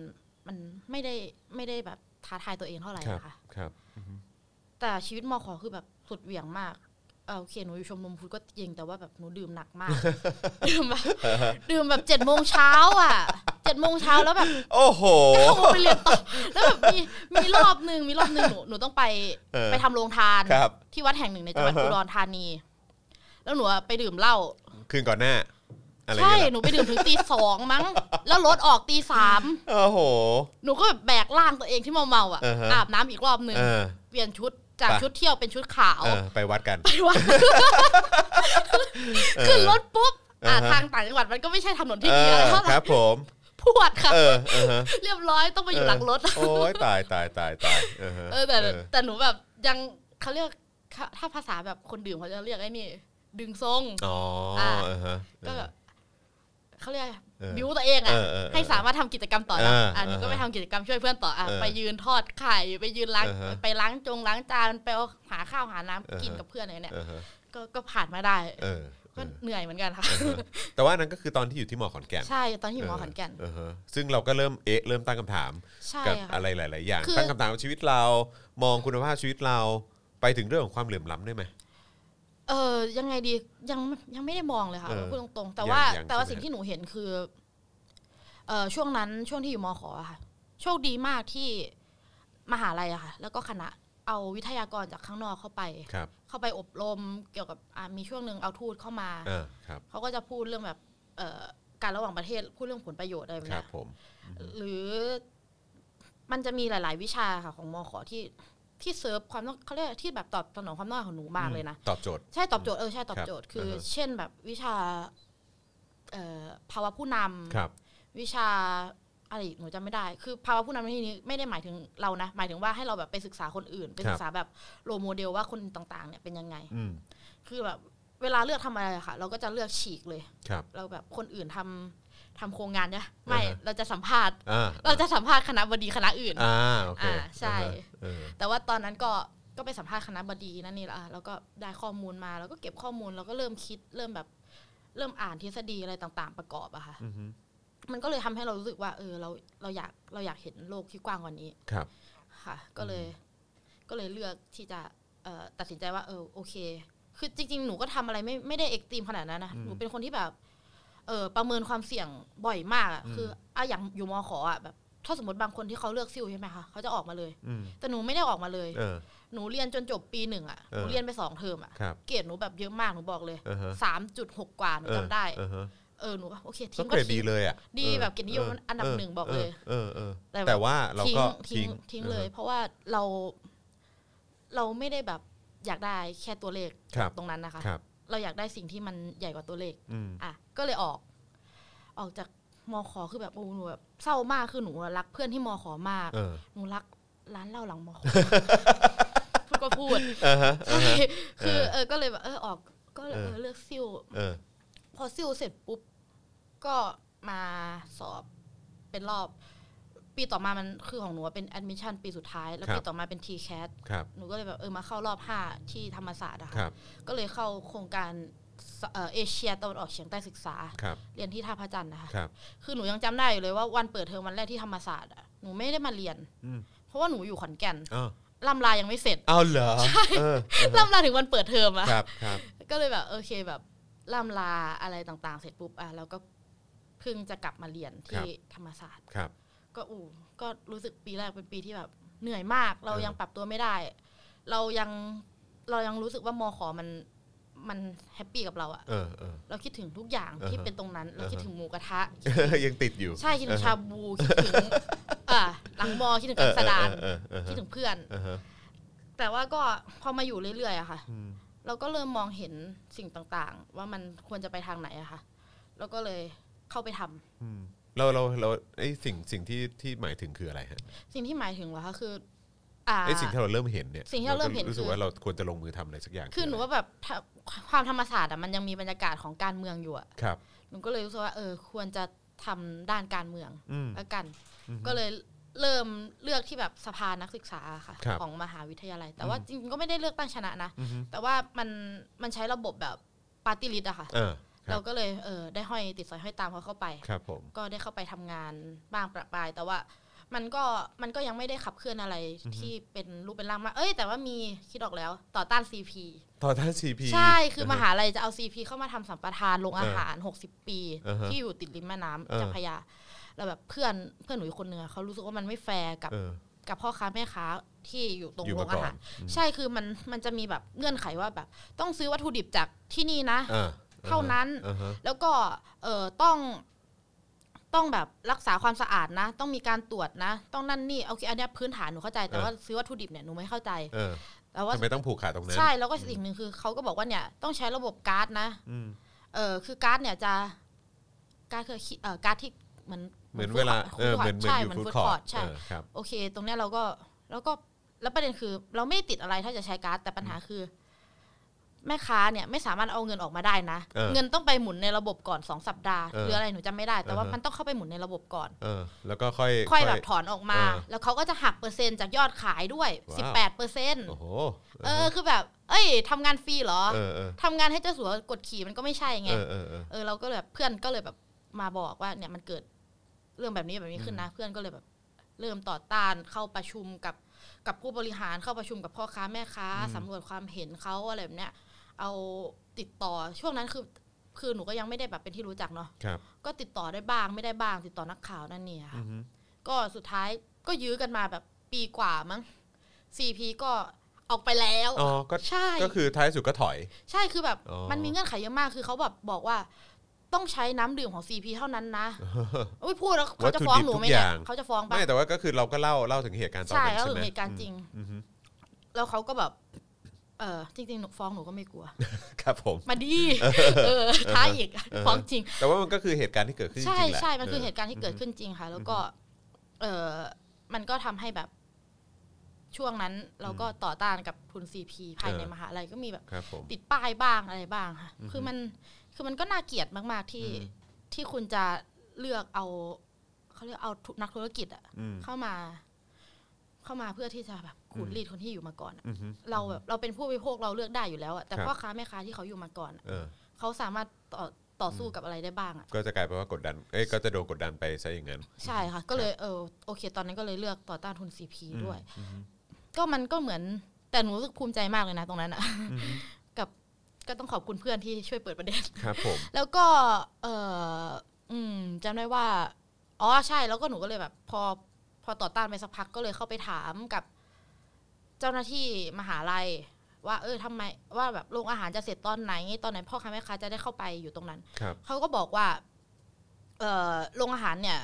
Speaker 3: มันไม่ได้ไม่ได้แบบท้าทายตัวเองเท่าไหร่
Speaker 2: ครับ
Speaker 3: อะค่ะ
Speaker 2: ครับ
Speaker 3: แต่ชีวิตมอขอคือแบบสุดเหวี่ยงมากเออโอเคหนูอยู่ชมรมพุทธก็จริงแต่ว่าแบบหนูดื่มหนักมาก ดื่มแบบดื่มแบบเจ็ดโมงเช้าอ่ะเจ็ดโมงเช้าแล้วแบบ
Speaker 2: โอ้โห
Speaker 3: ต้องไปเรียนต่อแล้วแบบมีมีรอบหนึ่งมีรอบหนึ่งหนูหนูต้องไป
Speaker 2: เออ
Speaker 3: ไปทำโรงทาน
Speaker 2: ครับ
Speaker 3: ที่วัดแห่งหนึ่งในจังหวัด
Speaker 2: อ่าฮะ
Speaker 3: อุดรธานี แล้วหนูอะไปดื่มเหล้า
Speaker 2: คืนก่อนหน้า อะไร
Speaker 3: ใช่
Speaker 2: เงี้ย
Speaker 3: ห
Speaker 2: เหรอ
Speaker 3: นูไปดื่มถึงตีสองมั้ง แล้วรถออกตีสาม
Speaker 2: โอ้โห
Speaker 3: หนูก็แบบแบกร่างตัวเองที่เมาเมาๆอ่ะ
Speaker 2: อ่าฮะ
Speaker 3: อาบน้ำอีกรอบหนึ่ง
Speaker 2: เออ
Speaker 3: เปลี่ยนชุดจาก
Speaker 2: ไป
Speaker 3: ชุดเที่ยวเป็นชุดขาว
Speaker 2: เออไปวัดกัน
Speaker 3: ไปวัดขึ้นรถปุ๊บอ่ะ
Speaker 2: อ่าฮะ
Speaker 3: ทางต่างจังหวัดมันก็ไม่ใช่ถนนที่
Speaker 2: เอ
Speaker 3: ดีอะไร
Speaker 2: อ
Speaker 3: เท่าไห
Speaker 2: ค
Speaker 3: ร่
Speaker 2: รับผม
Speaker 3: พวดค่ะ
Speaker 2: เออเออฮะ
Speaker 3: เรียบร้อยต้องไปอยู่หลังรถ
Speaker 2: โอ้ยตายตายตายตายเออฮะ
Speaker 3: เออแต่
Speaker 2: เออ
Speaker 3: แต่หนูแบบยังเขาเรียกเขาถ้าภาษาแบบคนดื่มเขาจะเรียกไอ้นี่ ดึงทรง
Speaker 2: อ๋ออา เออฮะ
Speaker 3: ก็เขาเรียก
Speaker 2: เออ
Speaker 3: บิวตัวเองอ่ะ
Speaker 2: เออเออเออ
Speaker 3: ให้สามารถทำกิจกรรมต่อได้
Speaker 2: เอออ่
Speaker 3: อ่ะหนูก็ไป
Speaker 2: เออ
Speaker 3: ทำกิจกรรมช่วยเพื่อนต่ออ่ะ
Speaker 2: เออ
Speaker 3: ไปยืนทอดไข่ไปยืนล้าง
Speaker 2: เออฮะ
Speaker 3: ไปล้างจงล้างจานไปเอาหาข้าวหาน้ำ
Speaker 2: เออฮะ
Speaker 3: กินกับเพื่อนอะไรเนี่ย
Speaker 2: เออฮะ
Speaker 3: ก็ก็ผ่านมาได้
Speaker 2: เออเอ
Speaker 3: ก็
Speaker 2: อ
Speaker 3: เหนื่อยเหมือนกันค่ะ
Speaker 2: เออฮะแต่ว่านั้นก็คือตอนที่อยู่ที่มอขอนแก่น
Speaker 3: ใช่ตอนที่อยู่มอขอนแก่น
Speaker 2: เออฮะซึ่งเราก็เริ่มเอะเริ่มตั้งคำถาม
Speaker 3: ใช่
Speaker 2: กับ
Speaker 3: ค่ะ
Speaker 2: อะไรหลาย ๆ อย่าง
Speaker 3: คือ
Speaker 2: ตั้งคำถามกับชีวิตเรา มองคุณภาพชีวิตเรา ไปถึงเรื่องของความเหลื่อมล้ำได้ไหม
Speaker 3: เออยังไงดียังยังไม่ได้มองเลยค่ะ
Speaker 2: เออ
Speaker 3: พูดตรงๆ แต่
Speaker 2: ยัง
Speaker 3: ว่า
Speaker 2: ยัง
Speaker 3: แต่ว่า
Speaker 2: ใช่ไหม
Speaker 3: สิ่งที่หนูเห็นคือเออช่วงนั้นช่วงที่อยู่มขอะค่ะ โชคดีมากที่มหาลัยอะค่ะ แล้วก็คณะเอาวิทยากรจากข้างนอกเข้าไป
Speaker 2: ครับ
Speaker 3: เข้าไปอบรมเกี่ยวกับอ่ะมีช่วงหนึ่งเอาทูตเข้ามา
Speaker 2: อ่าครับ
Speaker 3: เขาก็จะพูดเรื่องแบบเอ่อการระหว่างประเทศพูดเรื่องผลประโยชน์อะไรแบบ
Speaker 2: ครั
Speaker 3: เนี้
Speaker 2: บ
Speaker 3: ย
Speaker 2: ผม
Speaker 3: หรือมันจะมีหลาย ๆ วิชาค่ะของมขที่ที่เซิร์ฟความต้องเขาเรียกที่แบบตอบสนองความต้องการของหนูมากเลยนะ
Speaker 2: ตอบโจทย์
Speaker 3: ใช่ตอบโจทย์เออใช่ตอบโจทย์
Speaker 2: ครับ
Speaker 3: คืออา
Speaker 2: ฮะ
Speaker 3: เช่นแบบวิชาเอ่อภาวะผู้นำ
Speaker 2: ครับ
Speaker 3: วิชาอะไรอีกหนูจำไม่ได้ คือภาวะผู้นำในที่นี้ไม่ได้หมายถึงเรานะ หมายถึงว่าให้เราแบบไปศึกษาคนอื่น ไป
Speaker 2: ครับ
Speaker 3: ศึกษาแบบโรลโมเดลว่าคนต่างๆเนี่ยเป็นยังไง
Speaker 2: อืม
Speaker 3: คือแบบเวลาเลือกทำอะไรอะค่ะ เราก็จะเลือกฉีกเลย
Speaker 2: ครับ
Speaker 3: เราแบบคนอื่นทำทำโครงงานเนี่ยไม่
Speaker 2: อ่าฮะ
Speaker 3: เราจะสัมภาษณ์
Speaker 2: อ่า
Speaker 3: เราจะสัมภาษณ์คณะบดีคณะอื่น
Speaker 2: อ่าโอเค
Speaker 3: อ่าใช่
Speaker 2: อ่าฮะเออ
Speaker 3: แต่ว่าตอนนั้นก็ก็ไปสัมภาษณ์คณะบดีนั่นนี่แหละอ่ะแล้วก็ได้ข้อมูลมาแล้วก็เก็บข้อมูลแล้วก็เริ่มคิดเริ่มแบบเริ่มอ่านทฤษฎีอะไรต่าง ๆ ประกอบอะค่ะ
Speaker 2: อือฮึ
Speaker 3: มันก็เลยทำให้เรารู้สึกว่า เออเราเราอยากเราอยากเห็นโลกที่กว้างกว่านี้
Speaker 2: ครับ
Speaker 3: ค่ะ ก็เลย ก็เลยเลือกที่จะเอ่อตัดสินใจว่า เออโอเค คือจริง ๆ หนูก็ทำอะไรไม่ไม่ได้เอ็กซ์ตรีมขนาดนั้นนะหนูเป็นคนที่แบบ เออประเมินความเสี่ยงบ่อยมากอะคืออ่ะอย่างอยู่มอขออะแบบ ถ้าสมมติบางคนที่เขาเลือกซิลใช่ไหมคะเขาจะออกมาเลย
Speaker 2: อืม
Speaker 3: แต่หนูไม่ได้ออกมาเลย
Speaker 2: เออ
Speaker 3: ห หนูเรียนจนจบปีหนึ่งอ่ะ
Speaker 2: เออ
Speaker 3: หนูเรียนไปสองเทอมอ่ะ
Speaker 2: ครับ
Speaker 3: เกรดหนูแบบเยอะมากหนูบอกเลย
Speaker 2: อือฮะ
Speaker 3: สามจุดหกกว่าหนูจำได้
Speaker 2: เออเออฮะ
Speaker 3: เออหนูว่าโอเค
Speaker 2: ก็
Speaker 3: ทิ้ง
Speaker 2: เก
Speaker 3: ก็
Speaker 2: รดดี
Speaker 3: ทิ้ง
Speaker 2: เลยอ่ะ
Speaker 3: ดี
Speaker 2: เออ
Speaker 3: แบบเกียรตินิยมอันดับหนึ่งบอกเลย
Speaker 2: เออเออเอ
Speaker 3: แต่
Speaker 2: อ
Speaker 3: แบบ
Speaker 2: แต่ว่าเรา
Speaker 3: ทิ้ง
Speaker 2: ก็
Speaker 3: ทิ้งทิ้งเลย เพราะว่าเราเราไม่ได้แบบอยากได้แค่ตัวเลข
Speaker 2: ครับ
Speaker 3: ตรงนั้นนะคะ
Speaker 2: ครับ
Speaker 3: เราอยากได้สิ่งที่มันใหญ่กว่าตัวเลข
Speaker 2: อืม
Speaker 3: อ่ะก็เลยออก ออกจากมอขอคือแบบโอ้โหหนูแบบเศร้ามากคือหนูอะรักเพื่อนที่มอขอมาก
Speaker 2: เออ
Speaker 3: หนูรักร้านเหล้าหลังมอขอพูดก็พูด
Speaker 2: เออฮะเออ
Speaker 3: ใช่
Speaker 2: ฮะ
Speaker 3: คือเออก็เลยแบบเออออกก็เลย
Speaker 2: เออ
Speaker 3: เออเลือกซิล
Speaker 2: เออ
Speaker 3: พอซิลเสร็จปุ๊บ ก็มาสอบเป็นรอบ ปีต่อมามันคือของหนูอะเป็นแอดมิชชั่นปีสุดท้าย แล้ว
Speaker 2: ครับ
Speaker 3: ปีต่อมาเป็น t c a t
Speaker 2: ครับ
Speaker 3: หนูก็เลยแบบเออมาเข้ารอบ 5 ที่ธรรมศาสตร์อะ
Speaker 2: ครั
Speaker 3: ค่ะ
Speaker 2: บ
Speaker 3: ก็เลยเข้าโครงการสเอ่อเอเชียตะวันออกเฉียงใต้ศึกษา
Speaker 2: ครับ
Speaker 3: เรียนที่ท่าพระจันทร์นะคะ
Speaker 2: ครับ
Speaker 3: คือหนูยังจำได้อยู่เลยว่าวันเปิดเทอมวันแรกที่ธรรมศาสตร์อะหนูไม่ได้มาเรียน
Speaker 2: อืม
Speaker 3: เพราะว่าหนูอยู่ขอนแก่น
Speaker 2: อ้าว
Speaker 3: ล่ำลายังไม่ เสร็จ
Speaker 2: เอาเหรอใช่
Speaker 3: ล่ำลาถึงวันเปิดเทอมอะ
Speaker 2: ครับครับ
Speaker 3: ก็เลยแบบโอเคแบบล่ำลาอะไรต่างๆ เสร็จปุ๊บอ่ะเราก็เพิ่งจะกลับมาเรียน
Speaker 2: ครั
Speaker 3: ที่
Speaker 2: บ
Speaker 3: ธรรมศาสตร์
Speaker 2: ครับ
Speaker 3: ก็อูก็รู้สึกปีแรกเป็นปีที่แบบเหนื่อยมาก เรา
Speaker 2: เออ
Speaker 3: ยังปรับตัวไม่ได้ เรายังเรายังรู้สึกว่ามอขอมันมันแฮปปี้กับเราอะ
Speaker 2: เออเออ
Speaker 3: เราคิดถึงทุกอย่างที่
Speaker 2: อ่าฮะ
Speaker 3: เป็นตรง นั้น เรา
Speaker 2: อ่าฮะ
Speaker 3: คิดถึงหมูกระทะ
Speaker 2: ยังติดอยู่
Speaker 3: ใช่คิดถึงชาบูคิดถึ งอ่ะหลังมอคิดถึงการสดาน
Speaker 2: เออเออเออ
Speaker 3: คิดถึงเพื่อน
Speaker 2: เออฮะ
Speaker 3: แต่ว่าก็พอมาอยู่เรื่อยๆอะค่ะ
Speaker 2: อืม
Speaker 3: เราก็เริ่มมองเห็นสิ่งต่างๆ ว่ามันควรจะไปทางไหนอะค่ะ แล้วก็เลยเข้าไปทำ
Speaker 2: อืมเราเราเราไอ้สิ่งสิ่งที่ที่หมายถึงคืออะไรฮะ
Speaker 3: สิ่งที่หมายถึงว่าคะคือ อ่า
Speaker 2: ไอ้สิ่งที่เราเริ่มเห็นเนี่ย
Speaker 3: สิ่งที่เราเริ่มเห็น
Speaker 2: ก็รู้สึก
Speaker 3: คือ
Speaker 2: ว่าเราควรจะลงมือทำอะไรสักอย่าง
Speaker 3: คือหนูว่าแบบถ้าความธรรมศาสตร์อะมันยังมีบรรยากาศของการเมืองอยู่อะ
Speaker 2: ครับ
Speaker 3: หนูก็เลยรู้สึกว่าเออควรจะทำด้านการเมือง
Speaker 2: อืม
Speaker 3: แล้วกัน
Speaker 2: อือฮึ
Speaker 3: ก็เลยเริ่มเลือกที่แบบสภานักศึกษาอะค่ะ
Speaker 2: ครับ
Speaker 3: ของมหาวิทยาลัย แต่ว่าจริงๆก็ไม่ได้เลือกตั้งชนะนะ
Speaker 2: อือฮึ
Speaker 3: แต่ว่ามันมันใช้ระบบแบบปาร์ตี้ลิสอะค่ะ
Speaker 2: เออครั
Speaker 3: เรา
Speaker 2: บ
Speaker 3: ก็เลยเออได้ห้อยติดสอยห้อยตามเขาเข้าไป
Speaker 2: ครับผม
Speaker 3: ก็ได้เข้าไปทำงานบ้างประปราย แต่ว่ามันก็มันก็ยังไม่ได้ขับเคลื่อนอะไรที่เป็นรูปเป็นร่างมากเอ้ยแต่ว่ามีคิดออกแล้วต่อต้าน CP
Speaker 2: ต่อท่านซีพี
Speaker 3: ใช่คือมหาลัยจะเอา CP เข้ามาทำสัมปทานโรงอาหาร 60 ปี
Speaker 2: อ่าฮะ
Speaker 3: ที่อยู่ติดริมแม่น้ำ
Speaker 2: เออ
Speaker 3: เจ้าพระยาแล้วแบบเพื่อนเพื่อนหนูอีกคนนึงอะเขารู้สึกว่ามันไม่แฟร์กับ
Speaker 2: เออ
Speaker 3: กับพ่อค้าแม่ค้าที่อยู่ตรง
Speaker 2: อยู่
Speaker 3: โร
Speaker 2: มาง ก่อน
Speaker 3: อาหาร
Speaker 2: อืม
Speaker 3: ใช่คือมันมันจะมีแบบเงื่อนไขว่าแบบ ต้องซื้อวัตถุดิบจากที่นี่นะ
Speaker 2: อ่า
Speaker 3: เท่านั้น
Speaker 2: อ่าฮะ
Speaker 3: แล้วก็เอ่อต้องต้องแบบรักษาความสะอาดนะ ต้องมีการตรวจนะ ต้องนั่นนี่โอเคอันเนี้ยพื้นฐานหนูเข้าใจแต่
Speaker 2: เออ
Speaker 3: ว่าซื้อวัตถุดิบเนี่ยหนูไม่เข้าใจ
Speaker 2: เออ
Speaker 3: แต่ว่า
Speaker 2: ทำไมต้องผูกขาดตรงนั้น
Speaker 3: ใช่แล้วก็สิ่งหนึ่งคือเขาก็บอกว่าเนี่ยต้องใช้ระบบการ์ดนะ
Speaker 2: อืม
Speaker 3: เออคือการ์ดเนี่ยจะการ์ดคือขี้เอ่อการ์ดที่เหมือน
Speaker 2: เหมือนเวลาเออเหมือนเหมือน
Speaker 3: ใช่
Speaker 2: อยู่
Speaker 3: เหมือน
Speaker 2: ฟูด
Speaker 3: ฟูด
Speaker 2: คอ
Speaker 3: คอ
Speaker 2: ร์
Speaker 3: ร์
Speaker 2: ด
Speaker 3: ดใช่
Speaker 2: ครับ
Speaker 3: โอเค ตรงเนี้ยเราก็แล้วก็แล้วประเด็นคือ เราไม่ได้ติดอะไรถ้าจะใช้การ์ดแต่ปัญหาคือ แม่ค้าเนี่ยไม่สามารถเอาเงินออกมาได้นะ
Speaker 2: เออ
Speaker 3: เงินต้องไปหมุนในระบบก่อนสองสัปดาห์
Speaker 2: เออ
Speaker 3: หรืออะไรหนูจำไม่ได้แต่ว่า
Speaker 2: อ่าฮะ
Speaker 3: มันต้องเข้าไปหมุนในระบบก่อน
Speaker 2: เออ แล้วก็ค่อย
Speaker 3: ค่อยแบบถอนออกมา
Speaker 2: เออ
Speaker 3: แล้วเขาก็จะหักเปอร์เซ็นต์จากยอดขายด้วย
Speaker 2: ว้าว
Speaker 3: 18เปอร์เซ็นต์
Speaker 2: โอ้โห
Speaker 3: เออคือแบบ เอ้ยทำงานฟรีเหรอ
Speaker 2: เออเออ
Speaker 3: ทำงานให้เจ้าสัวกดขี่มันก็ไม่ใช่ไง
Speaker 2: เออเออเออ
Speaker 3: เออเราก็เลยแบบเพื่อนก็เลยแบบมาบอกว่าเนี่ยมันเกิดเรื่องแบบนี้แบบนี้ขึ้นนะ เพื่อนก็เลยแบบเริ่มต่อต้านเข้าประชุมกับกับผู้บริหารเข้าประชุมกับพ่อค้าแม่ค้าสำรวจความเห็นเขาอะไรแบบเนี้ยเอาติดต่อช่วงนั้นคือคือหนูก็ยังไม่ได้แบบเป็นที่รู้จักเนาะ
Speaker 2: ครับ
Speaker 3: ก็ติดต่อได้บ้างไม่ได้บ้างติดต่อนักข่าวนั่นนี่ค่ะก็สุดท้ายก็ยื้อกันมาแบบปีกว่ามั้ง CP ก็ออกไปแล้ว
Speaker 2: อ๋อก็
Speaker 3: ใช่
Speaker 2: ก็คือท้ายสุดก็ถอย
Speaker 3: ใช่คือแบบ
Speaker 2: อ๋อ
Speaker 3: มันมีเงื่อนไขเยอะมากคือเขาแบบบอกว่าต้องใช้น้ำดื่มของ CP เท่านั้น นะอุ้ยพูดแล้วเขาจะฟ้องหนูไหมเนี่ยเขาจะฟ้องปะ
Speaker 2: ไม่แต่ว่าก็คือเราก็เล่าเล่าถึงเหตุการณ์ตอน
Speaker 3: ใช่
Speaker 2: นั้น
Speaker 3: แล้ว
Speaker 2: ใช่
Speaker 3: ถึ
Speaker 2: ไหม
Speaker 3: งเหตุการณ์จริง
Speaker 2: อือฮึ
Speaker 3: แล้วเขาก็แบบ เออจริงๆหนูฟ้องหนูก็ไม่ก ลัว
Speaker 2: ครับผม
Speaker 3: มา ดีเออท้าอีก
Speaker 2: เออ
Speaker 3: ฟ้องจริง
Speaker 2: แต่ว่ามันก็คือเหตุการณ์ที่เกิดขึ้นจริ
Speaker 3: ใช่
Speaker 2: งๆแหละ
Speaker 3: ใช่มันคือเหตุการณ์ที่เกิดขึ้นจริงค่ะ แล้วก็ เออมันก็ทำให้แบบช่วงนั้นเราก็ต่อต้านกับทุน CP ภายในมหาลัยก็มีแบบ
Speaker 2: ครับผม
Speaker 3: ติดป้ายบ้างอะไรบ้างค่ะ คือมัน คือมันก็น่าเกลียดมาก ๆ ที่
Speaker 2: อืม
Speaker 3: ที่คุณจะเลือกเอา เขาเรียกเอาทุนักธุรกิจอะ
Speaker 2: อืม
Speaker 3: เข้ามา เข้ามาเพื่อที่จะแบบขูดรีดคนที่อยู่มาก่อนอะ
Speaker 2: อือฮึ
Speaker 3: เราแบบเราเป็นผู้บริโภคเราเลือกได้อยู่แล้วอะแต่
Speaker 2: ครับ
Speaker 3: พ่อค้าแม่ค้าที่เขาอยู่มาก่อนอะ
Speaker 2: เออ
Speaker 3: เขาสามารถต่อต่อสู้กับอะไรได้บ้างอะ
Speaker 2: ก็จะกลายเป็นว่ากดดัน เอ้ยก็จะโดนกดดันไปซะอย่างนั้น
Speaker 3: ใช่ค่ะ ก็เลยเออโอเค ตอนนั้นก็เลยเลือกต่อต้านทุนซีพี
Speaker 2: อืม
Speaker 3: ด้วย ก็มันก็เหมือน แต่หนูรู้สึกภูมิใจมากเลยนะตรงนั้นอะกับก็ต้องขอบคุณเพื่อนที่ช่วยเปิดประเด็น
Speaker 2: ครับผม
Speaker 3: แล้วก็ เอออืมจำได้ว่า อ๋อ ใช่ แล้วก็หนูก็เลยแบบ พอ พอต่อต้านไปสักพักก็เลยเข้าไปถามกับ เจ้าหน้าที่มหาลัย ว่า เออทำไมว่าแบบโรงอาหารจะเสร็จตอนไหน ตอนไหนพ่อค้าแม่ค้าจะได้เข้าไปอยู่ตรงนั้น
Speaker 2: ครับ
Speaker 3: เขาก็บอกว่า เออโรงอาหารเนี่ย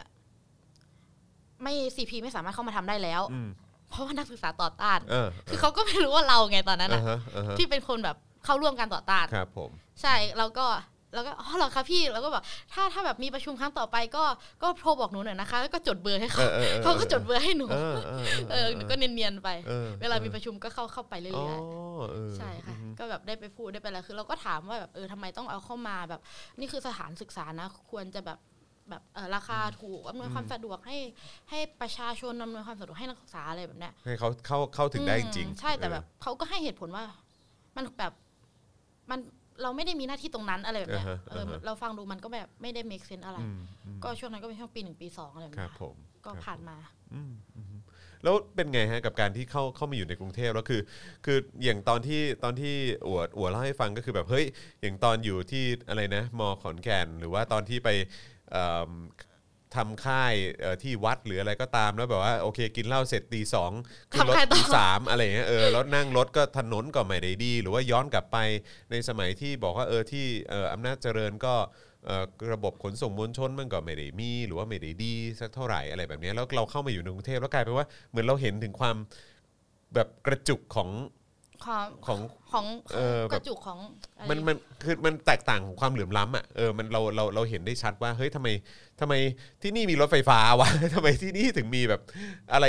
Speaker 3: ไม่ซีพีไม่สามารถเข้ามาทำได้แล้ว
Speaker 2: อืม
Speaker 3: เพราะว่านักศึกษาต่อต้าน
Speaker 2: เออ
Speaker 3: คือเขาก็ไม่รู้ว่าเราไงตอนนั้น
Speaker 2: อ่า
Speaker 3: อะ
Speaker 2: ฮะอ่าฮะ
Speaker 3: ที่เป็นคนแบบเข้าร่วมการต่อต้าน
Speaker 2: ครับผม
Speaker 3: ใช่แล้วก็แล้วก็อ๋อเหรอคะพี่แล้วก็บอกถ้าถ้าแบบมีประชุมครั้งต่อไปก็ก็โทรบอกหนูหน่อยนะคะ แล้วก็จดเบอร์ให้
Speaker 2: อ
Speaker 3: เขา
Speaker 2: อออออ
Speaker 3: เขาก็จดเบอร์ให้หนู
Speaker 2: เออเออ
Speaker 3: เออหนูก็เนียนๆไป
Speaker 2: ออ
Speaker 3: เวลามีประชุมก็เข้าเข้าไปเรื่
Speaker 2: อ๋อ
Speaker 3: อยๆ
Speaker 2: เออ
Speaker 3: ใช่ค่ะ
Speaker 2: อืม
Speaker 3: ก็แบบได้ไปพูดได้ไปอะไรคือเราก็ถามว่าแบบเออทำไมต้องเอาเข้ามาแบบ นี่คือสถานศึกษานะ ควรจะแบบแบบเออราคาถูกอำนวยความสะดวกให้ ให้ประชาชนอำนวยความสะดวกให้นักศึกษาอะไรแบบเนี้ย
Speaker 2: ให้เขาเข้าเข้าถึงได้จริง
Speaker 3: อื
Speaker 2: ๆ
Speaker 3: มใช่แต่
Speaker 2: เออ
Speaker 3: แบบเขาก็ให้เหตุผลว่า มันแบบมันเราไม่ได้มีหน้าที่ตรงนั้นอะไรแบบเนี้ย
Speaker 2: อ่าฮะ
Speaker 3: เออ
Speaker 2: อ่าฮะ
Speaker 3: เราฟังดูมันก็แบบไม่ได้ make sense อะไร
Speaker 2: อืมอืม
Speaker 3: ก็ช่วงนั้นก็เป็นช่วงปีหนึ่งปีสองอะไรแบบ
Speaker 2: ครับ
Speaker 3: เนี้ย
Speaker 2: ผม
Speaker 3: ก็
Speaker 2: ครับ
Speaker 3: ผ่านมา
Speaker 2: อืมอืมแล้วเป็นไงฮะกับการที่เข้าเข้ามาอยู่ในกรุงเทพแล้วคือ คืออย่างตอนที่ตอนที่อัวอัวเล่าให้ฟังก็คือแบบเฮ้ยอย่างตอนอยู่ที่อะไรนะมขอนแก่นหรือว่าตอนที่ไปเอิ่มทำค่ายเอ่อที่วัดหรืออะไรก็ตามแล้วแบบว่าโอเคกินเหล้าเสร็จตีสองขึ้นรถ
Speaker 3: ทำค่ายต่อ
Speaker 2: ตีสามอะไรอย่างเงี้ยเออแล้วนั่งรถก็ถนนก็ไม่ได้ดี หรือว่าย้อนกลับไปในสมัยที่บอกว่าเออที่เอ่ออำนาจเจริญก็ เอ่อระบบขนส่งมวลชนมันก็ไม่ได้มี หรือว่าไม่ได้ดีสักเท่าไหร่อะไรแบบเนี้ยแล้วเราเข้ามาอยู่ในกรุงเทพแล้วกลายเป็นว่าเหมือนเราเห็นถึงความแบบกระจุกของ
Speaker 3: ความ
Speaker 2: ของ
Speaker 3: ของ
Speaker 2: เออแบบ
Speaker 3: กระจุกของอะไร
Speaker 2: มันมันคือมันแตกต่างของความเหลื่อมล้ำอ่ะเออมันเราเราเราเห็นได้ชัดว่าเฮ้ยทำไมทำไมที่นี่มีรถไฟฟ้าวะ ทำไมที่นี่ถึงมีแบบอะไร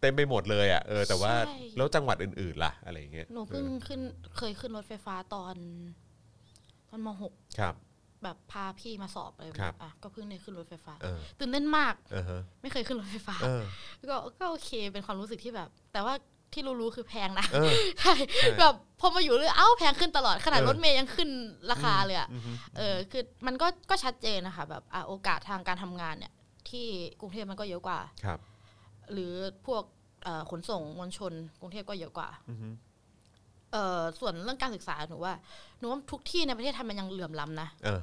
Speaker 2: เต็มไปหมดเลยอ่ะเออแต่ว่า
Speaker 3: ใช่
Speaker 2: แล้วจังหวัดอื่นๆล่ะอะไรอย่างเงี้ย
Speaker 3: หนูเพิ่งขึ้นเคยขึ้นรถไฟฟ้าตอนตอนมหก
Speaker 2: ครับ
Speaker 3: แบบพาพี่มาสอบอะไรแบบ
Speaker 2: ครับ
Speaker 3: อ่ะก็เพิ่งได้ขึ้นรถไฟฟ้า
Speaker 2: เออ
Speaker 3: ตื่นเต้นมาก
Speaker 2: เออฮะ
Speaker 3: ไม่เคยขึ้นรถไฟฟ้า
Speaker 2: เออ
Speaker 3: ก็ก็โอเคเป็นความรู้สึกที่แบบ แต่ว่าที่รู้ๆคือแพงนะ
Speaker 2: เออ
Speaker 3: ใช่ แบบพอมาอยู่เรื่อยเอ้าแพงขึ้นตลอดขนาด
Speaker 2: เออ
Speaker 3: รถเมย์ยังขึ้นราคาเลยอะ
Speaker 2: อือฮึ
Speaker 3: เออคือมันก็ก็ชัดเจนนะคะแบบอ่ะโอกาสทางการทำงานเนี่ย ที่กรุงเทพมันก็เยอะกว่า
Speaker 2: ครับ
Speaker 3: หรือพวกเอ่อขนส่งมวลชน กรุงเทพก็เยอะกว่า
Speaker 2: อือฮึ
Speaker 3: เอ่อส่วนเรื่องการศึกษาหนูว่าหนูว่าทุกที่ในประเทศไทยมันยังเหลื่อมล้ำนะ
Speaker 2: เออ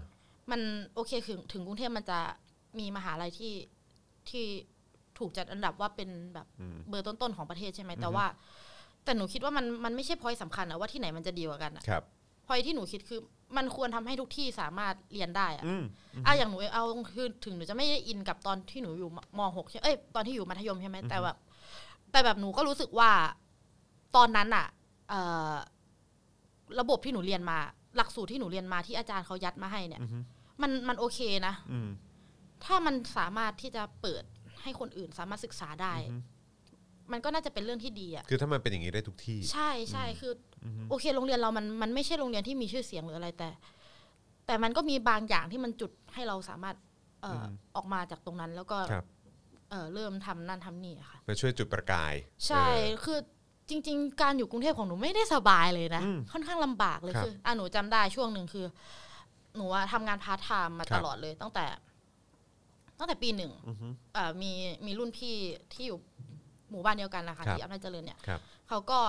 Speaker 3: มันโอเคถึงถึงกรุงเทพมันจะมีมหาลัยที่ที่ถูกจัดอันดับว่าเป็นแบบ
Speaker 2: อืม
Speaker 3: เบอร์ต้นๆของประเทศใช่ไหมแต่ว่า แต่หนูคิดว่ามันมันไม่ใช่พอยสำคัญนะว่าที่ไหนมันจะดีกว่ากันอะ
Speaker 2: ครับ
Speaker 3: พอยที่หนูคิดคือมันควรทำให้ทุกที่สามารถเรียนได้อะ
Speaker 2: อืม
Speaker 3: อ่ะอย่างหนูเอาคือถึงหนูจะไม่ได้อินกับตอนที่หนูอยู่มหกใช่เอ้ยตอนที่อยู่มัธยมใช่ไหมแต่แบบแต่แบบหนูก็รู้สึกว่า ตอนนั้นอะเอ่อระบบที่หนูเรียนมา หลักสูตรที่หนูเรียนมาที่อาจารย์เขายัดมาให้เนี่ย
Speaker 2: อือฮึ
Speaker 3: มันมันโอเคนะ
Speaker 2: อืม
Speaker 3: ถ้ามันสามารถที่จะเปิดให้คนอื่นสามารถศึกษาได้
Speaker 2: อือฮึ
Speaker 3: มันก็น่าจะเป็นเรื่องที่ดีอะ
Speaker 2: คือถ้ามันเป็นอย่างนี้ได้ทุกที่
Speaker 3: ใช่ใช่คืออ
Speaker 2: อฮึ
Speaker 3: โอเค โรงเรียนเรามันมันไม่ใช่โรงเรียนที่มีชื่อเสียงหรืออะไรแต่ แต่มันก็มีบางอย่างที่มันจุดให้เราสามารถ เอ่ออออกมาจากตรงนั้น แล้วก็
Speaker 2: ครับ
Speaker 3: เอ่อเริ่มทำนั่นทำนี่อะค่ะ
Speaker 2: มาช่วยจุดประกาย
Speaker 3: ใช่
Speaker 2: เออ
Speaker 3: คือจริง ๆ การอยู่กรุงเทพของหนูไม่ได้สบายเลยนะ
Speaker 2: อืม
Speaker 3: ค่อนข้างลำบากเลย
Speaker 2: ครับ
Speaker 3: คืออ่ะหนูจำได้ช่วงหนึ่งคือ หนูว่าทำงานพาร์ทไทม์มา
Speaker 2: ครับ
Speaker 3: ตลอดเลย ตั้งแต่ ตั้งแต่ปีหนึ่ง
Speaker 2: อือฮึ
Speaker 3: เอ่อมีมีรุ่นพี่ที่อยู่หมู่บ้านเดียวกันนะ
Speaker 2: ค
Speaker 3: คะ
Speaker 2: รับ
Speaker 3: ที่อำนาจเจริญเนี่ย
Speaker 2: ครับ
Speaker 3: เขาก็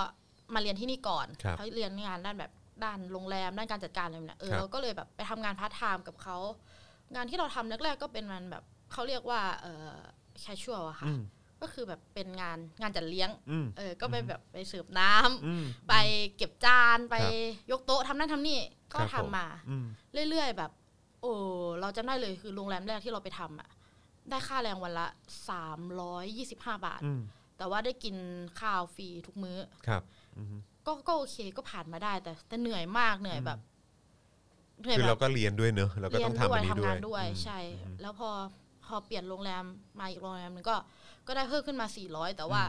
Speaker 3: มาเรียนที่นี่ก่อน
Speaker 2: ครับ
Speaker 3: เขาเรียนงานด้านแบบด้านโรงแรมด้านการจัดการอะไรแบบเนี่ยเออ
Speaker 2: ครับ
Speaker 3: เราก็เลยแบบไปทำงานพาร์ทไทม์กับเขางานที่เราทำแรกๆก็เป็นมันแบบเขาเรียกว่าเออแคชชวลอะค่ะ
Speaker 2: อืม
Speaker 3: ก็คือแบบเป็นงานงานจัดเลี้ยง
Speaker 2: อืม
Speaker 3: เออ ก็ไปแบบไปเสิร์ฟน้ำ
Speaker 2: อืม
Speaker 3: ไปเก็บจานไป
Speaker 2: ครับ
Speaker 3: ยกโต๊ะทำนั่นทำนี่ ก็
Speaker 2: ครับผ
Speaker 3: ทำ
Speaker 2: ม
Speaker 3: มา
Speaker 2: อืม
Speaker 3: เรื่อยๆ แบบ โอ้เราจำได้เลยคือโรงแรมแรกที่เราไปทำอ่ะ ได้ค่าแรงวันละ 325 บาท
Speaker 2: อืม
Speaker 3: แต่ว่าได้กินข้าวฟรีทุกมื้อ
Speaker 2: ครับอือฮึ
Speaker 3: ก็ก็โอเคก็ผ่านมาได้ แต่แต่เหนื่อยมากเหนื่อยแบบเหนื่อย
Speaker 2: คือ
Speaker 3: แบ
Speaker 2: เรา
Speaker 3: บ
Speaker 2: ก็เรียนด้วยเนอะเราก็
Speaker 3: เรีย
Speaker 2: ต้อน ง
Speaker 3: ด้
Speaker 2: ทำ
Speaker 3: ว
Speaker 2: อัน
Speaker 3: ย
Speaker 2: นี้
Speaker 3: ทำ
Speaker 2: ด้วย
Speaker 3: งานด้วย
Speaker 2: อืม
Speaker 3: ใช่ แล้วพอพอเปลี่ยนโรงแรมมาอีกโรงแรมหนึงก็ก็ได้เพิ่มขึ้นมา 400 แต่ว่า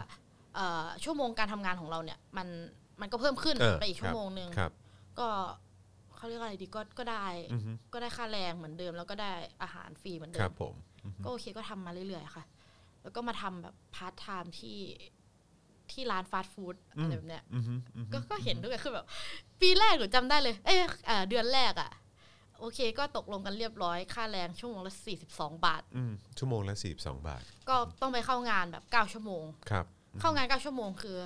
Speaker 3: เอ่อชั่วโมงการทำงานของเราเนี่ยมันมันก็เพิ่มขึ้น
Speaker 2: เ
Speaker 3: ไปอีกชั่วโมงหนึ่ง
Speaker 2: ครับ
Speaker 3: ก็เขาเรียกอะไรดีก็ก็ได้
Speaker 2: อือฮึ
Speaker 3: ก็ได้ค่าแรงเหมือนเดิม แล้วก็ได้อาหารฟรีเหมือนเดิ
Speaker 2: ครับ
Speaker 3: ม
Speaker 2: ผมอือฮึ
Speaker 3: ก็โอเคก็ทำมาเรื่อยๆค่ะ แล้วก็มาทำแบบพาร์ทไทม์ที่ที่ร้านฟาสต์ฟู้ดอะไรแบบเนี้ย
Speaker 2: อือฮึอือฮึ
Speaker 3: ก็ก็เห็นด้วยกันคือแบบ ปีแรกหนูจำได้เลย เอยเอ่อเดือนแรกอะโอเค ก็ตกลงกันเรียบร้อยค่าแรงชั่วโมงละ 42 บาท
Speaker 2: อืมชั่วโมงละสี่สองบาท
Speaker 3: ก็ต้องไปเข้างานแบบ 9 ชั่วโมง
Speaker 2: ครับ
Speaker 3: เข้างาน 9 ชั่วโมงคือ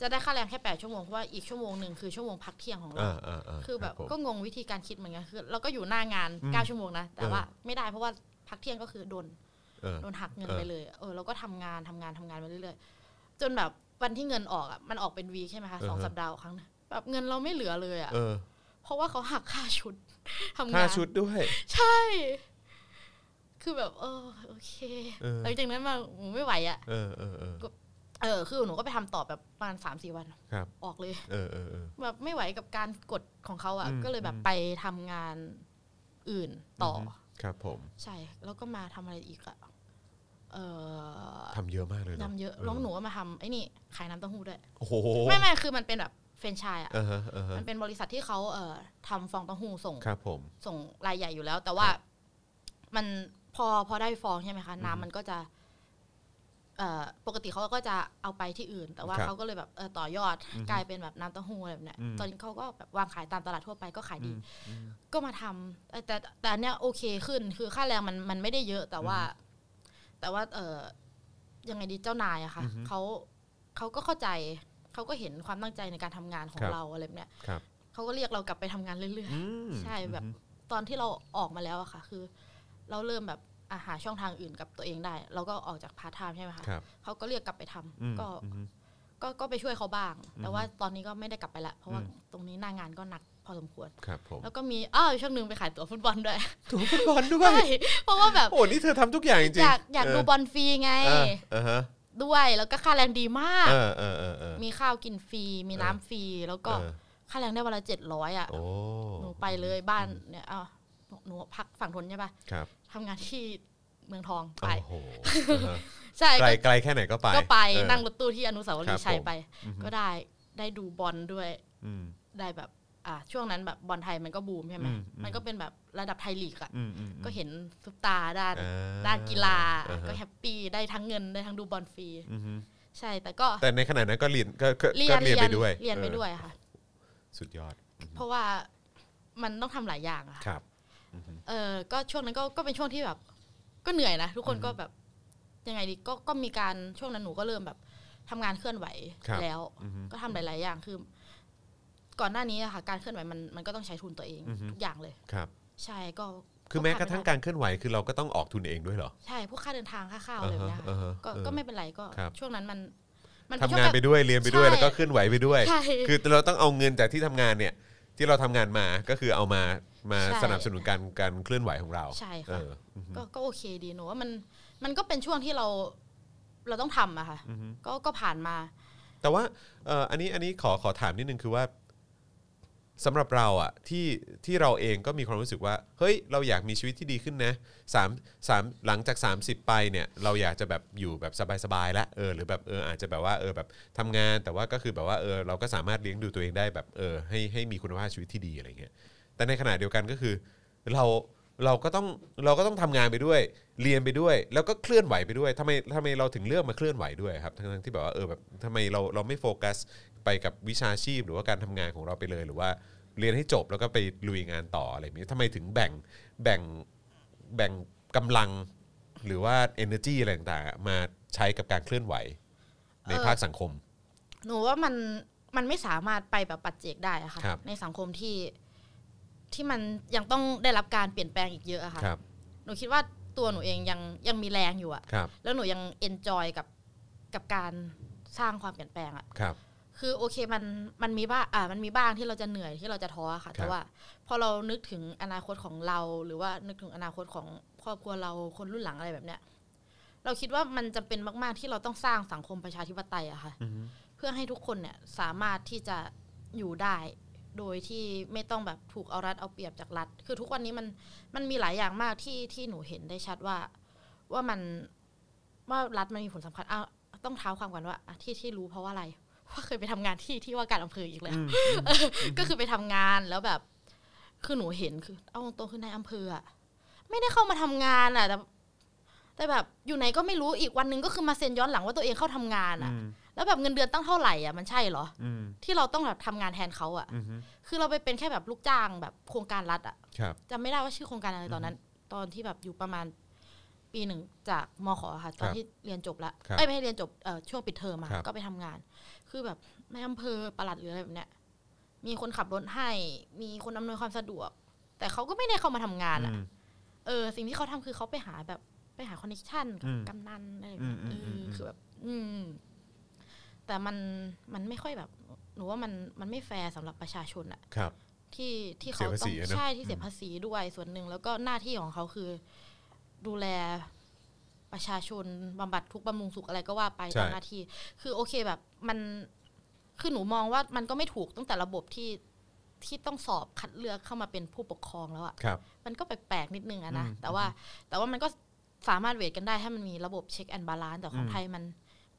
Speaker 3: จะได้ค่าแรงแค่ 8 ชั่วโมงเพราะว่าอีกชั่วโมงหนึ่งคือชั่วโมงพักเที่ยงของเรา
Speaker 2: อ่าอ่าอ่า
Speaker 3: คือแบบ
Speaker 2: รัผม
Speaker 3: ก็งงวิธีการคิดเหมือนกันคือเราก็อยู่หน้างาน
Speaker 2: อืม
Speaker 3: 9 ชั่วโมงนะ แต่
Speaker 2: เออ
Speaker 3: ว่าไม่ได้เพราะว่าพักเที่ยงก็คือโดน
Speaker 2: เออ
Speaker 3: โดนหักเงิน
Speaker 2: เออ
Speaker 3: ไปเลย เออเราก็ทำงานทำงานทำงานไปเรื่อยๆ จนแบบ วันที่เงินออกอ่ะมันออกเป็นวีใช่ไหมคะสอง
Speaker 2: อ่าฮะ
Speaker 3: สัปดาห์ครั้งนะแบบเงินเราไม่เหลือเลยอ่ะ
Speaker 2: เออ
Speaker 3: เพราะว่าเขาหักค่าชุด ทำงาน
Speaker 2: ค่าชุดด้วย
Speaker 3: ใช่ คือแบบเออโอเค
Speaker 2: เออ
Speaker 3: หลังจากนั้นมาหนูไม่ไหวอะ่ะ
Speaker 2: เออเออเออ
Speaker 3: เออ คือหนูก็ไปทำต่อแบบประมาณสามสี่วัน
Speaker 2: ครับ
Speaker 3: ออกเลย
Speaker 2: เออเออเออ
Speaker 3: แบบไม่ไหวกับการกดของเขาอะ่ะ
Speaker 2: อืม
Speaker 3: ก็เลยแบบ
Speaker 2: อืม
Speaker 3: ไปทำงานอื่นต่ออ
Speaker 2: ครับผม
Speaker 3: ใช่ แล้วก็มาทำอะไรอีกอะ่ะ เออ
Speaker 2: ทำเยอะมากเลยน
Speaker 3: ทำเยอะแล้วหนูก็มาทำไอ้นี่ ขายน้ำเต้าหู้ด้วย
Speaker 2: โอ้โห
Speaker 3: ไม่ไม่คือมันเป็นแบบแฟรนไชส์อ่ะ
Speaker 2: เออฮะเออฮะ
Speaker 3: มันเป็นบริษัทที่เขาเอ่อทำฟองเต้าหู้ส่ง
Speaker 2: ครับผม
Speaker 3: ส่งรายใหญ่อยู่แล้ว แต่ว่ามันพอพอได้ฟองใช่ไหมคะ น้ำมันก็จะ เอ่อปกติเขาก็จะเอาไปที่อื่น แต่ว่า
Speaker 2: ครับ
Speaker 3: เขาก็เลยแบบเอ่อต่อยอดกลายเป็นแบบน้ำเต้าหู้อะไรแบบเนี้ย
Speaker 2: อืม
Speaker 3: ตอนนี้เขาก็แบบวางขายตามตลาดทั่วไปก็ขายดี ก็มาทำเอ่อแต่แต่อันเนี้ยโอเคขึ้น คือค่าแรงมันมันไม่ได้เยอะแต่ว่า แต่ว่า เออยังไงดีเจ้านายอะค่ะเขาเขาก็เข้าใจเขาก็เห็นความตั้งใจในการทำงานของเราอะไรแบบเนี้ย
Speaker 2: ครับ
Speaker 3: เขาก็เรียกเรากลับไปทำงานเรื่อยๆ
Speaker 2: อืม
Speaker 3: ใช่แบบตอนที่เราออกมาแล้วอะค่ะ คือ เราเริ่มแบบอาหาช่องทางอื่นกับตัวเองได้ เราก็ออกจากพาร์ทไทม์ใช่ไหมคะ
Speaker 2: ครับ
Speaker 3: เขาก็เรียกกลับไปทำ
Speaker 2: อืม
Speaker 3: ก็
Speaker 2: อืม
Speaker 3: ก็ก็ไปช่วยเขาบ้าง แต่ว่าตอนนี้ก็ไม่ได้กลับไปละเพราะว่า
Speaker 2: อืม
Speaker 3: ตรงนี้หน้างานก็หนักพอสมควร
Speaker 2: ครับผม
Speaker 3: แล้วก็มีอ้าวช่วงหนึ่งไปขายตั๋วฟุตบอล ด้วย
Speaker 2: ถูกฟุตบอลด้วย
Speaker 3: ใช่เพราะว่าแบบ
Speaker 2: โอ้นี่เธอทำทุกอย่างจริงๆ
Speaker 3: อยากอยากดูบอลฟรีไง
Speaker 2: เออเออฮะ
Speaker 3: ด้วยแล้วก็ค่าแรงดีมาก
Speaker 2: เออเออเออเออ
Speaker 3: มีข้าวกินฟรีมีน้ำฟรีแล้วก็
Speaker 2: เออ
Speaker 3: ค่าแรงได้วันละเจ็ดร้อยอ่ะ
Speaker 2: โอ้
Speaker 3: หนูไปเลยบ้านเนี่ยอ้าวหนูพักฝั่งทนใช่ปะ
Speaker 2: ครับ
Speaker 3: ทำงานที่เมืองทองไป
Speaker 2: โอ้โหเออฮะ
Speaker 3: ใช่
Speaker 2: ไกล
Speaker 3: ก็
Speaker 2: ไกลแค่ไหนก็ไป
Speaker 3: ก็ไป
Speaker 2: เออ
Speaker 3: นั่งรถตู้ที่อนุสาวรีย์ชั
Speaker 2: ค
Speaker 3: ย
Speaker 2: รับผม
Speaker 3: ไป ก็ได้ได้ดูบอลด้วย
Speaker 2: อืม
Speaker 3: ได้แบบ อ่าช่วงนั้นแบบบอลไทยมันก็บูมใช่ไหม
Speaker 2: อืมอืม
Speaker 3: มันก็เป็นแบบระดับไทยลีกอะ
Speaker 2: อืมอืม
Speaker 3: ก็เห็นซุปตาด้าน
Speaker 2: อ่า
Speaker 3: ด้านกีฬา
Speaker 2: อ่าฮะ
Speaker 3: ก็แฮปปี้ได้ทั้งเงินได้ทั้งดูบอลฟรี
Speaker 2: อืมฮึ
Speaker 3: ใช่แต่ก็
Speaker 2: แต่ในขณะนั้นก็เรียนก็ก็
Speaker 3: เรี
Speaker 2: ก็
Speaker 3: ยน
Speaker 2: เรียนไปด้วย
Speaker 3: เรียนไป
Speaker 2: ออ
Speaker 3: ด้วยค่ะ
Speaker 2: สุดยอด
Speaker 3: เพราะว่ามันต้องทำหลายอย่างอะค่ะ
Speaker 2: ครับ
Speaker 3: เออก็ช่วงนั้นก็ก็เป็นช่วงที่แบบ ก็เหนื่อยนะทุกคนก็แบบ ยังไงดีก็ก็มีการช่วงนั้นหนูก็เริ่มแบบทำงานเคลื่อนไหว
Speaker 2: ครับ
Speaker 3: แล้ว
Speaker 2: อืมฮึ
Speaker 3: ก็ทำหลาย ๆ อย่างคือ ก่อนหน้านี้อะค่ะ การเคลื่อนไหวมันมันก็ต้องใช้ทุนตัวเอง
Speaker 2: อือฮึ
Speaker 3: ทุกอย่างเลย
Speaker 2: ครับ
Speaker 3: ใช่ก็
Speaker 2: คือแม้กระทั่งการเคลื่อนไหวคือเราก็ต้องออกทุนเองด้วยเหรอ
Speaker 3: ใช่พวกค่าเดินทางค่าข้าวอะไรแบบเนี้ยค่ะ
Speaker 2: อ่าฮะ
Speaker 3: ก็
Speaker 2: อ่าฮะ
Speaker 3: ก็ไม่เป็นไรก็
Speaker 2: ครับ
Speaker 3: ช่วงนั้นมัน มั
Speaker 2: ทำงานไปด้วยเรียนไปด้วย
Speaker 3: ใช่
Speaker 2: แล้วก็เคลื่อนไหวไปด้วย
Speaker 3: ใช่
Speaker 2: คือเราต้องเอาเงินจากที่ทำงานเนี่ย ที่เราทำงานมาก็คือเอามามา
Speaker 3: ใช่
Speaker 2: สนับสนุนการการเคลื่อนไหวของเรา
Speaker 3: ใช่ค่ะ
Speaker 2: เอออือฮึ
Speaker 3: ก็ก็โอเคดีหนูว่ามันมันก็เป็นช่วงที่เรา เราต้องทำอะค่ะ ก็ก็ผ่านมา
Speaker 2: แต่ว่าเอ่ออันนี้อันนี้ขอขอถามนิดนึงคือว่าสำหรับเราอะที่ที่เราเองก็มีความรู้สึกว่า เฮ้ยเราอยากมีชีวิตที่ดีขึ้นนะสามสามหลังจาก 30 ไปเนี่ย เราอยากจะแบบอยู่แบบสบายๆแล้วเออหรือแบบเอออาจจะแบบว่าเออแบบทำงานแต่ว่าก็คือแบบว่าเออเราก็สามารถเลี้ยงดูตัวเองได้แบบเออให้ให้มีคุณภาพชีวิตที่ดีอะไรเงี้ย แต่ในขณะเดียวกันก็คือเราเราก็ต้องเราก็ต้องทำงานไปด้วย เรียนไปด้วย แล้วก็เคลื่อนไหวไปด้วยทำไมทำไมเราถึงเลือกมาเคลื่อนไหวด้วยครับทั้งทั้งที่แบบว่าเออแบบทำไมเราเราไม่โฟกัสไปกับวิชาชีพ หรือว่าการทำงานของเราไปเลย หรือว่าเรียนให้จบแล้วก็ไปลุยงานต่ออะไรแบบนี้ทำไมถึงแบ่งแบ่งแบ่งกำลัง หรือว่า energy อะไรต่างๆอะมาใช้กับการเคลื่อนไหว ใน
Speaker 3: เออ
Speaker 2: ภาคสังคม
Speaker 3: หนูว่ามันมันไม่สามารถไปแบบปัจเจกได้อะค่ะ
Speaker 2: ครับ
Speaker 3: ในสังคมที่ที่มันยังต้องได้รับการเปลี่ยนแปลงอีกเยอะอะค่ะ
Speaker 2: ครับ
Speaker 3: หนูคิดว่าตัวหนูเองยังยังมีแรงอยู่อะ
Speaker 2: ครับ
Speaker 3: แล้วหนูยังเอนจอยกับกับการสร้างความเปลี่ยนแปลงอะ
Speaker 2: ครับ
Speaker 3: คือโอเคมันมันมีบ้างอ่ามันมีบ้างที่เราจะเหนื่อยที่เราจะท้ออะค่ะ
Speaker 2: ครั
Speaker 3: แต่
Speaker 2: บ
Speaker 3: ว่าพอเรานึกถึงอนาคตของเรา หรือว่านึกถึงอนาคตของครอบครัวเราคนรุ่นหลังอะไรแบบเนี้ยเราคิดว่ามันจำเป็นมากๆที่เราต้องสร้างสังคมประชาธิปไตยอะค่ะ
Speaker 2: อือฮึ
Speaker 3: เพื่อให้ทุกคนเนี่ยสามารถที่จะอยู่ได้ โดยที่ไม่ต้องแบบถูกเอารัดเอาเปรียบจากรัฐ คือทุกวันนี้มันมันมีหลายอย่างมากที่ที่หนูเห็นได้ชัดว่า ว่ามันว่ารัฐมันมีผลสำคัญอ้าวต้องเท้าความกันว่าอ่ะที่ที่รู้เพราะว่าอะไรว่าเคยไปทำงานที่ที่ว่าการอำเภออีกแล้วเออก็คือไปทำงานแล้วแบบ คือหนูเห็นคือ เอาตรงๆคือในายอำเภออะไม่ได้เข้ามาทำงานอะแต่แต่แบบอยู่ไหนก็ไม่รู้อีกวันหนึงก็คือมาเซ็นย้อนหลังว่าตัวเองเข้าทำงานอะ แล้วแบบเงินเดือนตั้งเท่าไหร่อ่ะมันใช่เหรอ
Speaker 2: อืม
Speaker 3: ที่เราต้องแบบทำงานแทนเขาอ่ะ
Speaker 2: อือฮึ
Speaker 3: คือเราไปเป็นแค่แบบลูกจ้างแบบโครงการรัฐอ่ะ
Speaker 2: ครับ
Speaker 3: จำไม่ได้ว่าชื่อโครงการอะไรตอนนั้น ตอนที่แบบอยู่ประมาณปีหนึ่งจากมขอะค่ะตอนที่เรียนจบละ
Speaker 2: ครับ
Speaker 3: เอ้ยไม่ให้เรียนจบเอ่อช่วงปิดเทอมมา
Speaker 2: ครับ
Speaker 3: ก็ไปทำงาน คือแบบในอำเภอประหลัดหรืออะไรแบบเนี้ยมีคนขับรถให้ มีคนอำนวยความสะดวก แต่เขาก็ไม่ได้เข้ามาทำงานอ่ะ
Speaker 2: อืม
Speaker 3: เออสิ่งที่เขาทำคือเขาไปหาแบบไปหาคอนเนคชั่นกั
Speaker 2: อื
Speaker 3: บ
Speaker 2: ม
Speaker 3: กำนันอะไรแบบเนี้ย
Speaker 2: อืมอืม
Speaker 3: เอออ
Speaker 2: ม
Speaker 3: คือแบบ อืม แ แต่มันมันไม่ค่อยแบบ หนูว่ามันมันไม่แฟร์สำหรับประชาชนอะ
Speaker 2: ครับ
Speaker 3: ที่ที่เขา
Speaker 2: เสียภาษีอะ
Speaker 3: ต้อง
Speaker 2: เนอะ
Speaker 3: ใช่ที่เสียภาษีด้วยส่วนหนึ่งแล้วก็หน้าที่ของเขาคือ ดูแลประชาชนบำบัดทุกข์บำรุงสุขอะไรก็ว่าไป
Speaker 2: ใช่
Speaker 3: ตามหน้าที่ คือโอเคแบบมันคือหนูมองว่ามันก็ไม่ถูกตั้งแต่ระบบที่ที่ต้องสอบคัดเลือกเข้ามาเป็นผู้ปกครองแล้วอะ
Speaker 2: ครับ
Speaker 3: มันก็แปลกๆนิดนึงอะนะ
Speaker 2: อืม
Speaker 3: แต่ว่าแต่ว่ามันก็สามารถเวทกันได้ถ้ามันมีระบบเช็คแอนบาลานซ์แต่ของ
Speaker 2: อืม
Speaker 3: ไทยมัน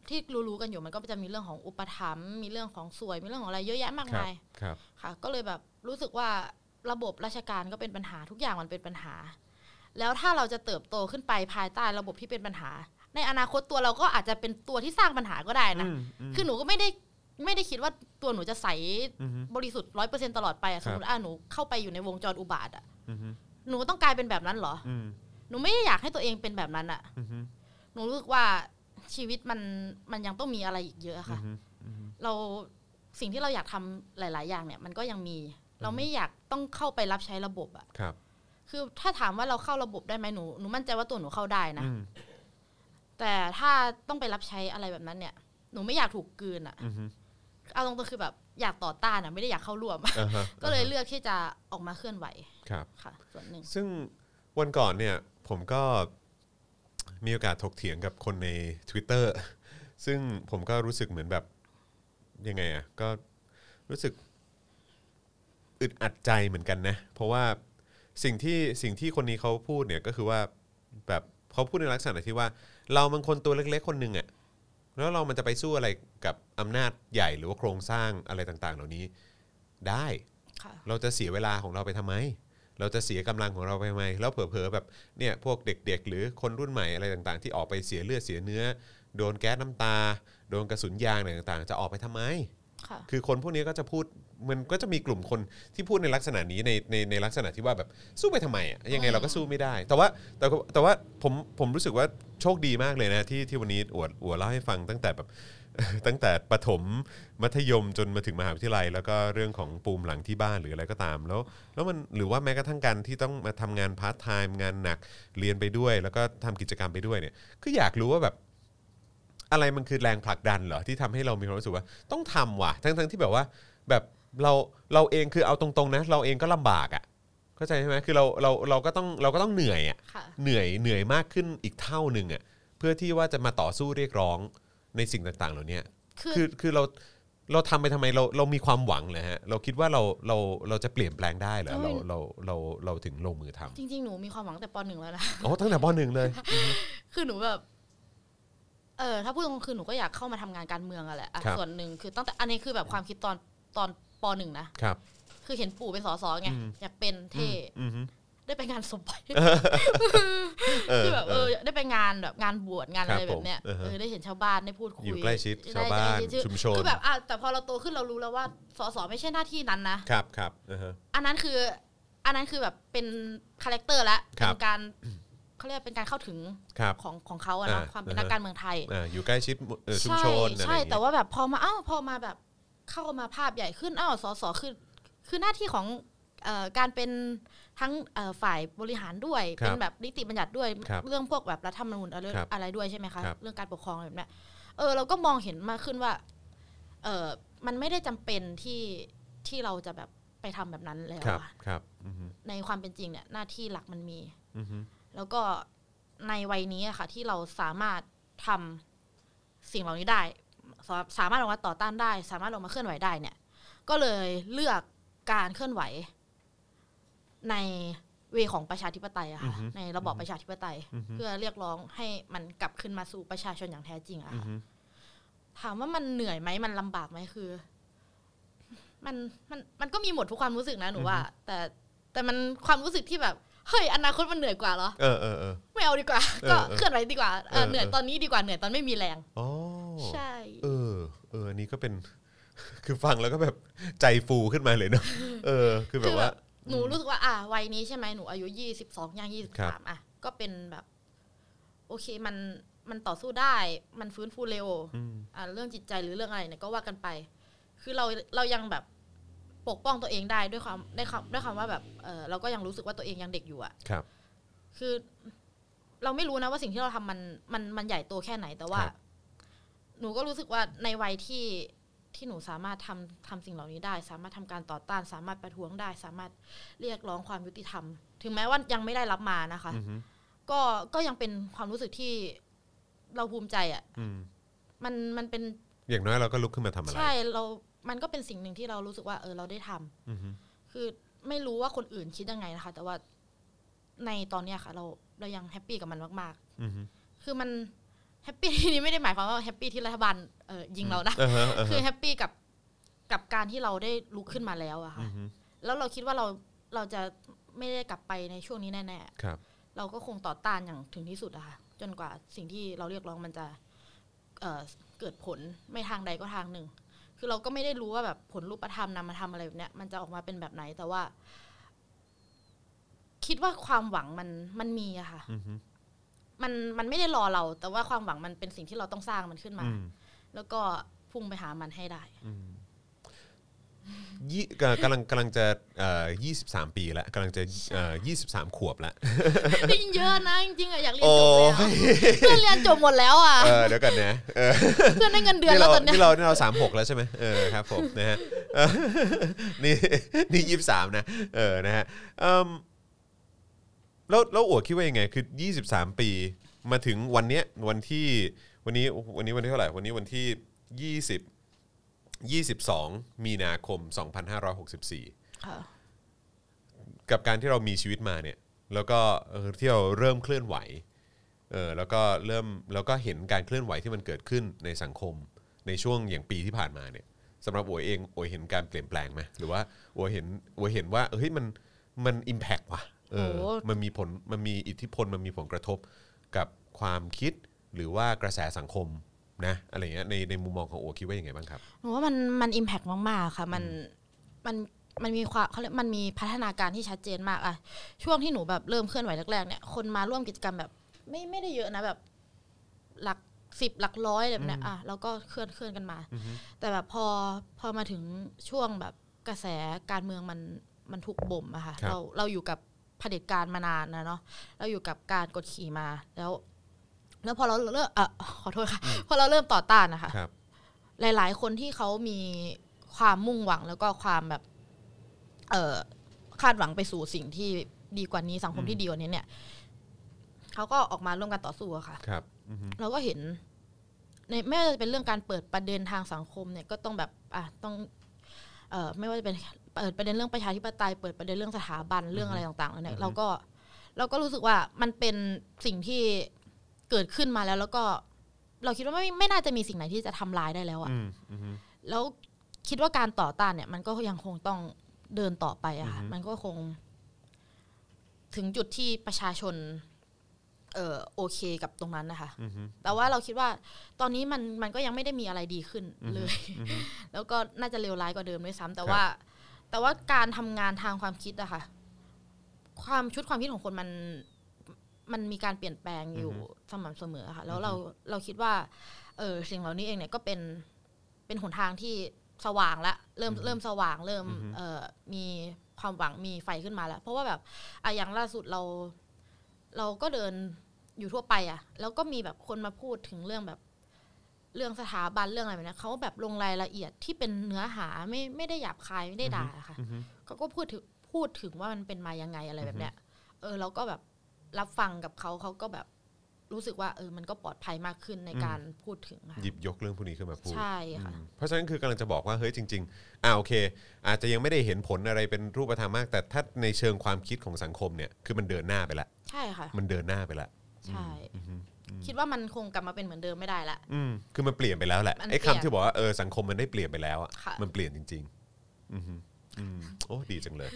Speaker 3: ที่รู้ๆกันอยู่มันก็จะมีเรื่องของอุปถัมภ์มีเรื่องของสวย มีเรื่องของอะไรเยอะแยะมาก
Speaker 2: ครั
Speaker 3: มาย
Speaker 2: ครับ
Speaker 3: ค่ะ ก็เลยแบบรู้สึกว่าระบบราชการก็เป็นปัญหาทุกอย่างมันเป็นปัญหา แล้วถ้าเราจะเติบโตขึ้นไปภายใต้ระบบที่เป็นปัญหา ในอนาคตตัวเราก็อาจจะเป็นตัวที่สร้างปัญหาก็ได้นะ
Speaker 2: อืมอืม
Speaker 3: คือหนูก็ไม่ได้ไม่ได้คิดว่าตัวหนูจะใส
Speaker 2: อือฮึ
Speaker 3: บริสุทธิ์ร้อยเปอร์เซ็นตลอดไปอะ
Speaker 2: ค
Speaker 3: ส
Speaker 2: รับ
Speaker 3: มมติอ่ะหนูเข้าไปอยู่ในวงจรอุบาทอะ
Speaker 2: อือฮึ
Speaker 3: หนูต้องกลายเป็นแบบนั้นเหรอ
Speaker 2: อืม
Speaker 3: หนูไม่ได้อยากให้ตัวเองเป็นแบบนั้นอะ
Speaker 2: อือฮึ
Speaker 3: หนูรู้สึกว่าชีวิตมันมันยังต้องมีอะไรอีกเยอะ
Speaker 2: อื
Speaker 3: ค่ะ
Speaker 2: อฮึอือฮึ
Speaker 3: เราสิ่งที่เราอยากทำหลาย ๆ อย่างเนี่ย มันก็ยังมี เราไม่อยากต้องเข้าไปรับใช้ระบบอะ
Speaker 2: ครับ
Speaker 3: คือถ้าถามว่าเราเข้าระบบได้ไหมหนู หนูมั่นใจว่าตัวหนูเข้าได้นะ
Speaker 2: อืม
Speaker 3: แต่ถ้าต้องไปรับใช้อะไรแบบนั้นเนี่ย หนูไม่อยากถูกกลืนอะ
Speaker 2: อือฮึ
Speaker 3: เอาตรงๆคือแบบอยากต่อต้านอะไม่ได้อยากเข้าร่วม
Speaker 2: อ่าฮะ
Speaker 3: ก็เลยเลือกที่จะออกมาเคลื่อนไหว
Speaker 2: ครับ
Speaker 3: ค่ะ ส่วนหนึ่ง
Speaker 2: ซึ่งวันก่อนเนี่ยผมก็มีโอกาสถกเถียงกับคนใน Twitter ซึ่งผมก็รู้สึกเหมือนแบบยังไงอะ่ะก็รู้สึกอึดอัดใจเหมือนกันนะ เพราะว่าสิ่งที่สิ่งที่คนนี้เขาพูดเนี่ยก็คือว่าแบบเขาพูดในลักษณะที่ว่า เรามันคนตัวเล็กๆคนหนึ่งอะ่ะแล้วเรามันจะไปสู้อะไรกับอำนาจใหญ่หรือว่าโครงสร้างอะไรต่างๆ เหล่านี้ได้
Speaker 3: ค่ะ
Speaker 2: เราจะเสียเวลาของเราไปทำไม เราจะเสียกำลังของเราไปทำไม แล้วเผลอๆแบบเนี่ยพวกเด็กๆ หรือคนรุ่นใหม่อะไรต่างๆ ที่ออกไปเสียเลือดเสียเนื้อ โดนแก๊สน้ำตา โดนกระสุนยางอะไรต่างๆ จะออกไปทำไม
Speaker 3: ค่ะ
Speaker 2: คือคนพวกนี้ก็จะพูดมันก็จะมีกลุ่มคนที่พูดในลักษณะนี้ในในในลักษณะที่ว่าแบบสู้ไปทำไมอ่ะยังไงเราก็สู้ไม่ได้ แต่ว่าแต่ว่าแต่ว่าผมผมรู้สึกว่าโชคดีมากเลยนะที่ที่วันนี้อวดอวดเล่าให้ฟังตั้งแต่แบบ ตั้งแต่ประถมมัธยมจนมาถึงมหาวิทยาลัย แล้วก็เรื่องของปูมหลังที่บ้านหรืออะไรก็ตามแล้ว แล้วมันหรือว่าแม้กระทั่งการที่ต้องมาทำงานพาร์ทไทม์งานหนักเรียนไปด้วย แล้วก็ทำกิจกรรมไปด้วยเนี่ยคืออยากรู้ว่าแบบ อะไรมันคือแรงผลักดันเหรอที่ทำให้เรามีความรู้สึกว่าต้องทำว่ะ ทั้งๆที่แบบว่า แบบเราเราเองคือเอาตรงๆนะ เราเองก็ลำบากอะ่ะเข้าใจใช่ไหมคือเราเราเราก็ต้องเราก็ต้องเหนื่อยอ่ะ
Speaker 3: ค่ะ
Speaker 2: เหนื่อยเหนื่อยมากขึ้นอีกเท่าหนึ่งอ่ะเพื่อที่ว่าจะมาต่อสู้เรียกร้องในสิ่งต่างๆ เหล่านี้
Speaker 3: คือ
Speaker 2: คือคือเราเราทำไปทำไมเราเรามีความหวังเหรอฮะเราคิดว่าเราเราเราจะเปลี่ยนแปลงได้เหรอเราเราเราเราถึงลงมือท
Speaker 3: จริง ๆ หนูมีความหวังแต่ปหนึ่งแล้วนะ
Speaker 2: ำอ๋อตั้งแต่ปหนึ่งเลย
Speaker 3: คือหนูแบบ เออถ้าพูดตรงๆคือหนูก็อยากเข้ามาทำงานการเมืองอะแหละอะ
Speaker 2: ครับ
Speaker 3: ส่วนหนึ่งคือตั้งแต่อันนี้คือแบบความคิดตอนตอนปหนึ่งนะครับ คือเห็นปู่เป็นสสไง
Speaker 2: อืม
Speaker 3: อยากเป็นเท่
Speaker 2: อือฮึ
Speaker 3: ได้ไปงานศพไป
Speaker 2: เออ
Speaker 3: คือแบบ
Speaker 2: เอ
Speaker 3: เอ
Speaker 2: อ
Speaker 3: อได้ไปงานแบบงานบวชงาน
Speaker 2: ครับ
Speaker 3: อะไรแบบเนี้ย
Speaker 2: ผมอ่าฮะ
Speaker 3: เออได้เห็นชาวบ้านได้พูดคุย
Speaker 2: อยู่ใกล้ชิด
Speaker 3: ได้
Speaker 2: ชาวบ้าน
Speaker 3: ได้ใกล้ด
Speaker 2: ชุมชน
Speaker 3: คือแบบอ่ะแต่พอเราโตขึ้นเรารู้แล้วว่าสสไม่ใช่หน้าที่นั้นนะ
Speaker 2: ครับครับอือฮะ
Speaker 3: อันนั้นคือ อันนั้นคือแบบเป็นคาแรคเตอร์ละ
Speaker 2: ครั
Speaker 3: เป็
Speaker 2: บ
Speaker 3: นการเขาเรียกว่าเป็นการเข้าถึง
Speaker 2: ครับ
Speaker 3: ของของเขาอะเนาะ
Speaker 2: อ่า
Speaker 3: ความเป็น
Speaker 2: อ่า
Speaker 3: นั
Speaker 2: ฮะ
Speaker 3: กการเมืองไทย
Speaker 2: อ่าอยู่ใกล้ชิดเอ่อชุมชนอะไร
Speaker 3: ใช่
Speaker 2: อย่าง
Speaker 3: แต่
Speaker 2: เงี้ย
Speaker 3: ว่าแบบพอมาอ้าวพอมาแบบเข้ามาภาพใหญ่ขึ้นอ้าวสสคือ คือหน้าที่ของเอ่อการเป็นทั้งเอ่อฝ่ายบริหารด้วย
Speaker 2: ครับ
Speaker 3: เป็นแบบนิติบัญญัติด้วย
Speaker 2: ครับ
Speaker 3: เรื่องพวกแบบรัฐธรรมนูญอะไร
Speaker 2: ครับ
Speaker 3: อะไรด้วยใช่ไหมคะ
Speaker 2: ครับ
Speaker 3: เรื่องการปกครองอะไรแบบเนี้ยเออเราก็มองเห็นมากขึ้นว่าเออมันไม่ได้จำเป็นที่ที่เราจะแบบไปทำแบบนั้นแล้ว
Speaker 2: ครับ
Speaker 3: อะ
Speaker 2: ครับอือฮึ
Speaker 3: ในความเป็นจริงเนี่ยหน้าที่หลักมันมี
Speaker 2: อือฮึ
Speaker 3: แล้วก็ในวัยนี้อะค่ะ ที่เราสามารถทำสิ่งเหล่านี้ได้สาสามารถออกมาต่อต้านได้ สามารถออกมาเคลื่อนไหวได้เนี่ย ก็เลยเลือกการเคลื่อนไหว ในเวของประชาธิปไตยอะค่ะ
Speaker 2: อือฮึ
Speaker 3: ในระบอบประชาธิปไตย
Speaker 2: อือฮึ
Speaker 3: เพื่อเรียกร้องให้มันกลับขึ้นมาสู่ประชาชนอย่างแท้จริงอะ
Speaker 2: อือ
Speaker 3: ค่ะ
Speaker 2: ฮึ
Speaker 3: ถามว่ามันเหนื่อยไหมมันลำบากไหมคือ มันมันมันก็มีหมดทุกความรู้สึกนะหนูว่า แต่แต่มันความรู้สึกที่แบบเฮ้ยอนาคตมันเหนื่อยกว่าเหรอ
Speaker 2: เออเออเออ
Speaker 3: ไม่เอาดีกว่า
Speaker 2: เออ
Speaker 3: ก็
Speaker 2: เออ
Speaker 3: เคลื่อนไหวดีกว่าเอ
Speaker 2: เออ
Speaker 3: อเหนื่อย
Speaker 2: เออ
Speaker 3: ตอนนี้ดีกว่าเหนื่อยตอนไม่มีแรง
Speaker 2: อ๋อ
Speaker 3: ใช่
Speaker 2: เออเอออันนี้ก็เป็น คือฟังแล้วก็แบบใจฟูขึ้นมาเลยเน อะเออ คือแบ
Speaker 3: คื
Speaker 2: บ
Speaker 3: อแบ
Speaker 2: ว่า
Speaker 3: บหนูรู้สึกว่า อ่ะวัยนี้ใช่ไหมหนูอายุยี่สิบสองย่างยี่สิบ
Speaker 2: ครั
Speaker 3: สา
Speaker 2: บ
Speaker 3: มอ่ะ ก็เป็นแบบ โอเคมันมันต่อสู้ได้ มันฟื้นฟูเร็ว
Speaker 2: อืม
Speaker 3: อ่ะเรื่องจิตใจหรือเรื่องอะไรเนี่ยก็ว่ากันไป คือเราเรายังแบบปกป้องตัวเองได้ด้วยความได้ความด้วยความว่าแบบเออเราก็ยังรู้สึกว่าตัวเองยังเด็กอยู่อ่ะ
Speaker 2: ครับ
Speaker 3: คือ เราไม่รู้นะว่าสิ่งที่เราทำมันมันมันใหญ่โตแค่ไหนแต่ว่า
Speaker 2: ครับ
Speaker 3: หนูก็รู้สึกว่าในวัยที่ที่หนูสามารถทำทำสิ่งเหล่านี้ได้ สามารถทำการต่อต้าน สามารถประท้วงได้ สามารถเรียกร้องความยุติธรรม ถึงแม้ว่ายังไม่ได้รับมานะคะ
Speaker 2: อือฮึ
Speaker 3: ก็ก็ยังเป็นความรู้สึกที่เราภูมิใจอะ่ะ
Speaker 2: อืม
Speaker 3: มันมันเป็น
Speaker 2: อย่างน้อยเราก็ลุกขึ้นมาทำอะไร
Speaker 3: ใช่เรา มันก็เป็นสิ่งหนึ่งที่เรารู้สึกว่าเออเราได้ทำ
Speaker 2: อือฮึ
Speaker 3: คือไม่รู้ว่าคนอื่นคิดยังไงนะคะ แต่ว่าในตอนเนี้ยค่ะ เราเรายังแฮปปี้กับมันมาก
Speaker 2: อือฮึ
Speaker 3: ๆ คือมันแฮปปี้ที่ นี้ไม่ได้หมายความว่าแฮปปี้ที่รัฐบาลเออยิงเรานะ
Speaker 2: เออฮะเออ
Speaker 3: คือ
Speaker 2: ฮะ
Speaker 3: แฮปปี้กับกับการที่เราได้ลุกขึ้นมาแล้วอะค่ะ
Speaker 2: อือฮึ
Speaker 3: แล้วเราคิดว่าเราเราจะไม่ได้กลับไปในช่วงนี้แน่
Speaker 2: ครับ
Speaker 3: ๆเราก็คงต่อต้านอย่างถึงที่สุดอะค่ะจนกว่าสิ่งที่เราเรียกร้องมันจะเอ่อเกิดผลไม่ทางใดก็ทางหนึ่ง คือเราก็ไม่ได้รู้ว่าแบบผลรูปธรรมนามธรรมอะไรแบบเนี้ยมันจะออกมาเป็นแบบไหนแต่ว่า คิดว่าความหวังมันมันมีอะค่ะ
Speaker 2: อือฮึ
Speaker 3: มันมันไม่ได้รอเรา แต่ว่าความหวังมันเป็นสิ่งที่เราต้องสร้างมันขึ้นมา
Speaker 2: อืม
Speaker 3: แล้วก็พุ่งไปหามันให้ ได้
Speaker 2: ยี่เอ่อกำลังกำลังจะเอ่อ23 ปีแล้วกำลังจะเอ่อ23 ขวบ แล้ว
Speaker 3: ได้ยินเยอะนะจริงๆอะอยากเรียน
Speaker 2: โอ้
Speaker 3: จบแล้ว
Speaker 2: ย
Speaker 3: เพื่อนเรียนจบหมดแล้วอะ
Speaker 2: เออเดี๋ยวก่อนนะเออ
Speaker 3: เพื่อนได้เงินเดือน
Speaker 2: นี่
Speaker 3: แล้ว
Speaker 2: เรา
Speaker 3: ตอนเนี้ย
Speaker 2: นี่เรานี่เราสามหกแล้วใช่ไหมเออครับ ผมนะฮะเออนี่นี่ยี่สามนะเออนะฮะเอิ่มแล้วแล้วอัวคิดว่ายังไงคือ 23 ปีมาถึงวันเนี้ยวันที่วันนี้วันนี้วันที่เท่าไหร่วันนี้วันที่ 20 22 มีนาคม 2564
Speaker 3: ค่ะ
Speaker 2: กับการที่เรามีชีวิตมาเนี่ย แล้วก็เออที่เราเริ่มเคลื่อนไหวเออแล้วก็เริ่มแล้วก็เห็นการเคลื่อนไหวที่มันเกิดขึ้นในสังคมในช่วงอย่างปีที่ผ่านมาเนี่ยสำหรับโอวเองโอวเห็นการเปลี่ยนแปลงไหมหรือว่าโอวเห็นโอวเห็นว่าเฮ้ยมันมันอิมแพกว่ะเออมันมีผลมันมีอิทธิพลมันมีผลกระทบกับความคิดหรือว่ากระแสสังคมนะอะไรเงี้ยในในมุมมองของโอวคิดว่าอย่างไงบ้างครับ
Speaker 3: หนูว่ามันมันอิมแพกมากๆค่ะ มันมันมันมีความเขาเรียกมันมีพัฒนาการที่ชัดเจนมากอะช่วงที่หนูแบบเริ่มเคลื่อนไหวแรกๆเนี่ยคนมาร่วมกิจกรรมแบบ ไม่ไม่ได้เยอะนะแบบ หลักสิบหลักร้อยอะไรแบบเนี้ยอ่ะแล้วก็เคลื่อนเคลื่อนกันมา แต่แบบพอพอมาถึงช่วงแบบกระแสการเมืองมันมันถูกบ่มอะค่ะ
Speaker 2: ครับ
Speaker 3: เราเราอยู่กับเผด็จการมานานนะเนาะเราอยู่กับการกดขี่มาแล้ว แล้วพอเราเริ่มเออขอโทษค่ะ พอเราเริ่มต่อต้านนะคะ
Speaker 2: ครับ
Speaker 3: หลาย ๆ คนที่เขามีความมุ่งหวังแล้วก็ความแบบ เออคาดหวังไปสู่สิ่งที่ดีกว่านี้สังคม
Speaker 2: อืม
Speaker 3: ที่ดีกว่านี้เนี่ยเขาก็ออกมาร่วมกันต่อสู้อะค่ะ
Speaker 2: ครับอือฮึ
Speaker 3: เราก็เห็น ในไม่ว่าจะเป็นเรื่องการเปิดประเด็นทางสังคมเนี่ยก็ต้องแบบอ่ะต้อง เอ่อไม่ว่าจะเป็นเปิดประเด็นเรื่องประชาธิปไตยเปิดประเด็นเรื่องสถาบันเรื่องอะไรต่างๆเนี่ยเราก็เราก็รู้สึกว่ามันเป็นสิ่งที่เกิดขึ้นมาแล้ว แล้วก็เราคิดว่าไม่ไม่น่าจะมีสิ่งไหนที่จะทำลายได้แล้วอะ
Speaker 2: อืมอือฮึ
Speaker 3: แล้วคิดว่าการต่อต้านเนี่ย มันก็ยังคงต้องเดินต่อไปอะค่ะ
Speaker 2: อือฮึ
Speaker 3: มันก็คง ถึงจุดที่ประชาชน เออโอเคกับตรงนั้นนะคะ
Speaker 2: อือฮึ
Speaker 3: แต่ว่าเราคิดว่าตอนนี้มันมันก็ยังไม่ได้มีอะไรดีขึ้นเลย แล้วก็น่าจะเลวร้ายกว่าเดิมด้วยซ้ำแต่ว่า แต่ว่าการทำงานทางความคิดอะค่ะ ความชุดความคิดของคนมันมันมีการเปลี่ยนแปลงอยู่สม่ำเสมอค่ะ แล้วเราเราคิดว่า เออสิ่งเหล่านี้เองเนี่ยก็เป็นเป็นหนทางที่สว่างละเริ่มเริ่มสว่าง เริ่ม
Speaker 2: อือฮึ
Speaker 3: เออมีความหวังมีไฟขึ้นมาแล้ว เพราะว่าแบบอ่ะอย่างล่าสุดเรา เราก็เดินอยู่ทั่วไปอะแล้วก็มีแบบคนมาพูดถึงเรื่องแบบ เรื่องสถาบันเรื่องอะไรแบบเนี้ยเขาแบบลงรายละเอียดที่เป็นเนื้อหาไม่ไม่ได้หยาบคายไม่ได้ด่าอะค่ะ
Speaker 2: อือฮึ
Speaker 3: เขาก็พูดถึงพูดถึงว่ามันเป็นมายังไงอะไรแบบเนี้ย เออเราก็แบบรับฟังกับเขาเขาก็แบบรู้สึกว่า เออมันก็ปลอดภัยมากขึ้นในการพูดถึงอะค่ะ
Speaker 2: หยิบยกเรื่องพวกนี้ขึ้นมาพูด
Speaker 3: ใช่ค่ะ
Speaker 2: เพราะฉะนั้นคือกำลังจะบอกว่าเฮ้ยจริงๆอ่าโอเค อาจจะยังไม่ได้เห็นผลอะไรเป็นรูปธรรมมาก แต่ถ้าในเชิงความคิดของสังคมเนี่ยคือมันเดินหน้าไปละ
Speaker 3: ใช่ค่ะ
Speaker 2: มันเดินหน้าไปละ
Speaker 3: ใช่ คิดว่ามันคงกลับมาเป็นเหมือนเดิมไม่ได้ละ
Speaker 2: อืมคือมันเปลี่ยนไปแล้วแหละ
Speaker 3: มันเปลี่
Speaker 2: ไอ้
Speaker 3: ยน
Speaker 2: คำที่บอกว่าเออสังคมมันได้เปลี่ยนไปแล้วอะ
Speaker 3: ค่ะ
Speaker 2: มันเปลี่ยนจริง ๆอืมอืมโอ้ดีจังเลย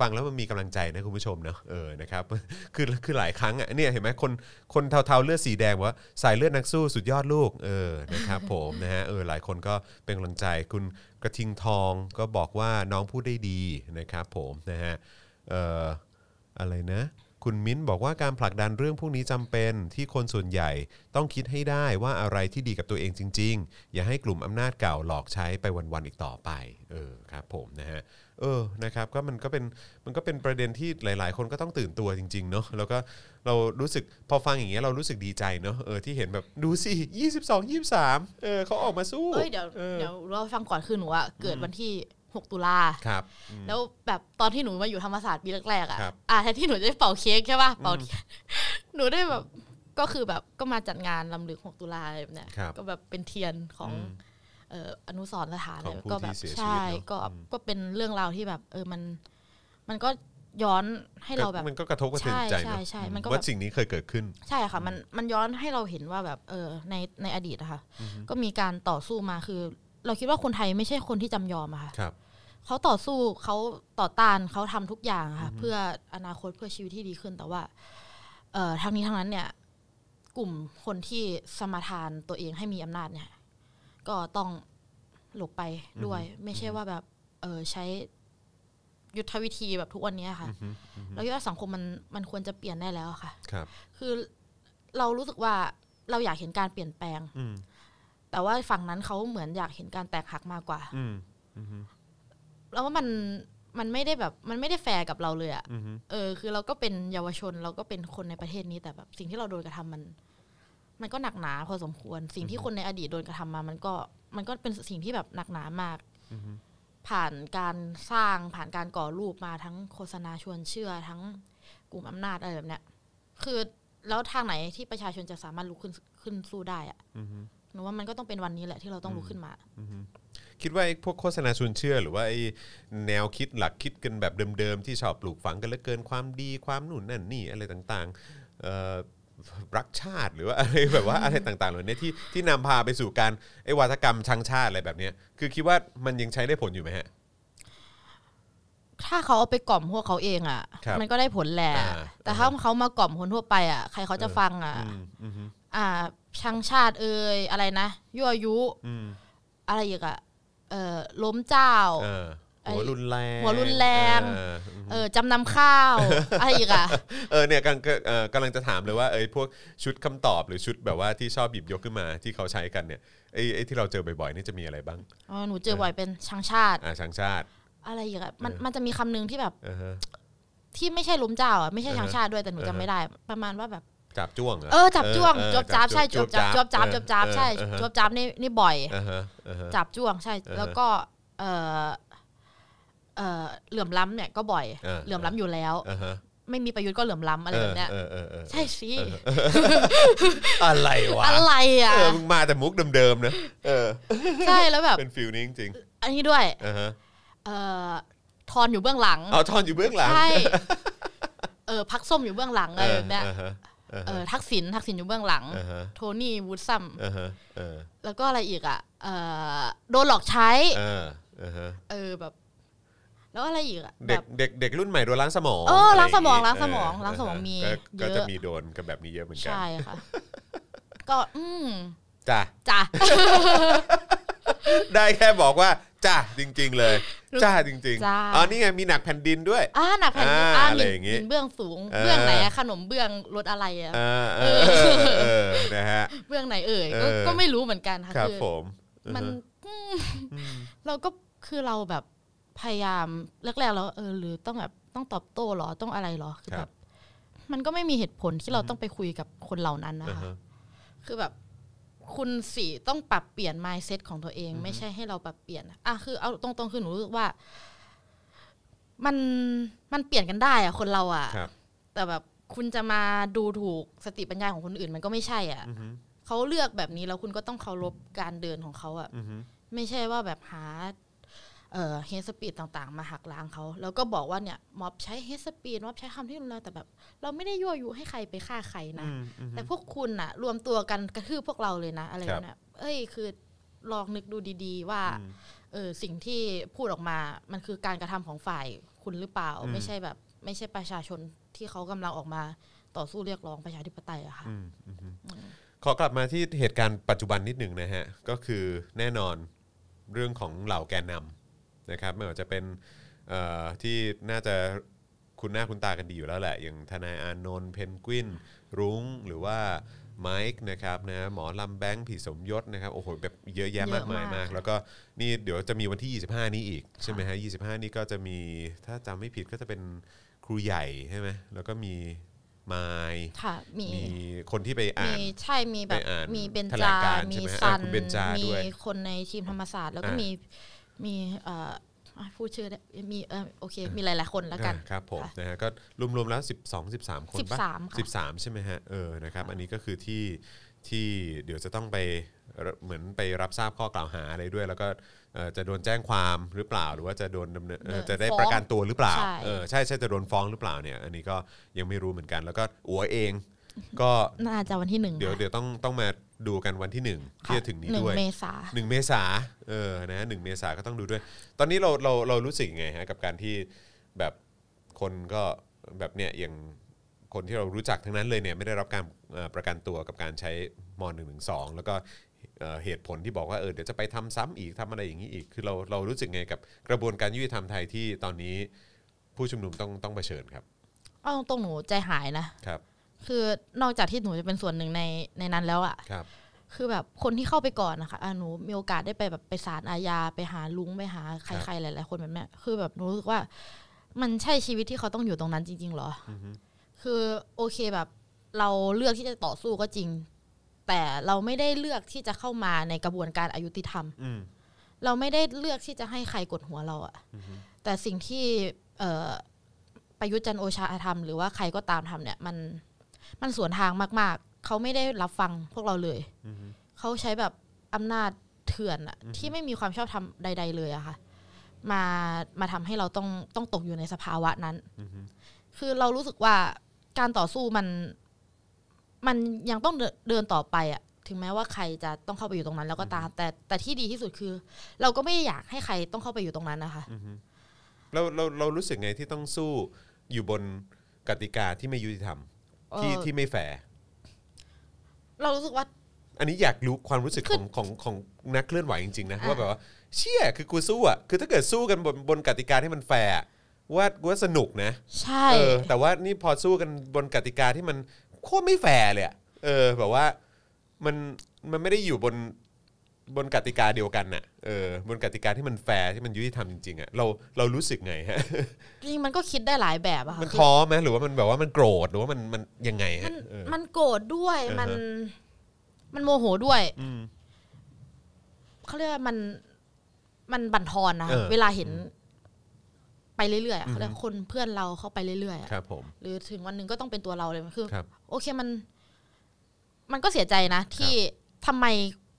Speaker 2: ฟังแล้วมันมีกำลังใจนะคุณผู้ชมเนอะเออนะครับ คือคือหลายครั้งอ่ะเนี่ยเห็นไหมคนคนเทาๆเลือดสีแดงบอกว่าสายเลือดนักสู้สุดยอดลูกเออนะครับ ผมนะฮะเออหลายคนก็เป็นกำลังใจคุณกระทิงทองก็บอกว่าน้องพูดได้ดีนะครับ ผมนะฮะเอ่ออะไรนะ คุณมิ้นบอกว่าการผลักดันเรื่องพวกนี้จำเป็นที่คนส่วนใหญ่ ต้องคิดให้ได้ว่าอะไรที่ดีกับตัวเองจริง ๆ อย่าให้กลุ่มอำนาจเก่าหลอกใช้ไปวันๆอีกต่อไปเออครับผมนะฮะเออนะครับก็มันก็เป็นมันก็เป็นประเด็นที่หลาย ๆ คนก็ต้องตื่นตัวจริง ๆ เนาะแล้วก็เรารู้สึกพอฟังอย่างเงี้ยเรารู้สึกดีใจเนาะเออที่เห็นแบบดูสิ22 23เออเขาออกมาสู้
Speaker 3: เอ้ยเดี๋ยว
Speaker 2: ออ
Speaker 3: เดี๋ยวเราฟังก่อนคือหนูอะเกิดวันที่ 6 ตุลา
Speaker 2: ครับ
Speaker 3: แล้วแบบตอนที่หนูมาอยู่ธรรมศาสตร์ปีแรกๆอ่ะ
Speaker 2: ครับ
Speaker 3: อ่าแทนที่หนูจะได้เป่าเค้กใช่ป่ะ เป่าเทียน หนูได้แบบก็คือแบบก็มาจัดงานลำลึก 6 ตุลาอะไรแบบเนี้ย
Speaker 2: ครับ
Speaker 3: ก็แบบเป็นเทียนของ
Speaker 2: อืม
Speaker 3: เอ่ออนุสรณ์สถาน
Speaker 2: ของ
Speaker 3: เลย
Speaker 2: ผู้
Speaker 3: ก็
Speaker 2: ที่
Speaker 3: แบบ
Speaker 2: เสียชีวิต
Speaker 3: ใช่
Speaker 2: เนอะ
Speaker 3: ก็
Speaker 2: อืม
Speaker 3: ก็เป็นเรื่องราวที่แบบ เออมัน มันก็ย้อนให้เราแบบ
Speaker 2: มันก็กระทบกระเทือนใจ
Speaker 3: ใช่
Speaker 2: เนาะ
Speaker 3: ใช่ใช่มันก็แบบ
Speaker 2: ว่าสิ่งนี้เคยเกิดขึ้น
Speaker 3: ใช่ค่ะมันมันย้อนให้เราเห็นว่าแบบเออในในอดีตอะค่ะ ก็มีการต่อสู้มาคือ เราคิดว่าคนไทยไม่ใช่คนที่จำยอมอะค่ะ
Speaker 2: ครับ
Speaker 3: เขาต่อสู้เขาต่อต้านเขาทำทุกอย่างค่ะ เพื่ออนาคตเพื่อชีวิตที่ดีขึ้น แต่ว่าเอ่อทั้งนี้ทั้งนั้นเนี่ย กลุ่มคนที่สมทานตัวเองให้มีอำนาจเนี่ย ก็ต้องหลบไปด้วย ไม่ใช่ว่าแบบ เออใช้ยุทธวิธีแบบทุกวันเนี้ยค่ะ
Speaker 2: อือฮึอือฮึ
Speaker 3: เราคิดว่าสังคมมันมันควรจะเปลี่ยนได้แล้วอะค่ะ
Speaker 2: ครับ
Speaker 3: คือเรารู้สึกว่าเราอยากเห็นการเปลี่ยนแปลง
Speaker 2: อืม
Speaker 3: แต่ว่าฝั่งนั้นเขาเหมือนอยากเห็นการแตกหักมากกว่า
Speaker 2: อืมอืม
Speaker 3: แล้วว่ามันมันไม่ได้แบบมันไม่ได้แฟร์กับเราเลยอะ
Speaker 2: อืม
Speaker 3: เออ คือเราก็เป็นเยาวชนเราก็เป็นคนในประเทศนี้แต่แบบสิ่งที่เราโดนกระทำมัน มันก็หนักหนาพอสมควร สิ่งที่คนในอดีตโดนกระทำมา มันก็มันก็เป็นสิ่งที่แบบหนักหนามาก
Speaker 2: อือฮึ
Speaker 3: ผ่านการสร้างผ่านการก่อรูปมาทั้งโฆษณาชวนเชื่อทั้งกลุ่มอำนาจอะไรแบบเนี้ยคือแล้วทางไหนที่ประชาชนจะสามารถลุกขึ้นขึ้นสู้ได้อะ
Speaker 2: อืม
Speaker 3: หนูว่ามันก็ต้องเป็นวันนี้แหละที่เราต้องลุกขึ้นมา
Speaker 2: คิดว่าไอ้พวกโฆษณาชวนเชื่อ หรือว่าไอ้แนวคิดหลักคิดกันแบบเดิมๆ ที่ชอบปลูกฝังกันเหลือเกินความดีความหนุนนั่นนี่อะไรต่างๆเอ่อรักชาติหรือว่าอะไรแบบว่าอะไร ต่างๆเหล่านี้ที่ที่นำพาไปสู่การไอ้วาทกรรมชังชาติอะไรแบบเนี้ยคือคิดว่ามันยังใช้ได้ผลอยู่ไหมฮะ
Speaker 3: ถ้าเขาเอาไปกล่อมพวกเขาเองอ่ะ
Speaker 2: ครับ
Speaker 3: มันก็ได้ผลแหละ
Speaker 2: อ่า
Speaker 3: แต่ถ้าเขามากล่อมคนทั่วไปอ่ะ ใครเขาจะฟังอ่ะ
Speaker 2: อืมอืม
Speaker 3: อ่าชังชาติเอ่ยอะไรนะยั่วยุ
Speaker 2: อืม
Speaker 3: อะไรอีกอ่ะ เออล้มเจ้า
Speaker 2: เออหัวรุนแรง
Speaker 3: หัวรุนแรง
Speaker 2: เอออืม
Speaker 3: เออจำนำข้าว อะไรอีกอ่ะ
Speaker 2: เออเนี่ยกำลังเอ่อกำลังจะถามเลยว่าเอ้ยพวกชุดคำตอบหรือชุดแบบว่าที่ชอบหยิบยกขึ้นมาที่เขาใช้กันเนี่ยไอ้ไอ้ที่เราเจอบ่อยๆนี่จะมีอะไรบ้าง
Speaker 3: อ๋อหนูเจอบ่อยเป็นชังชาติ
Speaker 2: อ่าชังชาติ
Speaker 3: อะไรอีกอ่ะ มันมันจะมีคำหนึงที่แบบ
Speaker 2: อ่าฮะ
Speaker 3: ที่ไม่ใช่ล้มเจ้าอ่ะไม่ใช่ชังชาติด้วยแต่หนู
Speaker 2: อ่าฮะ
Speaker 3: จำไม่ได้ ประมาณว่าแบบ
Speaker 2: จับจ้วงหร
Speaker 3: เออจับจ้วง
Speaker 2: เออ
Speaker 3: จวบจ้าบใช่จวบจ้าบจวบจ้าบ
Speaker 2: เออ
Speaker 3: จวบจ้าบใช่
Speaker 2: เออ
Speaker 3: จวบจ้าบนี่นี่บ่อย
Speaker 2: อ่าฮะอ่าฮะ
Speaker 3: จับจ้วงใช่
Speaker 2: อ่าฮะ
Speaker 3: แล้วก็เออเออเหลื่อมล้ำเนี่ยก็บ่อย
Speaker 2: เออ
Speaker 3: เหลื่อมล้ำอยู่แล้ว
Speaker 2: อ่าฮะ
Speaker 3: ไม่มีประยุทธ์ก็เหลื่อมล้ำอะไรแบบเนี้ย
Speaker 2: เออเออเออเออ
Speaker 3: ใช่สิ
Speaker 2: อะไรวะ
Speaker 3: อะไรอ่ะ
Speaker 2: เออมึงมาแต่มุกเดิมๆนะเออ
Speaker 3: ใช่แล้วแบบ
Speaker 2: เป็นฟิลนี้จริง
Speaker 3: อันนี้ด้วย
Speaker 2: ๆอ่าฮะ
Speaker 3: เออทอนอยู่เบื้องหลัง
Speaker 2: เอาทอนอยู่เบื้องหลัง
Speaker 3: ใช่เออพักส้มอยู่เบื้องหลังอะไรแบบเนี้ย
Speaker 2: อ่าฮะอ่า
Speaker 3: เอ
Speaker 2: ฮะ
Speaker 3: อทักษิณทักษิณอยู่เบื้องหลัง
Speaker 2: อ่าฮะ
Speaker 3: โทนี่วูดซัม
Speaker 2: อ่าฮะเออ
Speaker 3: แล้วก็อะไรอีกอ่ะเออโดนหลอกใช้
Speaker 2: เอออ่าฮะ
Speaker 3: เออแบบ แล้วอะไรอีกอ่ะแบ
Speaker 2: เด็ก
Speaker 3: บ
Speaker 2: เด็กเด็กรุ่นใหม่โดนล้างสมอง
Speaker 3: เออล้างสมอง
Speaker 2: ะไรย่
Speaker 3: ล้างสมอง
Speaker 2: เ
Speaker 3: ล้างสมองมี
Speaker 2: ก็
Speaker 3: เย
Speaker 2: ก็
Speaker 3: อะ
Speaker 2: จะมีโดนกับแบบนี้เยอะเหมือนกัน
Speaker 3: ใช่ค่ะ ก็อืม
Speaker 2: จ้ะ
Speaker 3: จ้ะ
Speaker 2: ได้แค่บอกว่าจ้ะจริง ๆ เลยจ้ะจริง
Speaker 3: จ้ะ
Speaker 2: ๆอ๋อนี่ไงมีหนักแผ่นดินด้วย
Speaker 3: อ่าหนักแผ่นดิน
Speaker 2: อ่า
Speaker 3: อ่า
Speaker 2: อะไร
Speaker 3: หมิ
Speaker 2: อย่างงี้
Speaker 3: นเบื้องสูง
Speaker 2: เออ
Speaker 3: เบื้องไหนอะขนมเบื้องรสอะไรอะ
Speaker 2: เออเออเออนะฮะ
Speaker 3: เบื้องไหนเอ่ยก็
Speaker 2: เออ
Speaker 3: ก็ไม่รู้เหมือนกันค่ะ
Speaker 2: ครับ
Speaker 3: คือ
Speaker 2: ผม
Speaker 3: มัน
Speaker 2: อือฮะ
Speaker 3: อืมเราก็คือเราแบบพยายามแรกๆแล้วเออหรือต้องแบบต้องตอบโต้เหรอต้องอะไรเหรอคือ
Speaker 2: ค
Speaker 3: แบ
Speaker 2: รับบ
Speaker 3: มันก็ไม่มีเหตุผลที่เราต้องไปคุยกับคนเหล่านั้นนะ
Speaker 2: อ่า
Speaker 3: คะ
Speaker 2: ฮะ
Speaker 3: คือแบบ คุณสีต้องปรับเปลี่ยน mindset ของตัวเอง ไม่ใช่ให้เราปรับเปลี่ยนอ่ะคือเอาตรงๆคือหนูรู้สึกว่า มันมันเปลี่ยนกันได้อะคนเราอะ
Speaker 2: ครับ
Speaker 3: แต่แบบคุณจะมาดูถูกสติปัญญาของคนอื่นมันก็ไม่ใช่อะ่ะ
Speaker 2: อือฮึ
Speaker 3: เขาเลือกแบบนี้แล้วคุณก็ต้องเคารพการเดินของเขาอะ่ะ
Speaker 2: อือฮึ
Speaker 3: ไม่ใช่ว่าแบบหาเอ่อเฮสปีดต่างๆ มาหักล้างเขา แล้วก็บอกว่าเนี่ยม็อบใช้เฮสปีดม็อบใช้คำที่รุนแรงแต่แบบ เราไม่ได้ยั่วยุให้ใครไปฆ่าใครนะ
Speaker 2: อืมอือฮึ
Speaker 3: แต่พวกคุณน่ะ รวมตัวกันกระทืบพวกเราเลยนะ อะไร
Speaker 2: ครับ
Speaker 3: นะเอ้ยคือลองนึกดูดีๆ ว่าเออสิ่งที่พูดออกมา มันคือการกระทำของฝ่ายคุณหรือเปล่า ไม่ใช่แบบ ไม่ใช่ประชาชนที่เขากำลังออกมาต่อสู้เรียกร้องประชาธิปไตยอะค่ะ
Speaker 2: อืมอืมอืมขอกลับมาที่เหตุการณ์ปัจจุบันนิดหนึ่งนะฮะ ก็คือแน่นอนเรื่องของเหล่าแกนนำนะครับไม่ว่าจะเป็นเอ่อที่น่าจะ คุณหน้าคุณตากันดีอยู่แล้วแหละ อย่างทนายอานนท์เพนกวิน รุ้งหรือว่าไมค์นะครับนะหมอลำแบงค์ผีสมยศนะครับโอ้โหแบบเยอะแยะมากมา
Speaker 3: เยอะมาม
Speaker 2: ยาก ก แล้วก็นี่เดี๋ยวจะมีวันที่ 25 นี้อีก ใช่ไหมฮะ 25 นี่ก็จะมีถ้าจำไม่ผิดก็จะเป็นครูใหญ่ใช่ไหมแล้วก็มีไมค์
Speaker 3: ค่ะ มี
Speaker 2: มีคนที่ไปอ่าน
Speaker 3: มีใช่มีแบ
Speaker 2: ไป
Speaker 3: บ
Speaker 2: อ่าน
Speaker 3: มีเบน
Speaker 2: แถล
Speaker 3: จาง
Speaker 2: การใช่ไห
Speaker 3: มี
Speaker 2: มอ่ะ
Speaker 3: ซัน
Speaker 2: คุณเบนจา
Speaker 3: มี
Speaker 2: ด้วย
Speaker 3: คนในทีมธรรมศาสตร์ แล้วก็
Speaker 2: อ่ะ
Speaker 3: มีมีเอ่ออ่ะพูดชื่อได้มีเออโอเค มีหลายๆคนแล้วกัน
Speaker 2: อ่าครับผม
Speaker 3: ค่ะ
Speaker 2: นะฮะก็รวมๆแล้ว 12 13 คนปะ
Speaker 3: 13ค่ะ
Speaker 2: 13 ใช่ไหมฮะเออนะครับอันนี้ก็คือที่ที่เดี๋ยวจะต้องไปเหมือนไปรับทราบข้อกล่าวหาอะไรด้วย แล้วก็เอ่อจะโดนแจ้งความหรือเปล่า หรือว่าจะโดนดำเนินเอ่อจะได้ประกันตัวหรือเปล่า
Speaker 3: ใช่
Speaker 2: เออใช่ใช่จะโดนฟ้องหรือเปล่าเนี่ยอันนี้ก็ยังไม่รู้เหมือนกัน แล้วก็อัวเองก็
Speaker 3: น่าจะวันที่หนึ่ง
Speaker 2: เดี๋ยว
Speaker 3: ค่ะ
Speaker 2: เดี๋ยวต้องต้องมาดูกันวันที่หนึ่งที่จะถึงนี้
Speaker 3: หนึ่ง
Speaker 2: ด้วย
Speaker 3: เมษา
Speaker 2: หนึ่งเมษาเออ นะหนึ่งเมษาก็ต้องดูด้วย ตอนนี้เราเราเรารู้สึกยังไงฮะกับการที่แบบคนก็แบบเนี่ยอย่างคนที่เรารู้จักทั้งนั้นเลยเนี่ยไม่ได้รับการเอ่อประกันตัวกับการใช้ม1 1 2 แล้วก็เอ่อเหตุผลที่บอกว่าเออเดี๋ยวจะไปทำซ้ำอีกทำอะไรอย่างนี้อีก คือเราเรารู้สึกไงกับกระบวนการยุติธรรมไทยที่ตอนนี้ผู้ชุมนุมต้องต้องเผชิญครับ
Speaker 3: เอาตรงๆหนูใจหายนะ
Speaker 2: ครับ
Speaker 3: คือนอกจากที่หนูจะเป็นส่วนหนึ่งในในนั้นแล้วอะ
Speaker 2: ครับ
Speaker 3: คือแบบคนที่เข้าไปก่อนนะคะอ่ะหนูมีโอกาสได้ไปแบบไปศาลอาญาไปหาลุงไปหาใครๆหลาย ๆ คนแบบเนี้ยคือแบบหนูรู้สึกว่า มันใช่ชีวิตที่เขาต้องอยู่ตรงนั้นจริง ๆเหรอ
Speaker 2: อือฮึ
Speaker 3: คือโอเคแบบเราเลือกที่จะต่อสู้ก็จริง แต่เราไม่ได้เลือกที่จะเข้ามาในกระบวนการอายุติธรรม
Speaker 2: อืม
Speaker 3: เราไม่ได้เลือกที่จะให้ใครกดหัวเราอะแต่สิ่งที่เอ่อประยุทธ์จันทร์โอชาทำหรือว่าใครก็ตามทำเนี่ย มันมันสวนทางมาก ๆ เขาไม่ได้รับฟังพวกเราเลย
Speaker 2: อือฮึ
Speaker 3: เขาใช้แบบอำนาจเถื่อนอะที่ไม่มีความชอบธรรมใด ๆ เลยอะค่ะ มามาทำให้เราต้องต้องตกอยู่ในสภาวะนั้น
Speaker 2: อือฮึ
Speaker 3: คือเรารู้สึกว่าการต่อสู้มัน มันยังต้องเดินเดินต่อไปอะถึงแม้ว่าใครจะต้องเข้าไปอยู่ตรงนั้น แล้วก็ตาม แต่แต่ที่ดีที่สุดคือ เราก็ไม่ได้อยากให้ใครต้องเข้าไปอยู่ตรงนั้นนะคะ
Speaker 2: เราเราเรารู้สึกไงที่ต้องสู้อยู่บนกติกาที่ไม่ยุติธรรมที่
Speaker 3: เอ่อ
Speaker 2: ที่ไม่แฟร์
Speaker 3: เรารู้สึกว่า
Speaker 2: อันนี้อยากรู้ความรู้สึก
Speaker 3: คื
Speaker 2: ขอ
Speaker 3: อ
Speaker 2: งของของนักเคลื่อนไหวจริงๆนะ
Speaker 3: อ่ะ
Speaker 2: ว่าแบบว่าเชี่ยคือกูสู้อ่ะคือถ้าเกิดสู้กันบนบนกติกาที่มันแฟร์อะว่าว่าสนุกนะ
Speaker 3: ใช่
Speaker 2: เออแต่ว่านี่พอสู้กันบนกติกาที่มันโคตรไม่แฟร์เลยอะเออแบบว่ามันมันไม่ได้อยู่บนบนกติกาเดียวกันน่ะเออบนกติกาที่มันแฟร์ที่มันยุติธรรมจริงๆอ่ะเราเรารู้สึกไง ฮะ
Speaker 3: จริงๆมันก็คิดได้หลายแบบอะค่ะ
Speaker 2: มัน
Speaker 3: คือ
Speaker 2: ท้อไหมหรือว่ามันแบบว่ามันโกรธหรือว่ามันมันยังไง
Speaker 3: มั
Speaker 2: ฮะ
Speaker 3: น
Speaker 2: เออ
Speaker 3: มันโกรธด้วย
Speaker 2: เออฮะ
Speaker 3: มัน มันโมโหด้วย
Speaker 2: อืม
Speaker 3: เขาเรียกว่ามันมันบั่นทอนนะ
Speaker 2: เออ
Speaker 3: เวลาเห็นไปเรื่อยๆอะเขาเรียกคนเพื่อนเราเข้าไปเรื่อยๆอะ
Speaker 2: ครับผม
Speaker 3: หรือถึงวันหนึ่งก็ต้องเป็นตัวเราเลยมันคือ
Speaker 2: ครับ
Speaker 3: โอเคมัน มันก็เสียใจนะ ที่ทำไม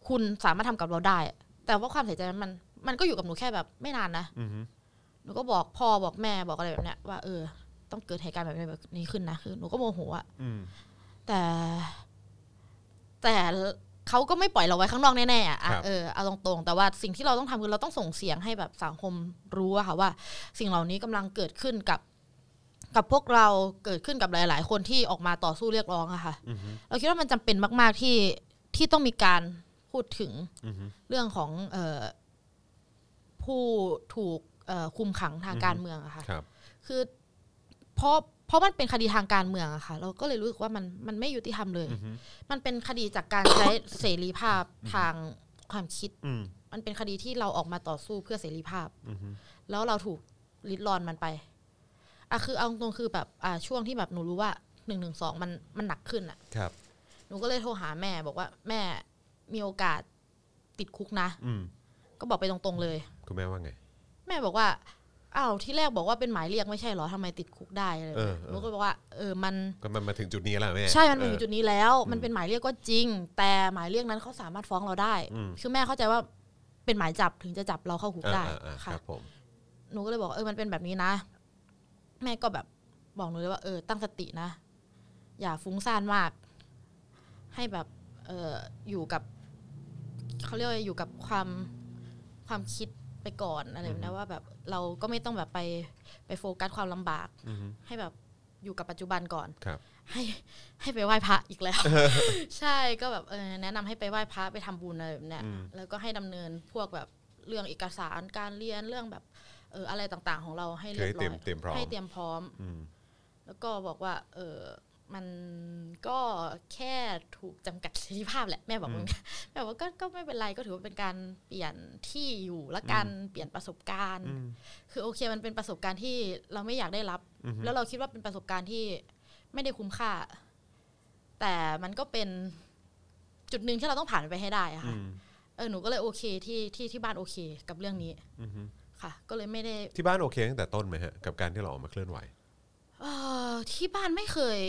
Speaker 3: คุณสามารถทำกับเราได้ แต่ว่าความเสียใจนั้นมัน มันก็อยู่กับหนูแค่แบบไม่นานนะ
Speaker 2: อือฮึ
Speaker 3: หนูก็บอกพ่อบอกแม่บอกอะไรแบบเนี้ยว่าเออ ต้องเกิดเหตุการณ์แบบนี้แบบนี้ขึ้นนะคือหนูก็โมโหอะ
Speaker 2: อืม
Speaker 3: แต่แต่เขาก็ไม่ปล่อยเราไว้ข้างนอกแน่ๆอ่ะ
Speaker 2: ครับ
Speaker 3: เออเอาตรงๆแต่ว่าสิ่งที่เราต้องทำคือเราต้องส่งเสียงให้แบบสังคมรู้อะค่ะว่า สิ่งเหล่านี้กำลังเกิดขึ้นกับ กับพวกเราเกิดขึ้นกับหลาย ๆ คนที่ออกมาต่อสู้เรียกร้องอะค่ะ
Speaker 2: อืม
Speaker 3: เราคิดว่ามันจำเป็นมาก ๆที่ที่ต้องมีการพูดถึง
Speaker 2: อืม
Speaker 3: เรื่องของเออผู้ถูกเอ่อคุมขังทาง
Speaker 2: อือฮึ
Speaker 3: การเมืองอะค่ะ
Speaker 2: ครับ
Speaker 3: คือเพราะเพราะมันเป็นคดีทางการเมืองอะค่ะ เราก็เลยรู้สึกว่ามันมันไม่ยุติธรรมเลย
Speaker 2: อือฮึ
Speaker 3: มันเป็นคดีจากการใช้ เสรีภาพทางความคิด
Speaker 2: อืม
Speaker 3: มันเป็นคดีที่เราออกมาต่อสู้เพื่อเสรีภาพ
Speaker 2: อืม
Speaker 3: แล้วเราถูกลิดรอนมันไปอะคือเอาตรงๆคือแบบอ่ะช่วงที่แบบหนูรู้ว่าหนึ่งหนึ่งสองมันมันหนักขึ้นอะ
Speaker 2: ครับ
Speaker 3: หนูก็เลยโทรหาแม่บอกว่าแม่มีโอกาสติดคุกนะ
Speaker 2: อืม
Speaker 3: ก็บอกไปตรงๆเลย
Speaker 2: คุณแม่ว่าไง
Speaker 3: แม่บอกว่า อ้าวที่แรกบอกว่าเป็นหมายเรียกไม่ใช่เหรอทำไมติดคุกได้อะไรแบบเนี้ย
Speaker 2: เออเออ
Speaker 3: หนูก็บอกว่าเออมัน
Speaker 2: ก็มันมาถึงจุดนี้แล้วแม่
Speaker 3: ใช่ มันมาถึ
Speaker 2: เออ
Speaker 3: งจุดนี้แล้ว
Speaker 2: อื
Speaker 3: มัน
Speaker 2: ม
Speaker 3: เป็นหมายเรียกก็จริง แต่หมายเรียกนั้นเขาสามารถฟ้องเราได้
Speaker 2: อืม
Speaker 3: คือแม่เข้าใจว่าเป็นหมายจับถึงจะจับเราเข้าคุก
Speaker 2: อ่า
Speaker 3: ได้
Speaker 2: อ่าอ่าค
Speaker 3: ค่ะ
Speaker 2: รับผม
Speaker 3: หนูก็เลยบอกว่าเออ มันเป็นแบบนี้นะ แม่ก็แบบบอกหนูเลยว่าเออ ตั้งสตินะ อย่าฟุ้งซ่านมาก ให้แบบ เอออยู่กับเขาเรียกว่าอยู่กับความความคิดไปก่อนอะไรแบบนะว่าแบบเราก็ไม่ต้องแบบไปไปโฟกัสความลำบาก
Speaker 2: อืม
Speaker 3: ให้แบบอยู่กับปัจจุบันก่อน
Speaker 2: ครับ
Speaker 3: ให้ให้ไปไหว้พระอีก แล้ว ใช่ก็แบบเออแนะนำให้ไปไหว้พระไปทำบุญอะไรแบบเนี้ย
Speaker 2: อืม
Speaker 3: แล้วก็ให้ดำเนินพวกแบบเรื่องเอกสารการเรียนเรื่องแบบ เอออะไรต่างๆของเราให้เรียบร้อย
Speaker 2: ให้เตรียมเตรียมพร้อม
Speaker 3: ให้เตรียมพร้อม
Speaker 2: อืม
Speaker 3: แล้วก็บอกว่า เออมันก็แค่ถูกจำกัดเสรีภาพแหละแม่บอก
Speaker 2: อืม
Speaker 3: ว่าแม่บอกว่าก็ก็ไม่เป็นไรก็ถือว่าเป็นการเปลี่ยนที่อยู่ละกันเปลี่ยนประสบการณ์
Speaker 2: อืม
Speaker 3: คือโอเคมันเป็นประสบการณ์ที่เราไม่อยากได้รับ
Speaker 2: อือฮึ
Speaker 3: แล้วเราคิดว่าเป็นประสบการณ์ที่ไม่ได้คุ้มค่า แต่มันก็เป็นจุดหนึ่งที่เราต้องผ่านไปให้ได้อะ
Speaker 2: อื
Speaker 3: ค่ะ
Speaker 2: ม
Speaker 3: เออหนูก็เลยโอเคที่ที่ที่บ้านโอเค กับเรื่องนี้
Speaker 2: อืม
Speaker 3: ค่ะ ก็เลยไม่ได้
Speaker 2: ที่บ้านโอเคตั้งแต่ต้นไหมฮะกับการที่เราออกมาเคลื่อนไหว
Speaker 3: เอ่อที่บ้านไม่เคย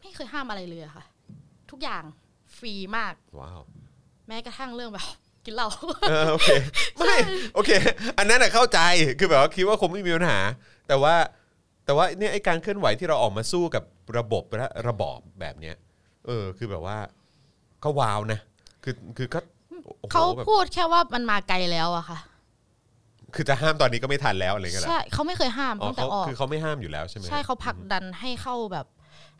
Speaker 3: ไม่เคยห้ามอะไรเลยอะค่ะ ทุกอย่างฟรีมาก
Speaker 2: ว้าว
Speaker 3: แม้กระทั่งเรื่องแบบ กินเหล้า
Speaker 2: เออโอเคไม่โอเค อันนั้นอะเข้าใจคือแบบว่าคิดว่าคงไม่มีปัญหา แต่ว่าแต่ว่าเนี่ยไอการเคลื่อนไหวที่เราออกมาสู้กับระบบและระบอบแบบเนี้ยเออคือแบบว่าก็ว้าวนะคือคือก็โอ้โห
Speaker 3: เขา
Speaker 2: แบบ
Speaker 3: พูดแค่ว่ามันมาไกลแล้วอะค่ะ
Speaker 2: คือจะห้ามตอนนี้ก็ไม่ทันแล้วอะไรเงี้ยเหรอ
Speaker 3: ใช่เขาไม่เคยห้าม
Speaker 2: อ๋อ
Speaker 3: ตั้งแต่
Speaker 2: เขา
Speaker 3: ออก
Speaker 2: คือเขาไม่ห้ามอยู่แล้วใช่ไหม
Speaker 3: ใช่เขาผลักดันให้เข้าแบบ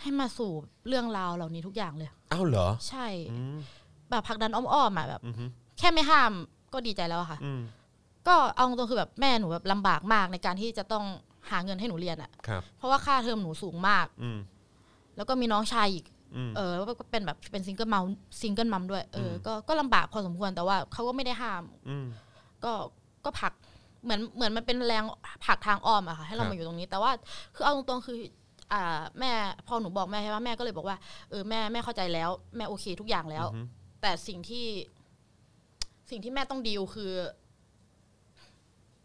Speaker 3: ให้มาสู่เรื่องราวเหล่านี้ทุกอย่างเลย
Speaker 2: อ้าวเหรอ
Speaker 3: ใช่
Speaker 2: อืม
Speaker 3: แบบผลักดันอ้อมๆอะแบบ
Speaker 2: อืม
Speaker 3: แค่ไม่ห้ามก็ดีใจแล้วอะค่ะ
Speaker 2: อืม
Speaker 3: ก็เอาตรงๆคือแบบแม่หนูแบบลำบากมากในการที่จะต้องหาเงินให้หนูเรียนอะ
Speaker 2: ครับ
Speaker 3: เพราะว่าค่าเทอมหนูสูงมาก
Speaker 2: อืม
Speaker 3: แล้วก็มีน้องชายอีก
Speaker 2: อืม
Speaker 3: เออแล้วก็เป็นแบบเป็นซิงเกิลมัมซิงเกิลมัมด้วย เอออ
Speaker 2: ม
Speaker 3: ก็ก็ลำบากพอสมควรแต่ว่าเขาก็ไม่ได้ห้าม
Speaker 2: อืม
Speaker 3: ก็ก็ผลักเหมือนเหมือนมันเป็นแรงผลักทางอ้อมอะค่ะให้เรา
Speaker 2: ครับ
Speaker 3: มาอยู่ตรงนี้ แต่ว่าคือเอาตรงๆคือ อ่าแม่พอหนูบอกแม่ใช่ไหมแม่ก็เลยบอกว่าเออแม่แม่เข้าใจแล้ว แม่โอเคทุกอย่างแล้ว
Speaker 2: อืม
Speaker 3: แต่สิ่งที่ สิ่งที่แม่ต้องดีลคือ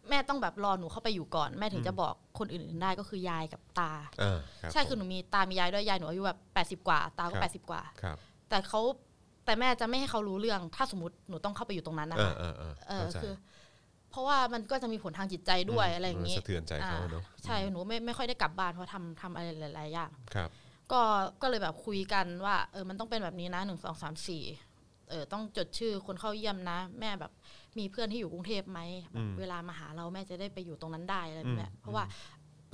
Speaker 3: แม่ต้องแบบรอหนูเข้าไปอยู่ก่อน แม่ถึงจะบอกคนอื่นๆได้ก็คือยายกับตา
Speaker 2: อ่ารับ
Speaker 3: ใช่คือห
Speaker 2: ผม
Speaker 3: นูมีตามียายด้วยยายหนูอายุแบบแปดสิบ80 กว่า ตา
Speaker 2: ครั
Speaker 3: ก็
Speaker 2: บ
Speaker 3: แปดสิบกว่า
Speaker 2: ครับ
Speaker 3: แต่เขาแต่แม่จะไม่ให้เขารู้เรื่อง ถ้าสมมติหนูต้องเข้าไปอยู่ตรงนั้นนะ
Speaker 2: อ่า
Speaker 3: คะ
Speaker 2: อ่าอ่า
Speaker 3: เออ
Speaker 2: เข้าใจ
Speaker 3: คือ เพราะว่ามันก็จะมีผลทางจิตใจด้วยอะไรอย่าง
Speaker 2: นี้สะเทือนใจเขาเนอะ
Speaker 3: อ่าใช่หนูไม่ไม่ค่อยได้กลับบ้านเพราะทำทำอะไรหลายๆอย่าง
Speaker 2: ครับ
Speaker 3: ก็ก็เลยแบบคุยกันว่าเออมันต้องเป็นแบบนี้นะหนึ่งสองสามสี่เออต้องจดชื่อคนเข้าเยี่ยมนะ แม่แบบมีเพื่อนที่อยู่กรุงเทพไหมแบ
Speaker 2: อื
Speaker 3: บ
Speaker 2: ม
Speaker 3: เวลามาหาเราแม่จะได้ไปอยู่ตรงนั้นได้อะไร
Speaker 2: อืม
Speaker 3: แบบเนี้ยเพราะว่า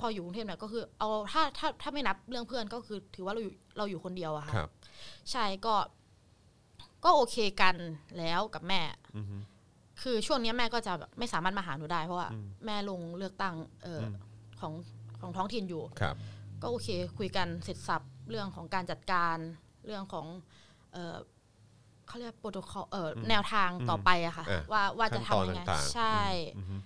Speaker 3: พออยู่กรุงเทพเนี่ยก็คือ เอาถ้าถ้าถ้าไม่นับเรื่องเพื่อนก็คือ ถือว่าเราอยู่เราอยู่คนเดียวอะค่ะ
Speaker 2: ครับ
Speaker 3: ใช่ก็ ก็โอเคกันแล้วกับแม่
Speaker 2: อือฮึ
Speaker 3: คือช่วงเนี้ยแม่ก็จะแบบไม่สามารถมาหาหนูได้ เพราะว่า
Speaker 2: อืม
Speaker 3: แม่ลงเลือกตั้งเอออ
Speaker 2: ม
Speaker 3: ของของท้องถิ่นอยู่
Speaker 2: ครับ
Speaker 3: ก็โอเค คุยกันเสร็จสับเรื่องของการจัดการเรื่องของ เออเขาเรียกโปรโตคอลเอออแนวทางต่อไปอะค่ะ
Speaker 2: อ่ะ
Speaker 3: ว่าว่าจะ
Speaker 2: ขั้นตอน
Speaker 3: ทำยังไง
Speaker 2: ต่างๆ
Speaker 3: ใช่
Speaker 2: อือฮึ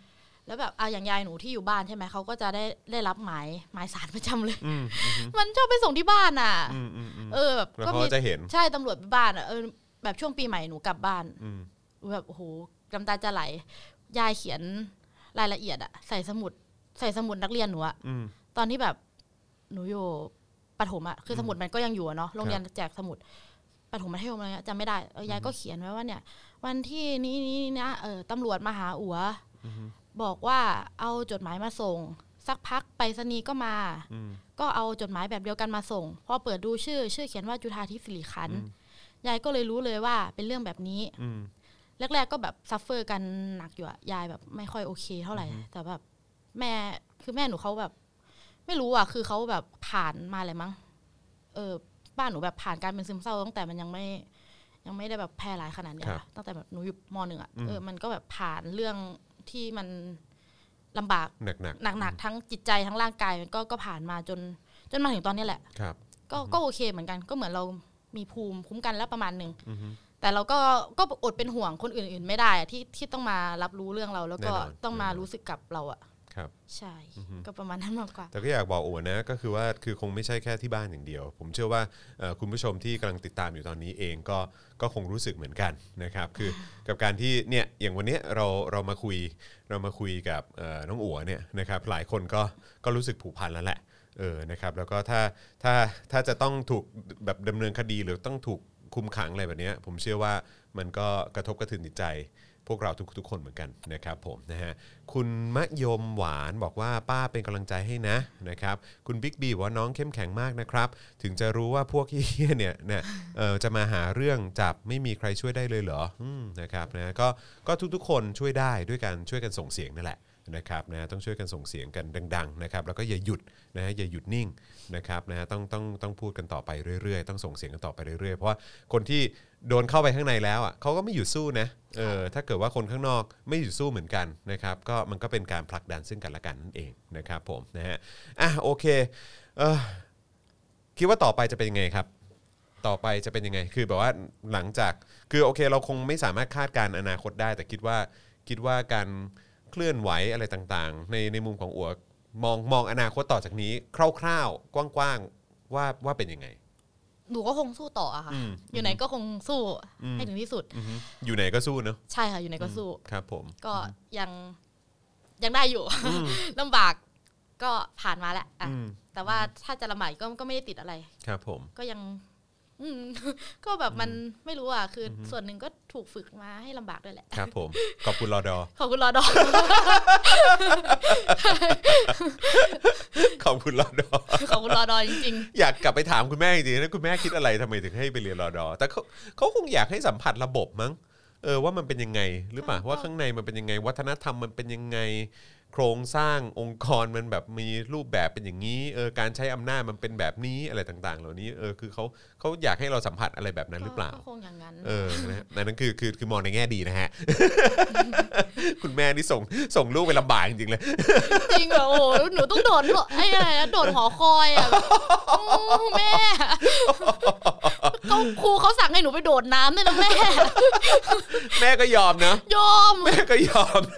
Speaker 3: แล้วแบบเอาอย่างยายหนูที่อยู่บ้านใช่ไหมเขาก็จะได้ได้รับหมายหมายสารประจำเลย
Speaker 2: อืมอือฮึ
Speaker 3: มันชอบไปส่งที่บ้านอ่ะ
Speaker 2: อืมอืมอืม
Speaker 3: เออแบบ
Speaker 2: แล้ว
Speaker 3: ก็
Speaker 2: เขา
Speaker 3: มี
Speaker 2: ก็จะเห็น
Speaker 3: ใช่ตำรวจบ้านอ่ะเออแบบช่วงปีใหม่หนูกลับบ้าน
Speaker 2: อืม
Speaker 3: แบบโอ้โหน้ำตาจะไหล ยายเขียนรายละเอียดอะใส่สมุดใส่สมุดนักเรียนหนูอะ
Speaker 2: อืม
Speaker 3: ตอนที่แบบหนูอยู่ปฐมอะคือสมุดมันก็ยังอยู่อะเนาะโรงเรียนแจกสมุดปฐมมัธยมอะไรเงี้ยจำไม่ได้เออยายก็เขียนไว้ว่าเนี่ย วันที่นี้นี้นะเออตำรวจมาหาอัว
Speaker 2: อือฮึ
Speaker 3: บอกว่าเอาจดหมายมาส่ง สักพักไปรษณีย์ก็มา
Speaker 2: อืม
Speaker 3: ก็เอาจดหมายแบบเดียวกันมาส่ง พอเปิดดูชื่อ ชื่อเขียนว่าจุธาทิพย์สิริขันธ์
Speaker 2: อืม
Speaker 3: ยายก็เลยรู้เลยว่าเป็นเรื่องแบบนี้
Speaker 2: อืม
Speaker 3: แรก ๆ ก็แบบซัฟเฟอร์กันหนักอยู่อะยายแบบไม่ค่อยโอเคเท่าไหร่ แต่แบบแม่คือแม่หนูเขาแบบ ไม่รู้อะคือเขาแบบผ่านมาเลยมั้ง เออ บ้านหนูแบบผ่านการเป็นซึมเศร้าตั้งแต่มันยังไม่ ยังไม่ได้แบบแพร่หลายขนาดเนี้ย
Speaker 2: ครับ
Speaker 3: ค่ะตั้งแต่แบบหนูอยู่มหนึ่งอะ
Speaker 2: อืม
Speaker 3: เออมันก็แบบผ่านเรื่องที่มันลำบาก
Speaker 2: หนักหนัก
Speaker 3: หนักๆทั้งจิตใจทั้งร่างกายมันก็ก็ผ่านมาจน จนมาถึงตอนเนี้ยแหละ
Speaker 2: ครับ
Speaker 3: ก็ก็โอเคเหมือนกันก็เหมือนเรามีภูมิคุ้มกันแล้วประมาณหนึ่ง
Speaker 2: อือฮึ
Speaker 3: แต่เราก็ก็อดเป็นห่วงคนอื่น ๆ ไม่ได้อะที่ที่ต้องมารับรู้เรื่องเรา แล้วก็
Speaker 2: แน่นอน
Speaker 3: ต้องมา
Speaker 2: แน่นอน
Speaker 3: รู้สึกกับเราอะ
Speaker 2: ครับ
Speaker 3: ใช่
Speaker 2: อือฮึ
Speaker 3: ก็ประมาณนั้นมากกว่า
Speaker 2: แต่ก็อยากบอกโอ๋นะก็คือว่าคือคงไม่ใช่แค่ที่บ้านอย่างเดียว ผมเชื่อว่าเอ่อคุณผู้ชมที่กำลังติดตามอยู่ตอนนี้เองก็ก็คงรู้สึกเหมือนกันนะครับ คือกับการที่เนี่ยอย่างวันเนี้ยเราเรามาคุยเรามาคุยกับเอ่อน้องอัวเนี่ยนะครับหลายคนก็ก็รู้สึกผูกพันแล้วแหละเออนะครับแล้วก็ถ้าถ้าถ้าจะต้องถูกแบบดำเนินคดีหรือต้องถูกคุมขังอะไรแบบเนี้ยผมเชื่อว่ามันก็กระทบกระเทือนจิตใจ พวกเราทุกๆคนเหมือนกันนะครับผมนะฮะคุณมะยมหวานบอกว่าป้าเป็นกำลังใจให้นะนะครับคุณบิ๊กบีบอกว่าน้องเข้มแข็งมากนะครับ ถึงจะรู้ว่าพวกเฮี้ยเนี่ยเนี่ยเอ่อจะมา หาเรื่องจับไม่มีใครช่วยได้เลยเหรออืมนะครับนะก็ก็ทุกๆคนช่วยได้ด้วยการช่วยกันส่งเสียงนั่นแหละ นะครับนะต้องช่วยกันส่งเสียงกันดัง ๆ นะครับ แล้วก็อย่าหยุดนะฮะอย่าหยุดนิ่งนะครับนะฮะต้องต้องต้องพูดกันต่อไปเรื่อยๆ ต้องส่งเสียงกันต่อไปเรื่อยๆ เพราะว่าคนที่โดนเข้าไปข้างในแล้วอ่ะเขาก็ไม่หยุดสู้นะเออถ้าเกิดว่าคนข้างนอกไม่หยุดสู้เหมือนกันนะครับก็มันก็เป็นการผลักดันซึ่งกันและกันนั่นเองนะครับผมนะฮะอ่ะโอเคเออ คิดว่าต่อไปจะเป็นยังไงครับ ต่อไปจะเป็นยังไง คือแบบว่าหลังจาก คือโอเค เราคงไม่สามารถคาดการณ์อนาคตได้ แต่คิดว่าคิดว่าการเคลื่อนไหวอะไรต่างๆ ในในมุมของอัวมองมองอนาคตต่อจากนี้ คร่าวๆ กว้างๆ ว่าว่าเป็นยังไง
Speaker 3: หนูก็คงสู้ต่ออะค่ะ
Speaker 2: อืม
Speaker 3: อยู่ไหนก็คงสู้
Speaker 2: อืม
Speaker 3: ให้ถึงที่สุด
Speaker 2: อือฮึอยู่ไหนก็สู้เนอะ
Speaker 3: ใช่ค่ะ อยู่ไหนก็สู้
Speaker 2: ครับ ผม
Speaker 3: ก็ยังยังได้อยู่ ลำบากก็ผ่านมาแล้วอะ
Speaker 2: อืม
Speaker 3: แต่ว่าถ้าจะลำบากก็ก็ไม่ได้ติดอะไร
Speaker 2: ครับผม
Speaker 3: ก็ยัง อืม ก็แบบมันไม่รู้อ่ะ คืออส่วนหนึ่งก็ถูกฝึกมาให้ลำบากด้วยแหละ
Speaker 2: ครับผมขอบคุณรอดอ
Speaker 3: ขอบคุณรอ ดอ
Speaker 2: ขอบคุณรอดอ
Speaker 3: ขอบคุณรอดอจริง
Speaker 2: อยากกลับไปถามคุณแม่จริงๆนะคุณแม่คิดอะไรทำไมถึงให้ไปเรียนรอดอ แต่เขาเขาคงอยากให้สัมผัสระบบมั้งเออว่ามันเป็นยังไง หรือเปล่า
Speaker 3: ใช่
Speaker 2: ว่าข้างในมันเป็นยังไง วัฒนธรรมมันเป็นยังไง โครงสร้างองค์กรมันแบบมีรูปแบบเป็นอย่างนี้เออการใช้อำนาจมันเป็นแบบนี้อะไรต่าง ๆ เหล่านี้เออคือเขาเขาอยากให้เราสัมผัสอะไรแบบนั้นหรือเปล่า
Speaker 3: ก็คงอย่างนั้น
Speaker 2: เออนะฮะอันนั้นคือคือคือมองในแง่ดีนะฮ ะ คุณแม่นี่ส่งส่งลูกไปลำบากจริงๆเลย
Speaker 3: จริงเหรอโอ้โหหนูต้องโดดหไอ้อะไรนะโดดหอคอยอ่ะอืมแม่ ก็ครูเขาสั่งให้หนูไปโดดน้ำด้วยนะแม่
Speaker 2: แม่ก็ยอมนะ
Speaker 3: โยม
Speaker 2: แม่ก็ยอม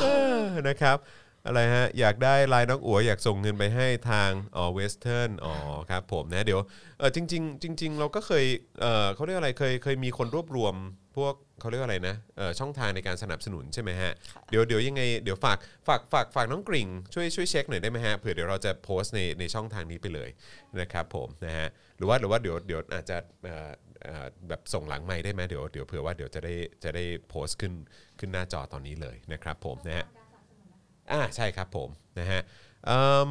Speaker 2: เออนะครับ อะไรฮะ อยากได้ลายน้องอัวอยากส่งเงินไปให้ทางอ๋อเวสเทิร์นอ๋อครับผมนะเดี๋ยวเออจริง ๆ จริง ๆ เราก็เคยเออเขาเรียกอะไรเคยเคยมีคนรวบรวม พวกเขาเรียกอะไรนะเออช่องทางในการสนับสนุนใช่ไหมฮะ
Speaker 3: ค่ะ
Speaker 2: เดี๋ยวเดี๋ยวยังไงเดี๋ยวฝากฝากฝากฝากน้องกริ่งช่วยช่วยเช็คหน่อยได้ไหมฮะเผื่อเดี๋ยวเราจะโพสต์ในในช่องทางนี้ไปเลยนะครับผมนะฮะหรือว่าหรือว่าเดี๋ยวเดี๋ยวอาจจะเอ่อเอ่อแบบส่งหลังไม้ได้ไหมเดี๋ยวเดี๋ยวเผื่อว่าเดี๋ยวจะได้จะได้โพสต์ขึ้นขึ้นหน้าจอตอนนี้เลยนะครับผมนะฮะอ่าใช่ครับผมนะฮะเอิ่ม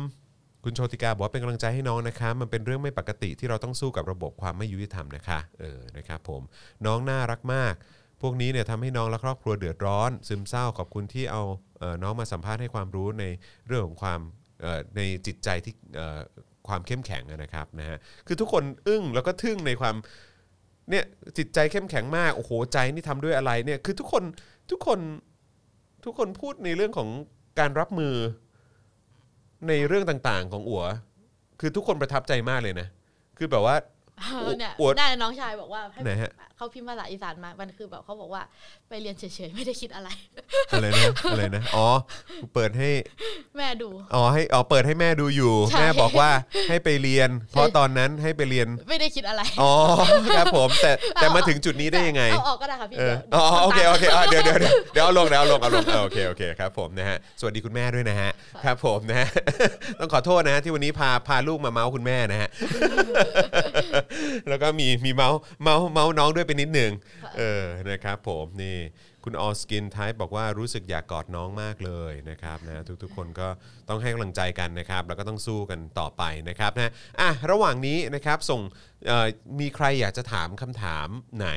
Speaker 2: คุณโชติกาบอกว่าเป็นกำลังใจให้น้องนะคะมันเป็นเรื่องไม่ปกติที่เราต้องสู้กับระบบความไม่ยุติธรรมนะคะเออนะครับผมน้องน่ารักมาก พวกนี้เนี่ยทำให้น้องและครอบครัวเดือดร้อน ซึมเศร้าขอบคุณที่เอาเอ่อน้องมาสัมภาษณ์ให้ความรู้ในเรื่องของความเอ่อในจิตใจที่เอ่อความเข้มแข็งอะนะครับนะฮะคือทุกคนอึ้งแล้วก็ทึ่งในความเนี่ยจิตใจเข้มแข็งมากโอ้โหใจนี่ทำด้วยอะไรเนี่ยคือทุกคนทุกคนทุกคนพูดในเรื่องของการรับมือในเรื่องต่างๆของอัว คือทุกคนประทับใจมากเลยนะ คือแบบว่า
Speaker 3: เออเนี่ย
Speaker 2: อวด
Speaker 3: ได้าน้องชายบอกว่าให้
Speaker 2: ไหนฮะ
Speaker 3: เขาพิมพ์ภาษาอีสานมา มันคือแบบเขาบอกว่าไปเรียนเฉยๆไม่ได้คิดอะไร
Speaker 2: อะไรนะอะไรนะอ๋อเปิดให้
Speaker 3: แม่ดู
Speaker 2: อ๋อให้อ๋อเปิดให้แม่ดูอยู่
Speaker 3: ใช่
Speaker 2: แม่บอกว่าให้ไปเรียน เพราะตอนนั้นให้ไปเรียน
Speaker 3: ไม่ได้คิดอะไร
Speaker 2: อ๋อครับผม แต่แต่มาถึงจุดนี้ได้ยังไง
Speaker 3: เอาออกก็ได้ค่ะพี่
Speaker 2: เออ
Speaker 3: เดี๋ยว
Speaker 2: อ๋อโอเค
Speaker 3: ดี๋ยว
Speaker 2: โอเคอ่ะเดี๋ยวเดี๋ยวเดี๋ยวเดี๋ยวเอาลงเดี๋ยวเอาลงเอาลงเออโอเคโอเคครับผมนะฮะสวัสดีคุณแม่ด้วยนะฮะครับผมนะฮ ะ ต้องขอโทษนะฮะที่วันนี้พาพาลูกมาเมาส์คุณแม่นะฮะ แล้วก็มีมีเมาส์เมาส์เมาส์น้องด้วยไปนิดหนึ่งเออนะครับผมนี่คุณออสกินไทป์บอกว่ารู้สึกอยากกอดน้องมากเลยนะครับนะทุกๆคนก็ต้องให้กำลังใจกันนะครับ แล้วก็ต้องสู้กันต่อไปนะครับนะอ่ะระหว่างนี้นะครับส่งเอ่อมีใครอยากจะถามคำถามไหน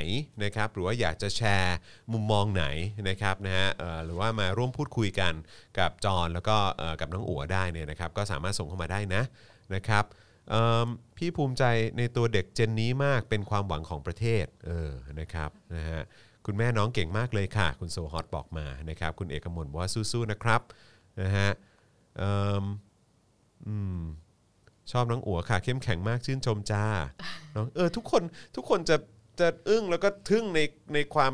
Speaker 2: นะครับหรือว่าอยากจะแชร์มุมมองไหนนะครับนะฮะเอ่อหรือว่ามาร่วมพูดคุยกันกับจอนแล้วก็เอ่อกับน้องอัวได้เนี่ยนะครับก็สามารถส่งเข้ามาได้นะนะครับ เอิ่มพี่ภูมิใจในตัวเด็กเจนนี้มากเป็นความหวังของประเทศเออนะครับนะฮะคุณแม่น้องเก่งมากเลยค่ะ คุณโซฮอตบอกมานะครับ คุณเอกมลบอกว่าสู้ๆนะครับนะฮะเอิ่มอืมชอบน้องอัวค่ะ เข้มแข็งมากชื่นชมจ้าน้องเออทุกคนทุกคนจะจะอึ้งแล้วก็ทึ่งในในความ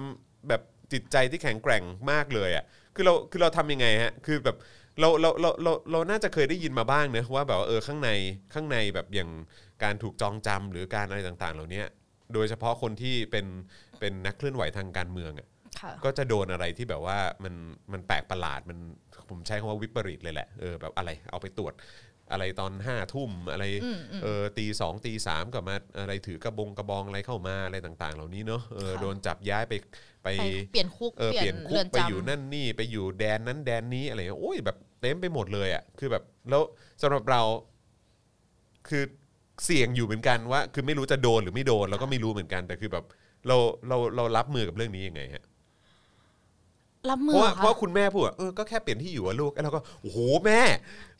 Speaker 2: แบบจิตใจที่แข็งแกร่งมากเลยอ่ะคือเราคือเราทำยังไงฮะคือแบบ เราเราเราเราเราน่าจะเคยได้ยินมาบ้างเนะว่าแบบว่าเออข้างในข้างในแบบอย่างการถูกจองจำหรือการอะไรต่าง ๆ เหล่าเนี้ยโดยเฉพาะคนที่เป็นเป็นนักเคลื่อนไหวทางการเมืองอะ
Speaker 3: ค่ะ
Speaker 2: ก็จะโดนอะไรที่แบบว่ามันมันแปลกประหลาดมันผมใช้คำว่าวิปริตเลยแหละเออแบบอะไรเอาไปตรวจอะไรตอนห้าทุ่มอะไร
Speaker 3: อืมอืม
Speaker 2: เออตีสองตีสามก็มาอะไรถือกระบงกระบองอะไรเข้ามาอะไรต่าง ๆ เหล่านี้เนาะเออ
Speaker 3: ค่ะ
Speaker 2: โดนจับย้ายไปไป
Speaker 3: ไปเปลี่ยนคุก
Speaker 2: เออเปลี่ยนคุ
Speaker 3: เรื
Speaker 2: ก
Speaker 3: อน
Speaker 2: ไป
Speaker 3: จ
Speaker 2: อยู่นั่นนี่ไปอยู่แดนนั้นแดนนี้อะไรเงี้ยโอ้ยแบบเต็มไปหมดเลยอ่ะคือแบบแล้วสำหรับเราคือเสี่ยงอยู่เหมือนกันว่า คือไม่รู้จะโดนหรือไม่โดนเราก็ไม่รู้เหมือนกัน แต่คือแบบเราเราเรารับมือกับเรื่องนี้ยังไงฮะ
Speaker 3: ำ รับมื
Speaker 2: เพ
Speaker 3: อ
Speaker 2: ราะ
Speaker 3: เหร
Speaker 2: ว่า
Speaker 3: อ
Speaker 2: เพ
Speaker 3: คะ
Speaker 2: ราะคุณแม่พูดว่าเออก็แค่เปลี่ยนที่อยู่อะลูกแล้วเราก็โอ้โหแม่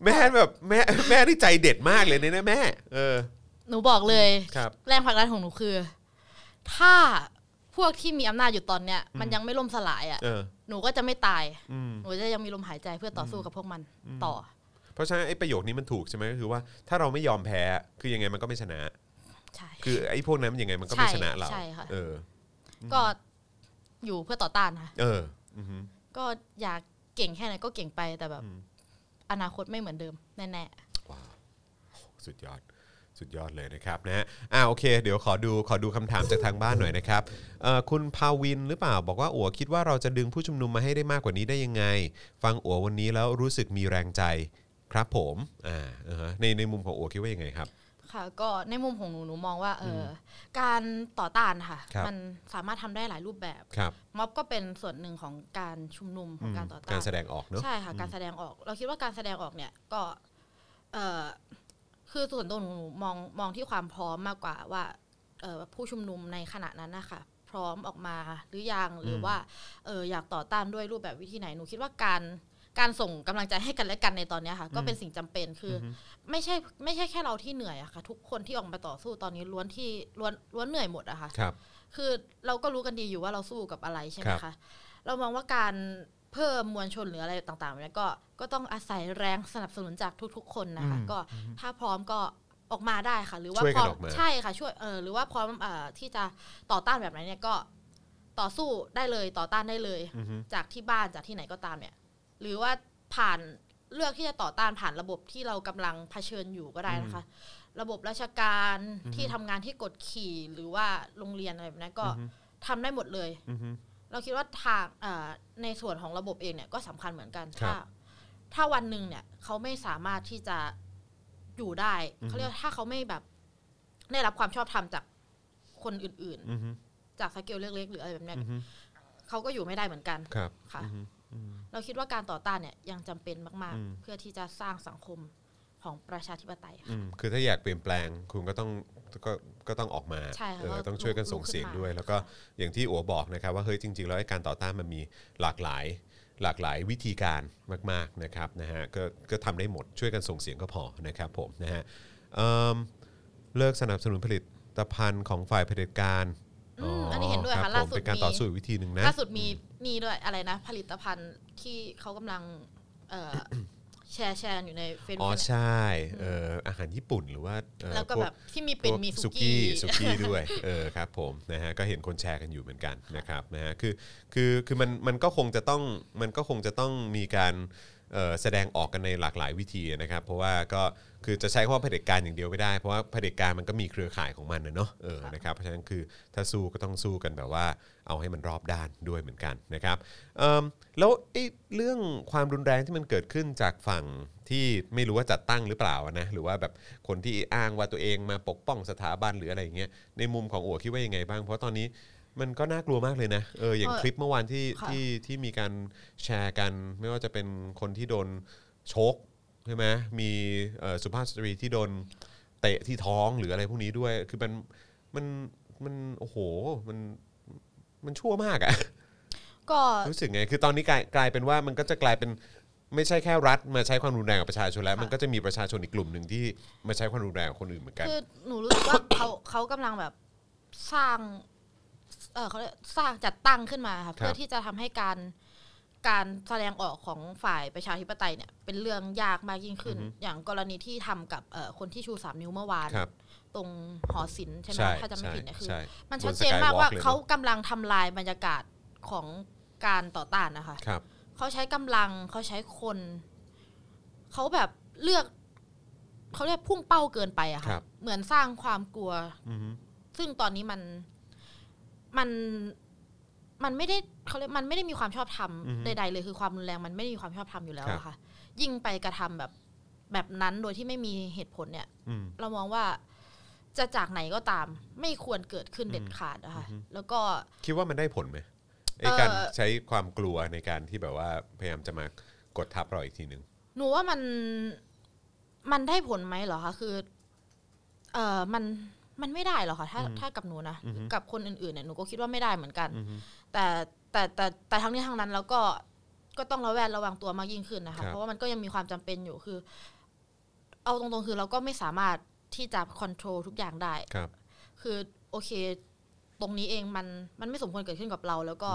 Speaker 2: แม่แบบแม่ แม่ที่ใจเด็ดมากเลยเนี่ยนะแม่ เออ
Speaker 3: หนูบอกเลย
Speaker 2: ครับ
Speaker 3: แรงผลักดันของหนูคือ ถ้าพวกที่มีอำนาจอยู่ตอนเนี้ยมันยังไม่ล่มสลายอ่ะ
Speaker 2: เออ
Speaker 3: หนูก็จะไม่ตาย
Speaker 2: อืม
Speaker 3: หนูจะยังมีลมหายใจเพื่อต่อสู้กับพวกมันต่อ
Speaker 2: เพราะฉะนั้นไอ้ประโยคนี้มันถูกใช่ไหมก็คือว่าถ้าเราไม่ยอมแพ้คือยังไงมันก็ไม่ชนะ
Speaker 3: ใช่
Speaker 2: คือไอ้พวกนั้นยังไงมันก็ไม่ชนะเรา
Speaker 3: ใช่ค่ะ
Speaker 2: เออ
Speaker 3: ก็อยู่เพื่อต่อต้านค่ะ
Speaker 2: เอออือฮึ
Speaker 3: ก็อยากเก่งแค่ไหนก็เก่งไปแต่แบบ
Speaker 2: อืม
Speaker 3: อนาคตไม่เหมือนเดิมแน่
Speaker 2: สุดยอดสุดยอดเลยนะครับนะฮะอ่าโอเค เดี๋ยวขอดูขอดูคำถามจากทางบ้านหน่อยนะครับเอ่อคุณพาวินหรือเปล่าบอกว่าอัวคิดว่าเราจะดึงผู้ชุมนุมมาให้ได้มากกว่านี้ได้ยังไง ฟังอัววันนี้แล้วรู้สึกมีแรงใจครับผมอ่าเออฮะในในมุมของอัวคิดว่ายังไงครับ
Speaker 3: ๆค่ะ ก็ในมุมของหนูหนูมองว่าเอออการต่อต้านค่ะ
Speaker 2: ครับ
Speaker 3: มันสามารถทำได้หลายรูปแบบ
Speaker 2: ครับ
Speaker 3: ม็อบก็เป็นส่วนหนึ่งของการชุมนุมของการต่อต้าน
Speaker 2: การแสดงออกเนอะ
Speaker 3: ใช่ค่ะการแสดงออก เราคิดว่าการแสดงออกเนี่ยก็เออคือส่วนตัวหนูมองมองที่ความพร้อมมากกว่าว่าเอ่อผู้ชุมนุมในขณะนั้นนะคะพร้อมออกมาหรือยังหรือว่าเอออยากต่อต้านด้วยรูปแบบวิธีไหนหนูคิดว่าการการส่งกำลังใจให้กันและกันในตอนเนี้ยค่ะ ก็เป็นสิ่งจำเป็นคืออไม่ใช่ไม่ใช่แค่เราที่เหนื่อยอะค่ะ ทุกคนที่ออกมาต่อสู้ตอนนี้ล้วนที่ล้วนล้วนเหนื่อยหมดอะค่ะ
Speaker 2: ครับ
Speaker 3: คือเราก็รู้กันดีอยู่ว่าเราสู้กับอะไรใช่ไหม
Speaker 2: ครั
Speaker 3: คะ
Speaker 2: บ
Speaker 3: เรามองว่าการเพิ่มมวลชนหรืออะไรต่างๆเนี่ยก็ก็ต้องอาศัยแรงสนับสนุนจากทุก ๆ คนนะคะ ก็ถ้าพร้อมก็ออกมาได้ค่ะ หรือว่า
Speaker 2: ช่วย
Speaker 3: พ
Speaker 2: กัน
Speaker 3: ร้อม
Speaker 2: ออกมา
Speaker 3: ใช่ค่ะ ช่วยเออหรือว่าพร้อมเอ่อที่จะต่อต้านแบบไหนเนี่ยก็ต่อสู้ได้เลยต่อต้านได้เลย
Speaker 2: อือฮึ
Speaker 3: จากที่บ้านจากที่ไหนก็ตามเนี่ย หรือว่าผ่านเลือกที่จะต่อต้านผ่านระบบที่เรากำลังเผชิญอยู่ก็ได้นะคะ ระบบราชการที่ทำงานที่กดขี่หรือว่าโรงเรียนอะไรแบบนี้ก็ทำได้หมดเลย เราคิดว่าทางเอ่อในส่วนของระบบเองเนี่ยก็สำคัญเหมือนกัน
Speaker 2: ครั
Speaker 3: ถ้า
Speaker 2: บ
Speaker 3: ถ้าวันหนึ่งเนี่ยเขาไม่สามารถที่จะอยู่ได้เขาเรียกว่าถ้าเขาไม่แบบได้รับความชอบธรรมจากคนอื่น
Speaker 2: อือฮึ
Speaker 3: ๆ จากสเกลเล็กๆหรืออะไรแบบเนี้ย
Speaker 2: อือฮึ
Speaker 3: เขาก็อยู่ไม่ได้เหมือนกัน
Speaker 2: ครับ
Speaker 3: ค่ะ
Speaker 2: อือฮึอืม
Speaker 3: เราคิดว่าการต่อต้านเนี่ยยังจำเป็นมาก
Speaker 2: อืม
Speaker 3: ๆ เพื่อที่จะสร้างสังคมของประชาธิปไตยค่ะ
Speaker 2: อืมคือถ้าอยากเปลี่ยนแปลงคุณก็ต้องก็ก็ต้องออกมา
Speaker 3: ใช่ค่ะ
Speaker 2: เออ
Speaker 3: ก็
Speaker 2: ต้องช่วยกันส่งเสียงด้วย แล้วก็อย่างที่อัวบอกนะครับ ว่าเฮ้ยจริง ๆ แล้วไอ้การต่อต้านมันมีหลากหลายหลากหลายวิธีการมาก ๆนะครับนะฮะก็ก็ทำได้หมดช่วยกันส่งเสียงก็พอนะครับผมนะฮะเอิ่มเลิกสนับสนุนผลิตภัณฑ์ของฝ่ายเผด็จการ
Speaker 3: อืมอันนี้เห็นด้วยค่ะ
Speaker 2: รับผม
Speaker 3: ล่าสุด
Speaker 2: เป็นการ
Speaker 3: มี
Speaker 2: ต่อสู้อีกวิธีหนึ่งนะ
Speaker 3: ล่าสุดมีนี่ด้วยอะไรนะ ผลิตภัณฑ์ที่เขากำลังเอ่อ แชร์แชร์อยู่ในเฟซ
Speaker 2: อ๋อ
Speaker 3: บุ๊ก
Speaker 2: ใช่เอออาหารญี่ปุ่นหรือว่าเอ่อ
Speaker 3: แล้วก็
Speaker 2: พว
Speaker 3: แบบที่มีเป็น
Speaker 2: พวก
Speaker 3: มี
Speaker 2: สุ
Speaker 3: สุกี้
Speaker 2: กี้สุกี้ด้วยเออครับผมนะฮะก็เห็นคนแชร์กันอยู่เหมือนกันนะครับนะฮะคือคือคือมันมันก็คงจะต้องมันก็คงจะต้องมีการเอ่อแสดงออกกันในหลากหลายวิธีนะครับ เพราะว่าก็คือจะใช้คำว่าเผด็จการอย่างเดียวไม่ได้ เพราะว่าเผด็จการมันก็มีเครือข่ายของมันนะเนาะเออนะครับเพราะฉะนั้นคือถ้าสู้ก็ต้องสู้กันแบบว่าเอาให้มันรอบด้านด้วยเหมือนกันนะครับเอิ่มแล้วไอ้เรื่องความรุนแรงที่มันเกิดขึ้นจากฝั่ง ที่ไม่รู้ว่าจัดตั้งหรือเปล่านะ หรือว่าแบบคนที่อ้างว่าตัวเองมาปกป้องสถาบันหรืออะไรอย่างเงี้ยในมุมของอัวคิดว่ายังไงบ้าง เพราะตอนนี้มันก็น่ากลัวมากเลยนะเอออย่าง
Speaker 3: เออ
Speaker 2: คลิปเมื่อวานที่
Speaker 3: ค่ะ
Speaker 2: ที่ที่มีการแชร์กัน ไม่ว่าจะเป็นคนที่โดนชกใช่ไหมมีเอ่อสุภาพสตรีที่โดนเตะที่ท้องหรืออะไรพวกนี้ด้วย คือมันมันมันโอ้โหมันมันชั่วมากอะ
Speaker 3: ก็
Speaker 2: รู้สึกไง คือตอนนี้กลายกลายเป็นว่ามันก็จะกลายเป็นไม่ใช่แค่รัฐมาใช้ความรุนแรงกับประชาชนแล้ว มันก็จะมีประชาชนอีกกลุ่มหนึ่งที่มาใช้ความรุนแรงกับคนอื่นเหมือนกัน
Speaker 3: คือหนูรู้สึกว่า เขาเขากำลังแบบสร้าง เออเขาเรียกสร้างจัดตั้งขึ้นมาค่ะเพื่อที่จะทำให้การการแสดงออกของฝ่ายประชาธิปไตยเนี่ย เป็นเรื่องยากมากยิ่งขึ้น อย่างกรณีที่ทำกับเอ่อคนที่ชูสามนิ้วเมื่อวาน
Speaker 2: ครับ
Speaker 3: ตรงหอศิลป์ใช่ไหม
Speaker 2: ใช่
Speaker 3: ถ้าจำไม่ผิดเนี่ยคือ
Speaker 2: ใช่
Speaker 3: มัน
Speaker 2: บ
Speaker 3: ชัดเจนมากว่า
Speaker 2: Skywalk ลยนอะ
Speaker 3: เขากำลังทำลายบรรยากาศของการต่อต้านนะคะ
Speaker 2: ครับ
Speaker 3: เขาใช้กำลังเขาใช้คน เขาแบบเลือก เขาเรียกพุ่งเป้าเกินไปอะ
Speaker 2: ครั
Speaker 3: ค่ะ
Speaker 2: บ
Speaker 3: เหมือนสร้างความกลัว
Speaker 2: อือฮึ
Speaker 3: ซึ่งตอนนี้มันมันมันไม่ได้เขาเรียกมันไม่ได้มีความชอบธรรม
Speaker 2: อือฮึ
Speaker 3: ใดๆเลยคือความรุนแรงมันไม่ได้มีความชอบธรรมอยู่แล้ว
Speaker 2: ครับ
Speaker 3: อะค่ะ ยิ่งไปกระทำแบบแบบนั้นโดยที่ไม่มีเหตุผลเนี่ย
Speaker 2: อืม
Speaker 3: เรามองว่าจะจากไหนก็ตาม ไม่ควรเกิดขึ้นเด็ดขาดนะคะแล้วก็
Speaker 2: คิดว่ามันได้ผลไหมไอ้
Speaker 3: เอ่อ
Speaker 2: การใช้ความกลัวในการที่แบบว่าพยายามจะมากดทับเราอีกทีหนึ่ง
Speaker 3: หนูว่ามันมันได้ผลไหมเหรอคะคือ เออมันมันไม่ได้หรอกค่ะถ้าถ้ากับหนูนะกับคนอื่นๆเนี่ยหนูก็คิดว่าไม่ได้เหมือนกัน แต่ แต่แต่แต่ทั้งนี้ทั้งนั้นแล้วก็ก็ต้องระแวดระวังตัวมากยิ่งขึ้นนะ
Speaker 2: ครับ
Speaker 3: คะเพราะว่ามันก็ยังมีความจำเป็นอยู่คือ เอาตรงๆคือเราก็ไม่สามารถที่จะควบคุมทุกอย่างได้
Speaker 2: ครับ
Speaker 3: คือโอเค ตรงนี้เองมันมันไม่สมควรเกิดขึ้นกับเรา แล้วก็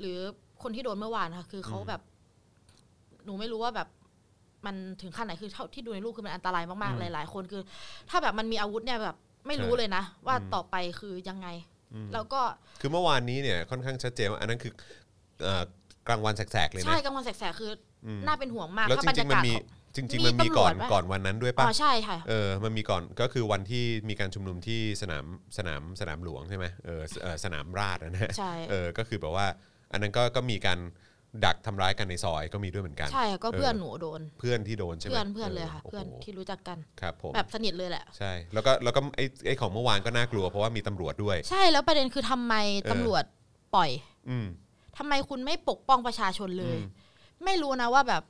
Speaker 3: หรือคนที่โดนเมื่อวานค่ะ คือเขาแบบ หนูไม่รู้ว่าแบบ มันถึงขั้นไหนคือเท่าที่ดูในรูปคือมันอันตรายมาก
Speaker 2: อื
Speaker 3: ๆ
Speaker 2: ม
Speaker 3: หลาย ๆ คนคือ ถ้าแบบมันมีอาวุธเนี่ยแบบ ไม่รู้
Speaker 2: ใช่
Speaker 3: เลยนะ ว่า
Speaker 2: อืม
Speaker 3: ต่อไปคือยังไง แล้วก็
Speaker 2: คือเมื่อวานนี้เนี่ยค่อนข้างชัดเจนว่าอันนั้นคือเอ่อกลางวันแสกๆเลย
Speaker 3: ใช่
Speaker 2: นะ
Speaker 3: กลางวันแสกๆคือ
Speaker 2: อืม
Speaker 3: น่าเป็นห่วงมาก
Speaker 2: แล้ว
Speaker 3: ถ้า
Speaker 2: จ
Speaker 3: บรร
Speaker 2: ริ
Speaker 3: ยาง
Speaker 2: ๆมัน
Speaker 3: กาศ
Speaker 2: มี
Speaker 3: ของ
Speaker 2: จริงๆ
Speaker 3: มี
Speaker 2: มันมีก่อน
Speaker 3: ตำรวจปะ
Speaker 2: ก่อนวันนั้นด้วย
Speaker 3: อ๋
Speaker 2: ป่ะ
Speaker 3: อใช่ค่ะ
Speaker 2: เออมันมีก่อนก็คือวันที่มีการชุมนุมที่สนามสนามสนามหลวงใช่ไหมเออสเออสนามราชนะฮะ
Speaker 3: ใช่
Speaker 2: เออก็คือแบบว่า อันนั้นก็ก็มีการดักทำร้ายกันในซอยก็มีด้วยเหมือนกัน
Speaker 3: ใช่ค่ะก็เพื่อน
Speaker 2: เออ
Speaker 3: หนูโดน
Speaker 2: เพื่อนที่โดนใช่ไหม
Speaker 3: เพื่อนเพื่อนเลยค่ะ
Speaker 2: โโห
Speaker 3: เพื่อนที่รู้จักกัน
Speaker 2: ครับผม
Speaker 3: แบบสนิทเลยแหละ
Speaker 2: ใช่แล้วก็แล้วก็ไอ้ไอ้ของเมื่อวานก็น่ากลัวเพราะว่ามีตำรวจด้วย
Speaker 3: ใช่แล้วประเด็นคือทำไม
Speaker 2: เออ
Speaker 3: ตำรวจปล่อย
Speaker 2: อืม
Speaker 3: ทำไมคุณไม่ปกป้องประชาชนเลย
Speaker 2: อืม
Speaker 3: ไม่รู้นะว่าแบบ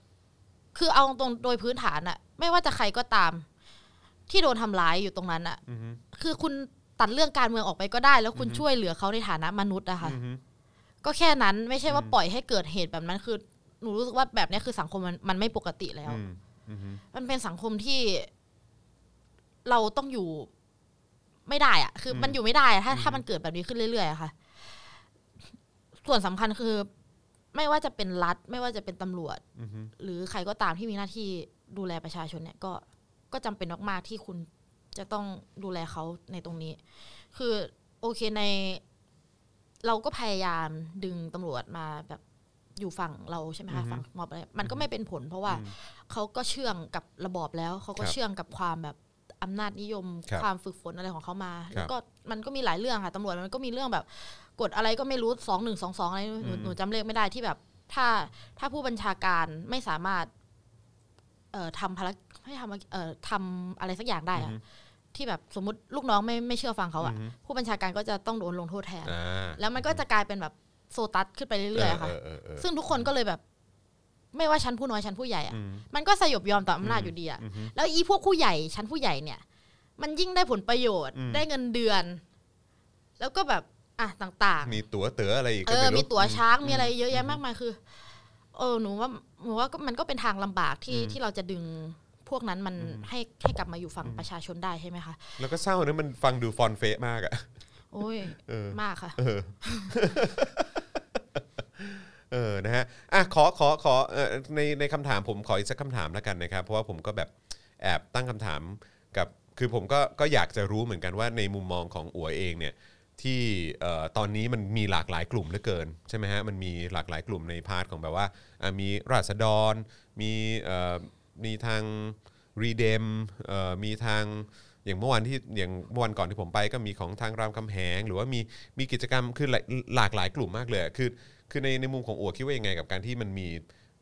Speaker 3: คือเอาตรงๆโดยพื้นฐานอะไม่ว่าจะใครก็ตาม ที่โดนทำร้ายอยู่ตรงนั้นอะ
Speaker 2: อืมฮึ
Speaker 3: คือคุณตัดเรื่องการเมืองออกไปก็ได้ แล้วคุณช่วยเหลือเขาในฐานะมนุษย์อะค่ะ
Speaker 2: อืมฮึ
Speaker 3: ก็แค่นั้นไม่ใช่ว่าปล่อยให้เกิดเหตุแบบนั้นคือหนูรู้สึกว่าแบบเนี้ยคือสังคมมันมันไม่ปกติแล้ว
Speaker 2: อืมอืมฮึ
Speaker 3: มันเป็นสังคมที่ เราต้องอยู่ไม่ได้อะคืออมันอยู่ไม่ได้อะถ้าถ้ามันเกิดแบบนี้ขึ้นเรื่อยๆอะค่ะ ส่วนสำคัญคือ ไม่ว่าจะเป็นรัฐ ไม่ว่าจะเป็นตำรวจ
Speaker 2: อืมฮึ
Speaker 3: หรือใครก็ตามที่มีหน้าที่ดูแลประชาชนเนี่ย ก็ก็จำเป็นมากๆที่คุณจะต้องดูแลเขาในตรงนี้ คือโอเคใน เราก็พยายามดึงตำรวจมาแบบอยู่ฝั่งเราใช่ไหมคะฝั่งมอบอะไรมันก็ไม่เป็นผล เพราะว่า เขาก็เชื่องกับระบอบแล้ว เขา
Speaker 2: ค
Speaker 3: ก็
Speaker 2: รับ
Speaker 3: เชื่องกับความแบบอำนาจนิยม
Speaker 2: ครับ
Speaker 3: ความฝึกฝนอะไรของเขามา
Speaker 2: ครับ
Speaker 3: แล้วก็มันก็มีหลายเรื่องค่ะตำรวจมันก็มีเรื่องแบบกฎอะไรก็ไม่รู้สองหนึ่งสองสองอะไรหนูหนู
Speaker 2: อืม
Speaker 3: หนูจำเลขไม่ได้ที่แบบ ถ้าถ้าผู้บัญชาการไม่สามารถ เอ่อทำภารกิจให้ทำเอ่อทำอะไรสักอย่างได้อะที่แบบสมมติลูกน้องไม่ไม่เชื่อฟังเขาอะผู้บัญชาการก็จะต้องโดนลงโทษแทน
Speaker 2: อ่า
Speaker 3: แล้วมันก็จะกลายเป็นแบบโซตัสขึ้นไปเรื่อยๆอะค่ะ
Speaker 2: เออเออเออเออ
Speaker 3: ซึ่งทุกคนก็เลยแบบ ไม่ว่าชั้นผู้น้อยชั้นผู้ใหญ่อะ
Speaker 2: อืม
Speaker 3: มันก็สยบยอมต่ออำนาจอยู่ดีอะแล้วอีพวกผู้ใหญ่ชั้นผู้ใหญ่เนี่ย มันยิ่งได้ผลประโยชน์
Speaker 2: อืม
Speaker 3: ได้เงินเดือน แล้วก็แบบ อ่ะ ต่าง
Speaker 2: มีตั๋วเต๋ออะไรอีก
Speaker 3: ๆ เอ
Speaker 2: ก็
Speaker 3: อ
Speaker 2: ไรู้
Speaker 3: มีตั๋วช้าง มีอะไรเยอะแยะมากมายคือ เออ หนูว่า หนูว่าก็มันก็เป็นทางลำบากที่ที่เราจะดึงพวกนั้นมันให้ให้กลับมาอยู่ฝั่งประชาชนได้ใช่ไหมคะ
Speaker 2: แล้วก็เศร้านะมันฟังดูฟอนเฟะมากอ่ะ
Speaker 3: โอ้ย
Speaker 2: เออ
Speaker 3: มากค่ะ
Speaker 2: เออ เออ นะฮะ อ่ะ ขอ ขอ ขอเออใน ในคำถามผมขออีกสักคำถามแล้วกันนะครับ เพราะว่าผมก็แบบแอบตั้งคำถามกับ คือผมก็ ก็อยากจะรู้เหมือนกันว่าในมุมมองของอัวเองเนี่ย ที่เอ่อตอนนี้มันมีหลากหลายกลุ่มเหลือเกินใช่ไหมฮะ มันมีหลากหลายกลุ่มในพาร์ทของแบบว่าอ่ะมีราษฎร มีเอ่อมีทางรีเดมเอ่อมีทาง อย่างเมื่อวันที่อย่างเมื่อวันก่อนที่ผมไปก็มีของทางรามคำแหง หรือว่ามีมีกิจกรรมคือหลายหลากหลายกลุ่มมากเลยอะคือคือในในมุมของอัวคิดว่ายังไงกับการที่มันมี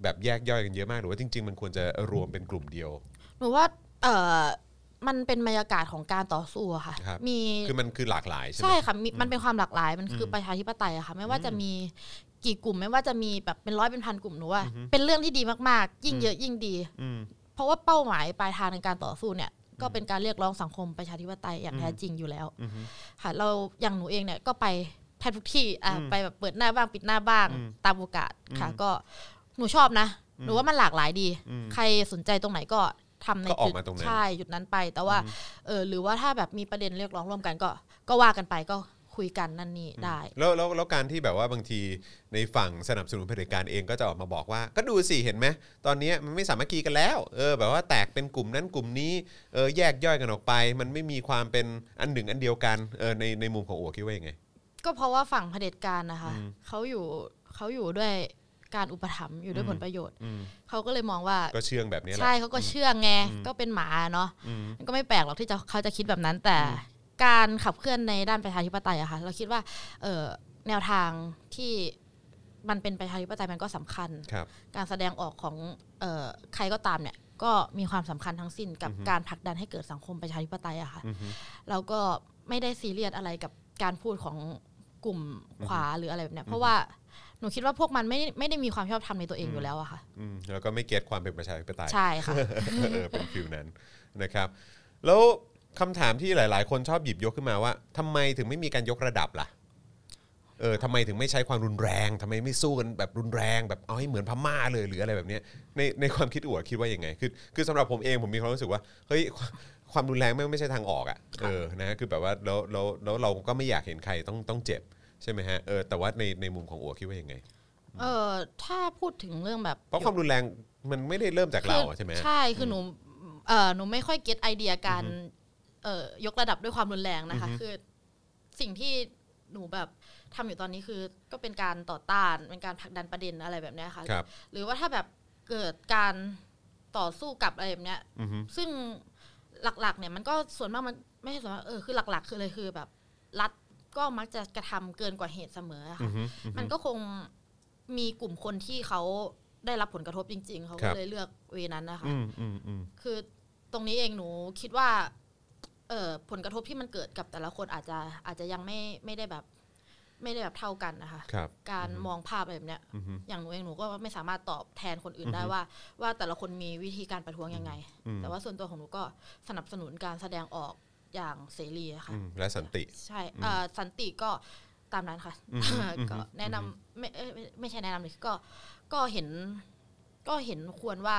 Speaker 2: แบบแยกย่อยกันเยอะมาก หรือว่าจริง ๆ มันควรจะรวมเป็นกลุ่มเดียว
Speaker 3: หนูว่า เออมันเป็นบรรยากาศของการต่อสู้อะค่ะ
Speaker 2: ครับ
Speaker 3: มี
Speaker 2: คือมันคือหลากหลายใช่ไหม
Speaker 3: ใช่ค่ะมีมันเป็นความหลากหลาย มันคือประชาธิปไตยอะค่ะ ไม่ว่าจะมีกี่กลุ่ม ไม่ว่าจะมีแบบเป็นร้อยเป็นพันกลุ่มหนูว่า เป็นเรื่องที่ดีมากๆ ยิ่งเยอะยิ่งดี
Speaker 2: อืม
Speaker 3: เพราะว่าเป้าหมายปลายทางในการต่อสู้เนี่ย ก็เป็นการเรียกร้องสังคมประชาธิปไตยอย่างแท้จริงอยู่แล้วค่ะ เราอย่างหนูเองเนี่ยก็ไปแทบทุกที่อ่ะไปแบบเปิดหน้าบ้างปิดหน้าบ้างตามโอกาสค่ะ ก็หนูชอบนะ หนูว่ามันหลากหลายดี ใครสนใจตรงไหนก็ทำใน
Speaker 2: ก็ออ
Speaker 3: จุ
Speaker 2: กมาตรงนั้น
Speaker 3: ใช่จุดนั้นไป แต่ว่าเออหรือว่าถ้าแบบมีประเด็นเรียกร้องร่วมกันก็ ก็ว่ากันไปก็คุยกันนั่นนี่ได้
Speaker 2: แล้วแล้วแล้วการที่แบบว่าบางทีในฝั่งสนับสนุนเผด็จการเองก็จะออกมาบอกว่า ก็ดูสิเห็นไหมตอนเนี้ยมันไม่สามัคคีกันแล้วเออแบบว่าแตกเป็นกลุ่มนั้นกลุ่มนี้เออแยกย่อยกันออกไป มันไม่มีความเป็นอันหนึ่งอันเดียวกันเออในในมุมของอัวคิดว่ายังไง
Speaker 3: ก็เพราะว่าฝั่งเผด็จการนะคะเขาอยู่เขาอยู่ด้วยการอุปถัมภ์อยู่ด้วยผลประโยชน์
Speaker 2: อืม
Speaker 3: เขาก็เลยมองว่า
Speaker 2: ก็เชื่องแบบนี้แหละ
Speaker 3: ใช่เขาก็เชื่อไงก็เป็นหมาเนาะมันก็ไม่แปลกหรอกที่จะเขาจะคิดแบบนั้น แต่การขับเคลื่อนในด้านประชาธิปไตยอะค่ะเราคิดว่าเออแนวทางที่มันเป็นประชาธิปไตยมันก็สำคัญ
Speaker 2: ครับ
Speaker 3: การแสดงออกของเออใครก็ตามเนี่ย ก็มีความสำคัญทั้งสิ้นกับการผลักดันให้เกิดสังคมประชาธิปไตยอะค่ะเราก็ไม่ได้ซีเรียสอะไรกับการพูดของกลุ่มขวาหรืออะไรแบบเนี้ยเพราะว่าหนูคิดว่าพวกมันไม่ได้ไม่ได้มีความชอบธรรมในตัวเองอยู่แล้วอะค่ะ
Speaker 2: อืมแล้วก็ไม่เก็ตความเป็นประชาธิปไตย
Speaker 3: ใช่ค่ะ
Speaker 2: เออเป็นฟิลนั้นนะครับ แล้วคำถามที่หลาย ๆ คนชอบหยิบยกขึ้นมาว่าทำไมถึงไม่มีการยกระดับล่ะ เ เออทำไมถึงไม่ใช้ความรุนแรงทำไมไม่สู้กันแบบรุนแรงแบบเอาให้เหมือนพม่าเลยหรืออะไรแบบเนี้ยในในความคิดอัวคิดว่ายังไง คือคือสำหรับผมเองผมมีความรู้สึกว่าเฮ้ย ความความรุนแรงแม่งไม่ใช่ทางออกอ่ะเออนะคือแบบว่าแล้วแล้วแล้วเราก็ไม่อยากเห็นใครต้องต้องเจ็บใช่ไหมฮะเออแต่ว่าในในมุมของอัวคิดว่ายังไง
Speaker 3: เออถ้าพูดถึงเรื่องแบบ
Speaker 2: เพราะความรุนแรงมันไม่ได้เริ่มจากเราอะใช่ไหมฮะ
Speaker 3: ใช่คือหนูเออหนูไม่ค่อยเก็ตไอเดียการเออยกระดับด้วยความรุนแรงนะคะ
Speaker 2: อือฮึ
Speaker 3: คือสิ่งที่หนูแบบทำอยู่ตอนนี้คือ ก็เป็นการต่อต้านเป็นการผลักดันประเด็นอะไรแบบเนี้ยค่ะ
Speaker 2: ครับ
Speaker 3: หรือว่าถ้าแบบเกิดการต่อสู้กับอะไรแบบเนี้ย
Speaker 2: อือฮึ
Speaker 3: ซึ่งหลักๆ เนี่ยมันก็ส่วนมากมันไม่ใช่ส่วนมากเออคือหลัก ๆ คือเลยคือแบบ รัฐก็มักจะกระทำเกินกว่าเหตุเสมออะ
Speaker 2: อื
Speaker 3: ค่ะ
Speaker 2: อฮึอือฮึ
Speaker 3: มันก็คงมีกลุ่มคนที่เขาได้รับผลกระทบจริง ๆ เขา
Speaker 2: ครับ
Speaker 3: ก็เลยเลือกเวนั้นนะคะ
Speaker 2: อืมอืมอืม
Speaker 3: คือตรงนี้เองหนูคิดว่า เออผลกระทบที่มันเกิดกับแต่ละคนอาจจะอาจจะยังไม่ไม่ได้แบบ ไม่ได้แบบเท่ากันนะคะ
Speaker 2: ครับ
Speaker 3: การมองภาพอะไรแบบเนี้ย
Speaker 2: อือฮึ
Speaker 3: อย่างหนูเองหนูก็ไม่สามารถตอบแทนคนอื่นได้
Speaker 2: อือฮึ
Speaker 3: ว่า ว่าแต่ละคนมีวิธีการประท้วงยังไง
Speaker 2: อืม
Speaker 3: แต่ว่าส่วนตัวของหนูก็สนับสนุนการแสดงออกอย่างเสรีอะค่ะ
Speaker 2: อืมและสันติ
Speaker 3: ใช่เอ่อสันติก็ตามนั้นค่ะ
Speaker 2: อือฮึอือฮึ
Speaker 3: ก็แนะนำไม่เอ้ยไม่ไม่ใช่แนะนำเลยก็ก็เห็นก็เห็นควรว่า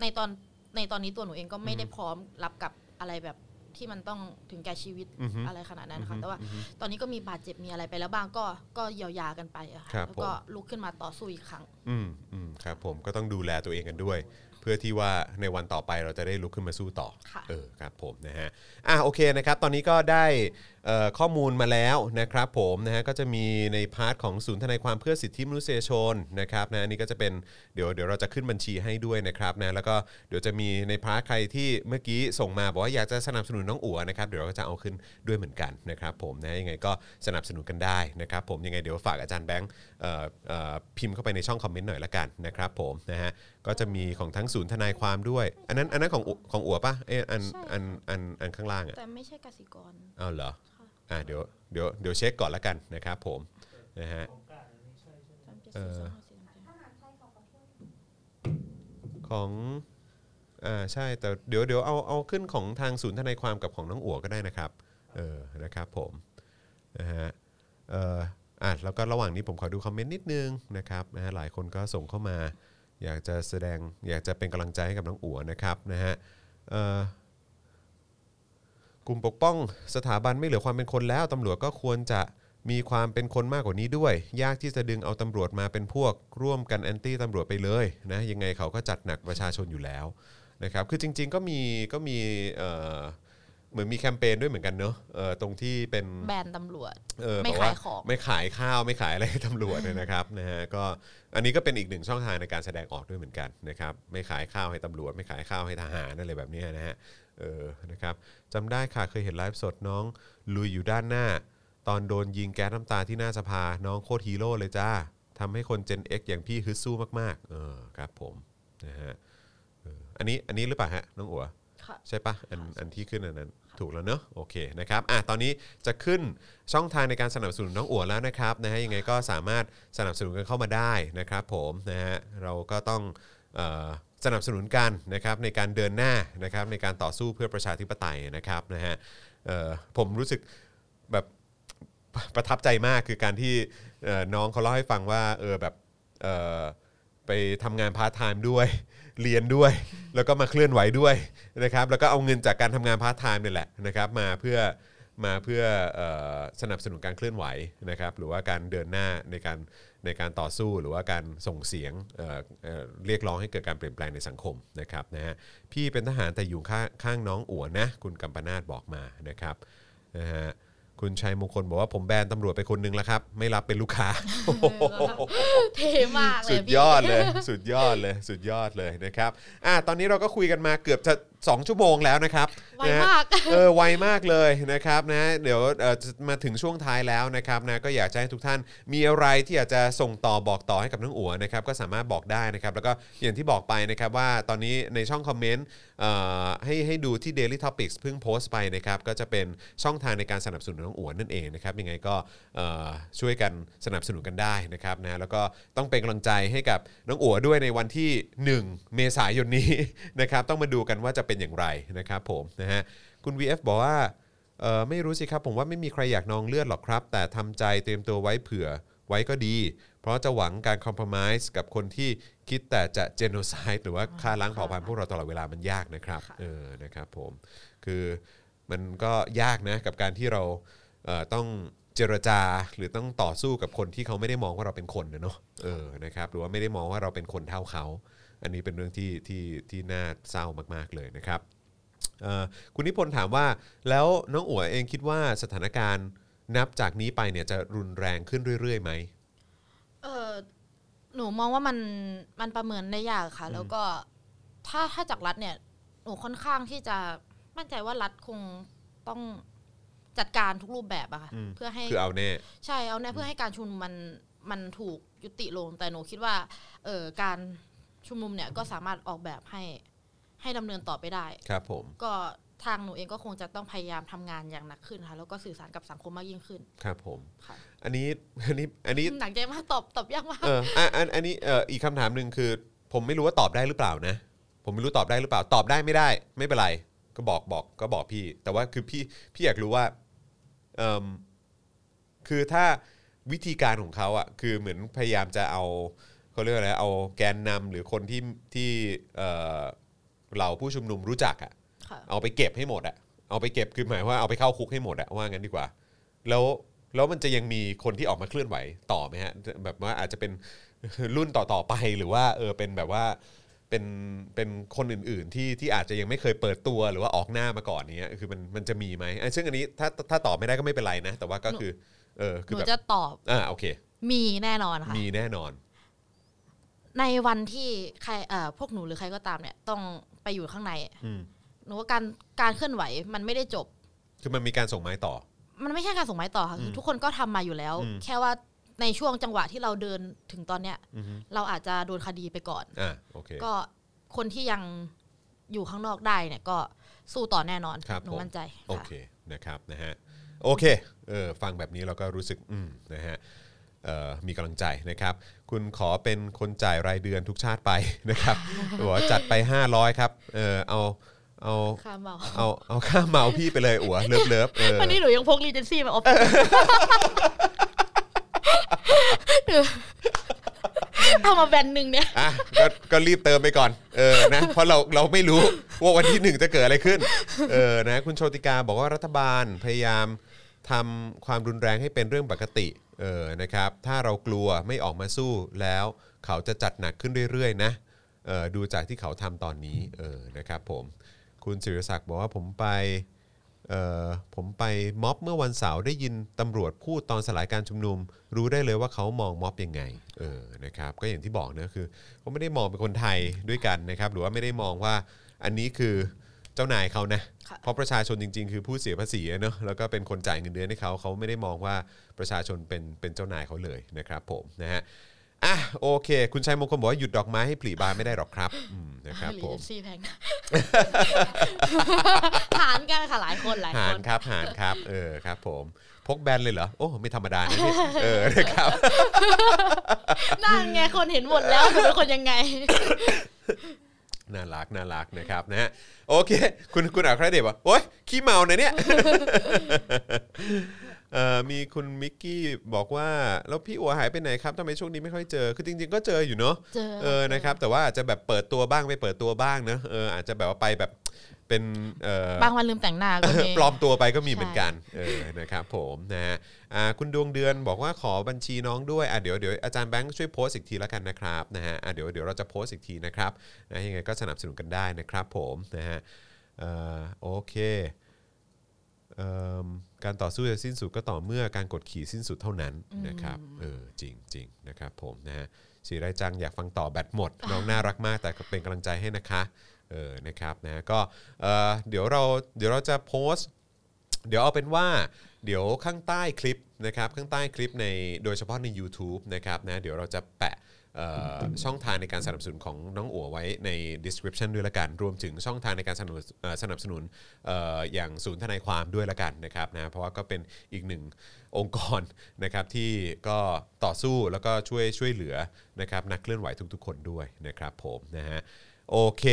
Speaker 3: ในตอนในตอนนี้ตัวหนูเองก็ไม่ได้พร้อมรับกับอะไรแบบที่มันต้องถึงแก่ชีวิต
Speaker 2: อือฮึ
Speaker 3: อะไรขนาดนั้นนะคะแต่ว่า
Speaker 2: อือฮึ
Speaker 3: ตอนนี้ก็มีบาดเจ็บมีอะไรไปแล้วบ้างก็ก็เยียวยากันไปอะ
Speaker 2: ครั
Speaker 3: ค่ะ
Speaker 2: บ
Speaker 3: แล้วก็
Speaker 2: ผม
Speaker 3: ลุกขึ้นมาต่อสู้อีกครั้ง
Speaker 2: อืมอืมครับผมก็ต้องดูแลตัวเองกันด้วย เพื่อที่ว่าในวันต่อไปเราจะได้ลุกขึ้นมาสู้ต่อ
Speaker 3: ค่ะ
Speaker 2: เออครับผมนะฮะอ่ะโอเคนะครับ ตอนนี้ก็ได้เอ่อข้อมูลมาแล้วนะครับผมนะฮะก็จะมีในพาร์ทของศูนย์ทนายความเพื่อสิทธิมนุษยชนนะครับนะอันนี่ก็จะเป็นเดี๋ยวเดี๋ยวเราจะขึ้นบัญชีให้ด้วยนะครับนะแล้วก็เดี๋ยวจะมีในพาร์ทใครที่เมื่อกี้ส่งมาบอกว่าอยากจะสนับสนุนน้องอั๋วนะครับเดี๋ยวเราก็จะเอาขึ้นด้วยเหมือนกันนะครับผมนะยังไงก็สนับสนุนกันได้นะครับผมยังไงเดี๋ยวฝากอาจารย์แบงค์ เอ่อเอ่อพิมพ์เข้าไปในช่องคอมเมนต์หน่อยละกันนะครับผมนะฮะก็จะมีของทั้งศูนย์ทนายความด้วย อันนั้นอันนั้นของอุของอัวปะเอยอัน
Speaker 3: ใช่
Speaker 2: อันอันอันข้างล่างอ่ะ
Speaker 3: แต่ไม่ใช่กสิกร
Speaker 2: เอาเหรอ
Speaker 3: ค่ะ
Speaker 2: อ่าเดี๋ยวเดี๋ยวเดี๋ยวเช็คก่อนละกันนะครับผมนะฮะ
Speaker 3: สามเจ็ด
Speaker 2: เอ่อ
Speaker 3: สี่สองห้าสี่สามเจ็ด
Speaker 2: ของอ่าใช่แต่เดี๋ยวเดี๋ยวเอาเอาขึ้นของทางศูนย์ทนายความกับของน้องอัวก็ได้นะครับเออนะครับผมนะฮะเอ่ออ่ะแล้วก็ระหว่างนี้ผมขอดูคอมเมนต์นิดนึงนะครับนะฮะหลายคนก็ส่งเข้ามา อยากจะแสดงอยากจะเป็นกำลังใจให้กับน้องอัวนะครับนะฮะเอ่อกลุ่มปกป้องสถาบันไม่เหลือความเป็นคนแล้วตำรวจก็ควรจะมีความเป็นคนมากกว่านี้ด้วย ยากที่จะดึงเอาตำรวจมาเป็นพวกร่วมกันแอนตี้ตำรวจไปเลยนะยังไงเขาก็จัดหนักประชาชนอยู่แล้วนะครับคือจริง ๆ ก็มีก็มีเอ่อเหมือนมีแคมเปญด้วยเหมือนกันเนอะเอ่อตรงที่เป็น
Speaker 3: แบรนด์ตำรวจ
Speaker 2: เออ
Speaker 3: ไม่
Speaker 2: แบบว่
Speaker 3: ขายของ
Speaker 2: ไม่ขายข้าวไม่ขายอะไรให้ตำรวจเนี่ยนะครับ นะฮะก็อันนี้ก็เป็นอีกหนึ่งช่องทางในการแสดงออกด้วยเหมือนกันนะครับไม่ขายข้าวให้ตำรวจ ไม่ขายข้าวให้ทหารอะไรแบบเนี้ยนะฮะเออนะครับจำได้ค่ะเคยเห็นไลฟ์สดน้องลุยอยู่ด้านหน้า ตอนโดนยิงแก๊สน้ำตาที่หน้าสภาน้องโคตรฮีโร่เลยจ้าทำให้คน Gen X อย่างพี่ฮึดสู้มากๆเออครับผมนะฮะเอออันนี้อันนี้หรือเปล่าฮะน้องอัว
Speaker 3: ค่ะ
Speaker 2: ใช่ปะอันอันที่ขึ้นอันนั้นถูกแล้วเนอะโอเคนะครับอ่ะตอนนี้จะขึ้นช่องทางในการสนับสนุนน้องอัวแล้วนะครับนะฮะยังไงก็สามารถสนับสนุนกันเข้ามาได้นะครับผมนะฮะเราก็ต้องเอ่อสนับสนุนกันนะครับในการเดินหน้านะครับในการต่อสู้เพื่อประชาธิปไตยนะครับนะฮะเอ่อผมรู้สึกแบบ ประทับใจมากคือการที่เอ่อน้องเขาเล่าให้ฟังว่าเออแบบเอ่อไปทำงานพาร์ทไทม์ด้วย เรียนด้วย แล้วก็มาเคลื่อนไหวด้วยนะครับแล้วก็เอาเงินจากการทำงานพาร์ทไทม์เนี่ยแหละนะครับมาเพื่อมาเพื่อเอ่อสนับสนุนการเคลื่อนไหวนะครับหรือว่าการเดินหน้าในการในการต่อสู้หรือว่าการส่งเสียงเอ่อเอ่อเรียกร้องให้เกิดการเปลี่ยนแปลงในสังคมนะครับนะฮะพี่เป็นทหารแต่อยู่ข้างข้างน้องอัวนะคุณกัมปนาตบอกมานะครับนะฮะ คุณชัยมงคลบอกว่าผมแบนตำรวจไปคนนึงแล้วครับ ไม่รับเป็นลูก ค้า
Speaker 3: เท่มากเลย
Speaker 2: สุด
Speaker 3: พี่
Speaker 2: ยอดเลย สุดยอดเลย สุดยอดเลยนะครับอ่ะตอนนี้เราก็คุยกันมาเกือบจะ 2 ชั่วโมงแล้วนะครับ
Speaker 3: ไว
Speaker 2: นะฮะ
Speaker 3: มาก
Speaker 2: เออไวมากเลยนะครับนะเดี๋ยวเอ่อจะมาถึงช่วงท้ายแล้วนะครับนะก็อยากจะให้ทุกท่านมีอะไรที่อยากจะส่งต่อบอกต่อให้กับน้องอัวนะครับก็สามารถบอกได้นะครับแล้วก็อย่างที่บอกไปนะครับว่าตอนนี้ในช่องคอมเมนต์เอ่อให้ให้ดูที่ Daily Topics เพิ่งโพสต์ไปนะครับก็จะเป็นช่องทางในการสนับสนุนน้องอัวนั่นเองนะครับยังไงก็เอ่อช่วยกันสนับสนุนกันได้นะครับนะแล้วก็ต้องเป็นกำลังใจให้กับน้องอัวด้วยในวันที่ 1 เมษายนนี้ นะครับต้องมาดูกันว่าจะเป็นอย่างไรนะครับผมนะฮะ คุณ VF บอกว่า เออไม่รู้สิครับ ผมว่าไม่มีใครอยากนองเลือดหรอกครับ แต่ทำใจเตรียมตัวไว้เผื่อไว้ก็ดี เพราะจะหวังการคอมเพลม s e กับคนที่คิดแต่จะเจโนไซด์หรือว่าฆ่าล้างเผ่าพันธุ์พวกเราตลอดเวลามันยากนะครับ
Speaker 3: ค่ะ
Speaker 2: เออนะครับผมคือมันก็ยากนะกับการที่เราเอ่อต้องเจรจาหรือต้องต่อสู้กับคนที่เขาไม่ได้มองว่าเราเป็นคนนะเนาะเออนะครับหรือว่าไม่ได้มองว่าเราเป็นคนเท่าเขา อันนี้เป็นเรื่องที่ที่ที่น่าเศร้ามาก ๆ เลยนะครับ เอ่อคุณนิพนธ์ถามว่าแล้วน้องอ๋วยเองคิดว่าสถานการณ์นับจากนี้ไปเนี่ยจะรุนแรงขึ้นเรื่อยๆไหม
Speaker 3: เออหนูมองว่ามันมันประเมินได้ยากค่ะ แล้วก็ถ้าถ้าจากรัฐเนี่ย หนูค่อนข้างที่จะมั่นใจว่ารัฐคงต้องจัดการทุกรูปแบบอะค่ะ
Speaker 2: อืม
Speaker 3: เพื่อให้
Speaker 2: คือเอาแน่
Speaker 3: ใช่เอาแน่เพื่อให้การชุมนุมมันมันถูกยุติลง แต่หนูคิดว่าเออการชุมนุมเนี่ยก็สามารถออกแบบให้ให้ดำเนินต่อไปได้
Speaker 2: ครับผม
Speaker 3: ก็ทางหนูเองก็คงจะต้องพยายามทำงานอย่างหนักขึ้นค่ะแล้วก็สื่อสารกับสังคมมากยิ่งขึ้น
Speaker 2: ครับผม
Speaker 3: ค่ะ
Speaker 2: อันนี้อันนี้อันนี้
Speaker 3: หนักใจมากตอบตอบยากมาก
Speaker 2: เอออ่ะอันอันนี้เอ่ออีกคำถามหนึ่งคือ ผมไม่รู้ว่าตอบได้หรือเปล่านะ ผมไม่รู้ตอบได้หรือเปล่าตอบได้ไม่ได้ ไม่เป็นไร ก็บอกบอกก็บอกพี่ แต่ว่าคือพี่พี่อยากรู้ว่าเอมคือถ้าวิธีการของเขาอ่ะคือเหมือนพยายามจะเอาเขาเรียกว่าอะไรเอาแกนนำหรือคนที่ที่เอ่อเหล่าผู้ชุมนุมรู้จักอ่ะ
Speaker 3: ค่ะ
Speaker 2: เอาไปเก็บให้หมดอะเอาไปเก็บคือหมายว่าเอาไปเข้าคุกให้หมดอะว่างั้นดีกว่า แล้วแล้วมันจะยังมีคนที่ออกมาเคลื่อนไหวต่อไหมฮะ แบบว่าอาจจะเป็น รุ่นต่อๆไปหรือว่าเออเป็นแบบว่าเป็นเป็นคนอื่นๆที่ที่อาจจะยังไม่เคยเปิดตัวหรือว่าออกหน้ามาก่อนเนี้ยคือมันมันจะมีไหมอ่ะซึ่งอันนี้ถ้าถ้าตอบไม่ได้ก็ไม่เป็นไรนะ แต่ว่าก็คือเออ
Speaker 3: ห
Speaker 2: คือ
Speaker 3: นู
Speaker 2: แบบ
Speaker 3: จะตอบ
Speaker 2: อ่าโอเค
Speaker 3: มีแน่นอนค่ะ
Speaker 2: มีแน่นอน
Speaker 3: ในวันที่ใครเอ่อพวกหนูหรือใครก็ตามเนี่ยต้องไปอยู่ข้างใน
Speaker 2: อืม
Speaker 3: หนูว่าการการเคลื่อนไหวมันไม่ได้จบ
Speaker 2: คือมันมีการส่งไม้ต่อ
Speaker 3: มันไม่ใช่การส่งไม้ต่อค่ะคืออทุกคนก็ทำมาอยู่แล้ว
Speaker 2: อืม
Speaker 3: แค่ว่าในช่วงจังหวะที่เราเดินถึงตอนเนี้ย
Speaker 2: อือฮึ
Speaker 3: เราอาจจะโดนคดีไปก่อน
Speaker 2: อ่าโอเค
Speaker 3: ก็คนที่ยังอยู่ข้างนอกได้เนี่ยก็สู้ต่อแน่นอน
Speaker 2: ครับ
Speaker 3: หนู
Speaker 2: ผม
Speaker 3: มั่นใจ
Speaker 2: โอ
Speaker 3: ค่ะ
Speaker 2: เคนะครับนะฮะโอเคเออฟังแบบนี้เราก็รู้สึกอืมนะฮะเอ่อมีกำลังใจนะครับ คุณขอเป็นคนจ่ายรายเดือนทุกชาติไป นะครับบอกว่าจัดไป 500 ครับเออเอาเอา
Speaker 3: ค่าเมา
Speaker 2: เอาเอาค่าเมาพี่ไปเลยอัวเลิฟเลิฟเออ
Speaker 3: วันนี้หนูยังพกรีเจนซี่มาออ ฟฟิศเอามาแบนหนึ่งเนี่ย
Speaker 2: อ่ะก็ก็รีบเติมไปก่อนเออนะเพราะเราเราไม่รู้ว่าวันที่หนึ่งจะเกิดอะไรขึ้นเออนะคุณโชติกาบอกว่ารัฐบาลพยายามทำความรุนแรงให้เป็นเรื่องปกติเออนะครับถ้าเรากลัวไม่ออกมาสู้แล้ว เขาจะจัดหนักขึ้นเรื่อยๆนะเออดูจากที่เขาทำตอนนี้เออนะครับผมคุณศิริศักดิ์บอกว่าผมไปเออผมไปม็อบเมื่อวันเสาร์ได้ยินตำรวจพูดตอนสลายการชุมนุม รู้ได้เลยว่าเขามองม็อบยังไงเออนะครับก็อย่างที่บอกเนะคือเขาไม่ได้มองเป็นคนไทยด้วยกันนะครับหรือว่าไม่ได้มองว่าอันนี้คือเจ้านายเขานะ
Speaker 3: ค่ะ
Speaker 2: เพราะประชาชนจริง ๆ คือผู้เสียภาษีอะเนอะแล้วก็เป็นคนจ่ายเงินเดือนให้เขาเขาไม่ได้มองว่าประชาชนเป็นเป็นเจ้านายเขาเลยนะครับผมนะฮะ อ่ะโอเค คุณชัยมงคลบอกว่าหยุดดอกไม้ให้ผลีบานไม่ได้หรอกครับอืมนะครับ
Speaker 3: รี
Speaker 2: ผ
Speaker 3: เจ
Speaker 2: ม
Speaker 3: นซี่แพง นะหารกันค่ะหลายคนหลาย
Speaker 2: หา
Speaker 3: ค
Speaker 2: ร
Speaker 3: น
Speaker 2: ครับหารครับเออครับผมพกแบนเลยเหรอโอ้ไม่ธรรมดานะเนี่ยเอ อนะครับ
Speaker 3: นั่นไงคนเห็นหมดแล้วหนูเป็นคนยังไง
Speaker 2: น่ารักน่ารักนะครับนะฮะโอเค คุณคุณอัครเดชบอกว่าโอ๊ยขี้เมานะเนี่ย เอ่อมีคุณมิกกี้บอกว่าแล้วพี่อัวหายไปไหนครับทำไมช่วงนี้ไม่ค่อยเจอคือจริง ๆ ก็เจออยู่เนาะ
Speaker 3: เจอ
Speaker 2: เออ นะครับ แต่ว่าอาจจะแบบเปิดตัวบ้างไม่เปิดตัวบ้างเนอะเออ อาจจะแบบว่าไปแบบเป็นเอ่อ
Speaker 3: บางวันลืมแต่งหน้าก็มี
Speaker 2: ปลอมตัวไปก็มี
Speaker 3: ใช่
Speaker 2: เหมือนกัน เออ นะครับผมนะฮะอ่าคุณดวงเดือนบอกว่าขอบัญชีน้องด้วย อ่ะเดี๋ยวเดี๋ยวอาจารย์แบงค์ช่วยโพสต์อีกทีละกันนะครับนะฮะ อ่ะเดี๋ยวเดี๋ยวเราจะโพสต์อีกทีนะครับนะยังไงก็สนับสนุนกันได้นะครับผมนะฮะเอ่อโอเคเอิ่มการต่อสู้จะสิ้นสุดก็ต่อเมื่อการกดขี่สิ้นสุดเท่านั้นนะครับ เออ จริงจริงนะครับผมนะฮะสีไรายจังอยากฟังต่อแบตห มด น้องน่ารักมากแต่ก็เป็นกำลังใจให้นะคะ เออ นะครับนะ ก็เอ่อเดี๋ยวเราเดี๋ยวเราจะโพสต์ เดี๋ยวเอาเป็นว่าเดี๋ยวข้างใต้คลิปนะครับข้างใต้คลิปในโดยเฉพาะใน u t u b e นะครับนะเดี๋ยวเราจะแปะเอ่อช่องทางในการสนับสนุนของน้องอัวไว้ใน description ด้วยละกัน รวมถึงช่องทางในการสนับสนุนเอ่อสนับสนุนเอ่ออย่างศูนย์ทนายความด้วยละกันนะครับนะเพราะว่าก็เป็นอีกหนึ่งองค์กรนะครับที่ก็ต่อสู้แล้วก็ช่วยช่วยเหลือนะครับนักเคลื่อนไหวทุกๆ คนด้วยนะครับผมนะฮะ โอเค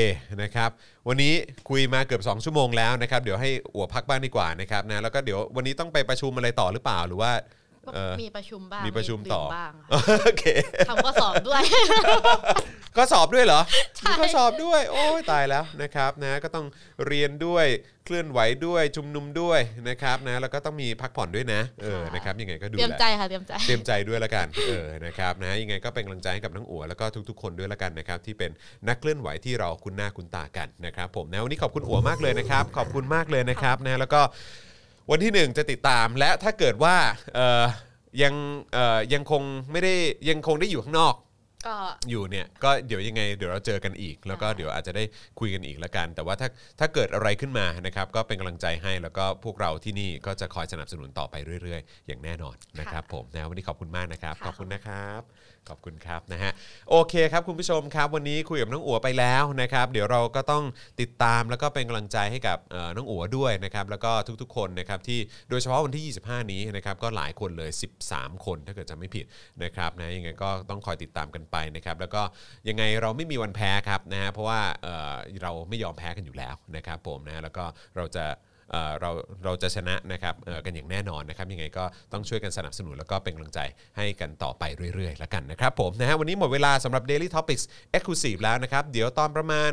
Speaker 2: นะครับวันนี้คุยมาเกือบ 2 ชั่วโมงแล้วนะครับเดี๋ยวให้อัวพักบ้างดีกว่านะครับนะแล้วก็เดี๋ยววันนี้ต้องไปประชุมอะไรต่อหรือเปล่าหรือว่าเอ่อ
Speaker 3: มีประชุมบ้าง
Speaker 2: มีประชุมต่อ
Speaker 3: นบ้างค่ะ
Speaker 2: โอเค
Speaker 3: ทำข้อสอบด้วย
Speaker 2: ก็สอบด้วยเหรอมีข้อสอบด้วย โอ้ยตายแล้วนะครับนะก็ต้องเรียนด้วยเคลื่อนไหวด้วยชุมนุมด้วยนะครับนะแล้วก็ต้องมีพักผ่อนด้วยนะเออ
Speaker 3: ค่ะ
Speaker 2: นะครับยังไงก็ดู
Speaker 3: เตรียม
Speaker 2: แล
Speaker 3: ใจค่ะเตรียมใจ
Speaker 2: เตรียมใจด้วยละกัน เออ นะครับ นะ ยังไงก็เป็นกำลังใจให้กับน้องอัวแล้วก็ทุกๆ คนด้วยละกันนะครับ ที่เป็นนักเคลื่อนไหวที่เราคุ้นหน้าคุ้นตากันนะครับผม นะ วันนี้ขอบคุณอัวมากเลยนะครับ ขอบคุณมากเลยนะครับ นะ แล้วก็วันที่หนึ่งจะติดตาม และถ้าเกิดว่า เอ่อ ยัง เอ่อ ยังคงไม่ได้ ยังคงได้อยู่ข้างนอก
Speaker 3: ก็
Speaker 2: อยู่เนี่ยก็เดี๋ยวยังไงเดี๋ยวเราเจอกันอีก แล้วก็เดี๋ยวอาจจะได้คุยกันอีกละกัน แต่ว่าถ้าถ้าเกิดอะไรขึ้นมานะครับก็เป็นกำลังใจให้แล้วก็พวกเราที่นี่ก็จะคอยสนับสนุนต่อไปเรื่อย ๆ อย่างแน่นอนนะครับผมนะวันนี้ขอบคุณมากนะครับ
Speaker 3: ค่ะ
Speaker 2: ขอบคุณนะครับ ขอบคุณครับนะฮะโอเคครับคุณผู้ชมครับ วันนี้คุยกับน้องอัวไปแล้วนะครับ เดี๋ยวเราก็ต้องติดตามแล้วก็เป็นกำลังใจให้กับเอ่อน้องอัวด้วยนะครับแล้วก็ทุกๆ คนนะครับที่โดยเฉพาะวันที่ 25 นี้นะครับก็หลายคนเลย 13 คนถ้าเกิดจำไม่ผิดนะครับนะยังไงก็ต้องคอยติดตามกันไปนะครับแล้วก็ยังไงเราไม่มีวันแพ้ครับนะฮะเพราะว่าเอ่อเราไม่ยอมแพ้กันอยู่แล้วนะครับผมนะแล้วก็เราจะ เอ่อเราเราจะชนะนะครับเอ่อกันอย่างแน่นอนนะครับยังไงก็ต้องช่วยกันสนับสนุนแล้วก็เป็นกำลังใจให้กันต่อไปเรื่อยๆแล้วกันนะครับผมนะฮะวันนี้หมดเวลาสำหรับ Daily Topics Exclusive แล้วนะครับ เดี๋ยวตอนประมาณ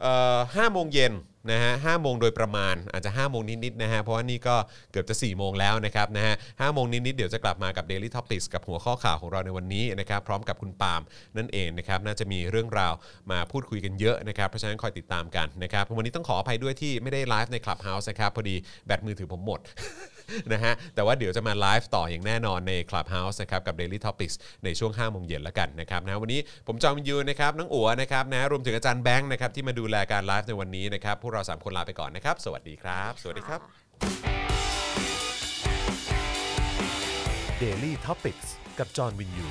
Speaker 2: เอ่อห้าโมงเย็นนะฮะห้าโมงโดยประมาณอาจจะ5้าโมงนิดๆนะฮะเพราะว่านี่ก็เกือบจะ4ี่โมงแล้วนะครับนะฮะห้าโมงนิดๆเดี๋ยวจะกลับมากับ Daily Topics กับหัวข้อข่าวของเราในวันนี้นะครับพร้อมกับคุณปาล์มนั่นเองนะครับน่าจะมีเรื่องราวมาพูดคุยกันเยอะนะครับเพราะฉะนั้นคอยติดตามกันนะครับวันนี้ต้องขออภัยด้วยที่ไม่ได้ไลฟ์ใน Clubhouse นะครับพอดีแบตมือถือผมหมด นะฮะแต่ว่าเดี๋ยวจะมาไลฟ์ต่ออย่างแน่นอนใน Clubhouse นะครับกับ Daily Topics ในช่วง5โมงเย็นแล้วกันนะครับนะวันนี้ผมจอมยูนะครับน้องอัวนะครับนะรวมถึงอาจารย์แบงค์นะครับที่มาดูแลการไลฟ์ในวันนี้นะครับพวกเราสามคนลาไปก่อนนะครับสวัสดีครับ สวัสดีครับ
Speaker 1: Daily t o p i c กกับจอห์นวินยู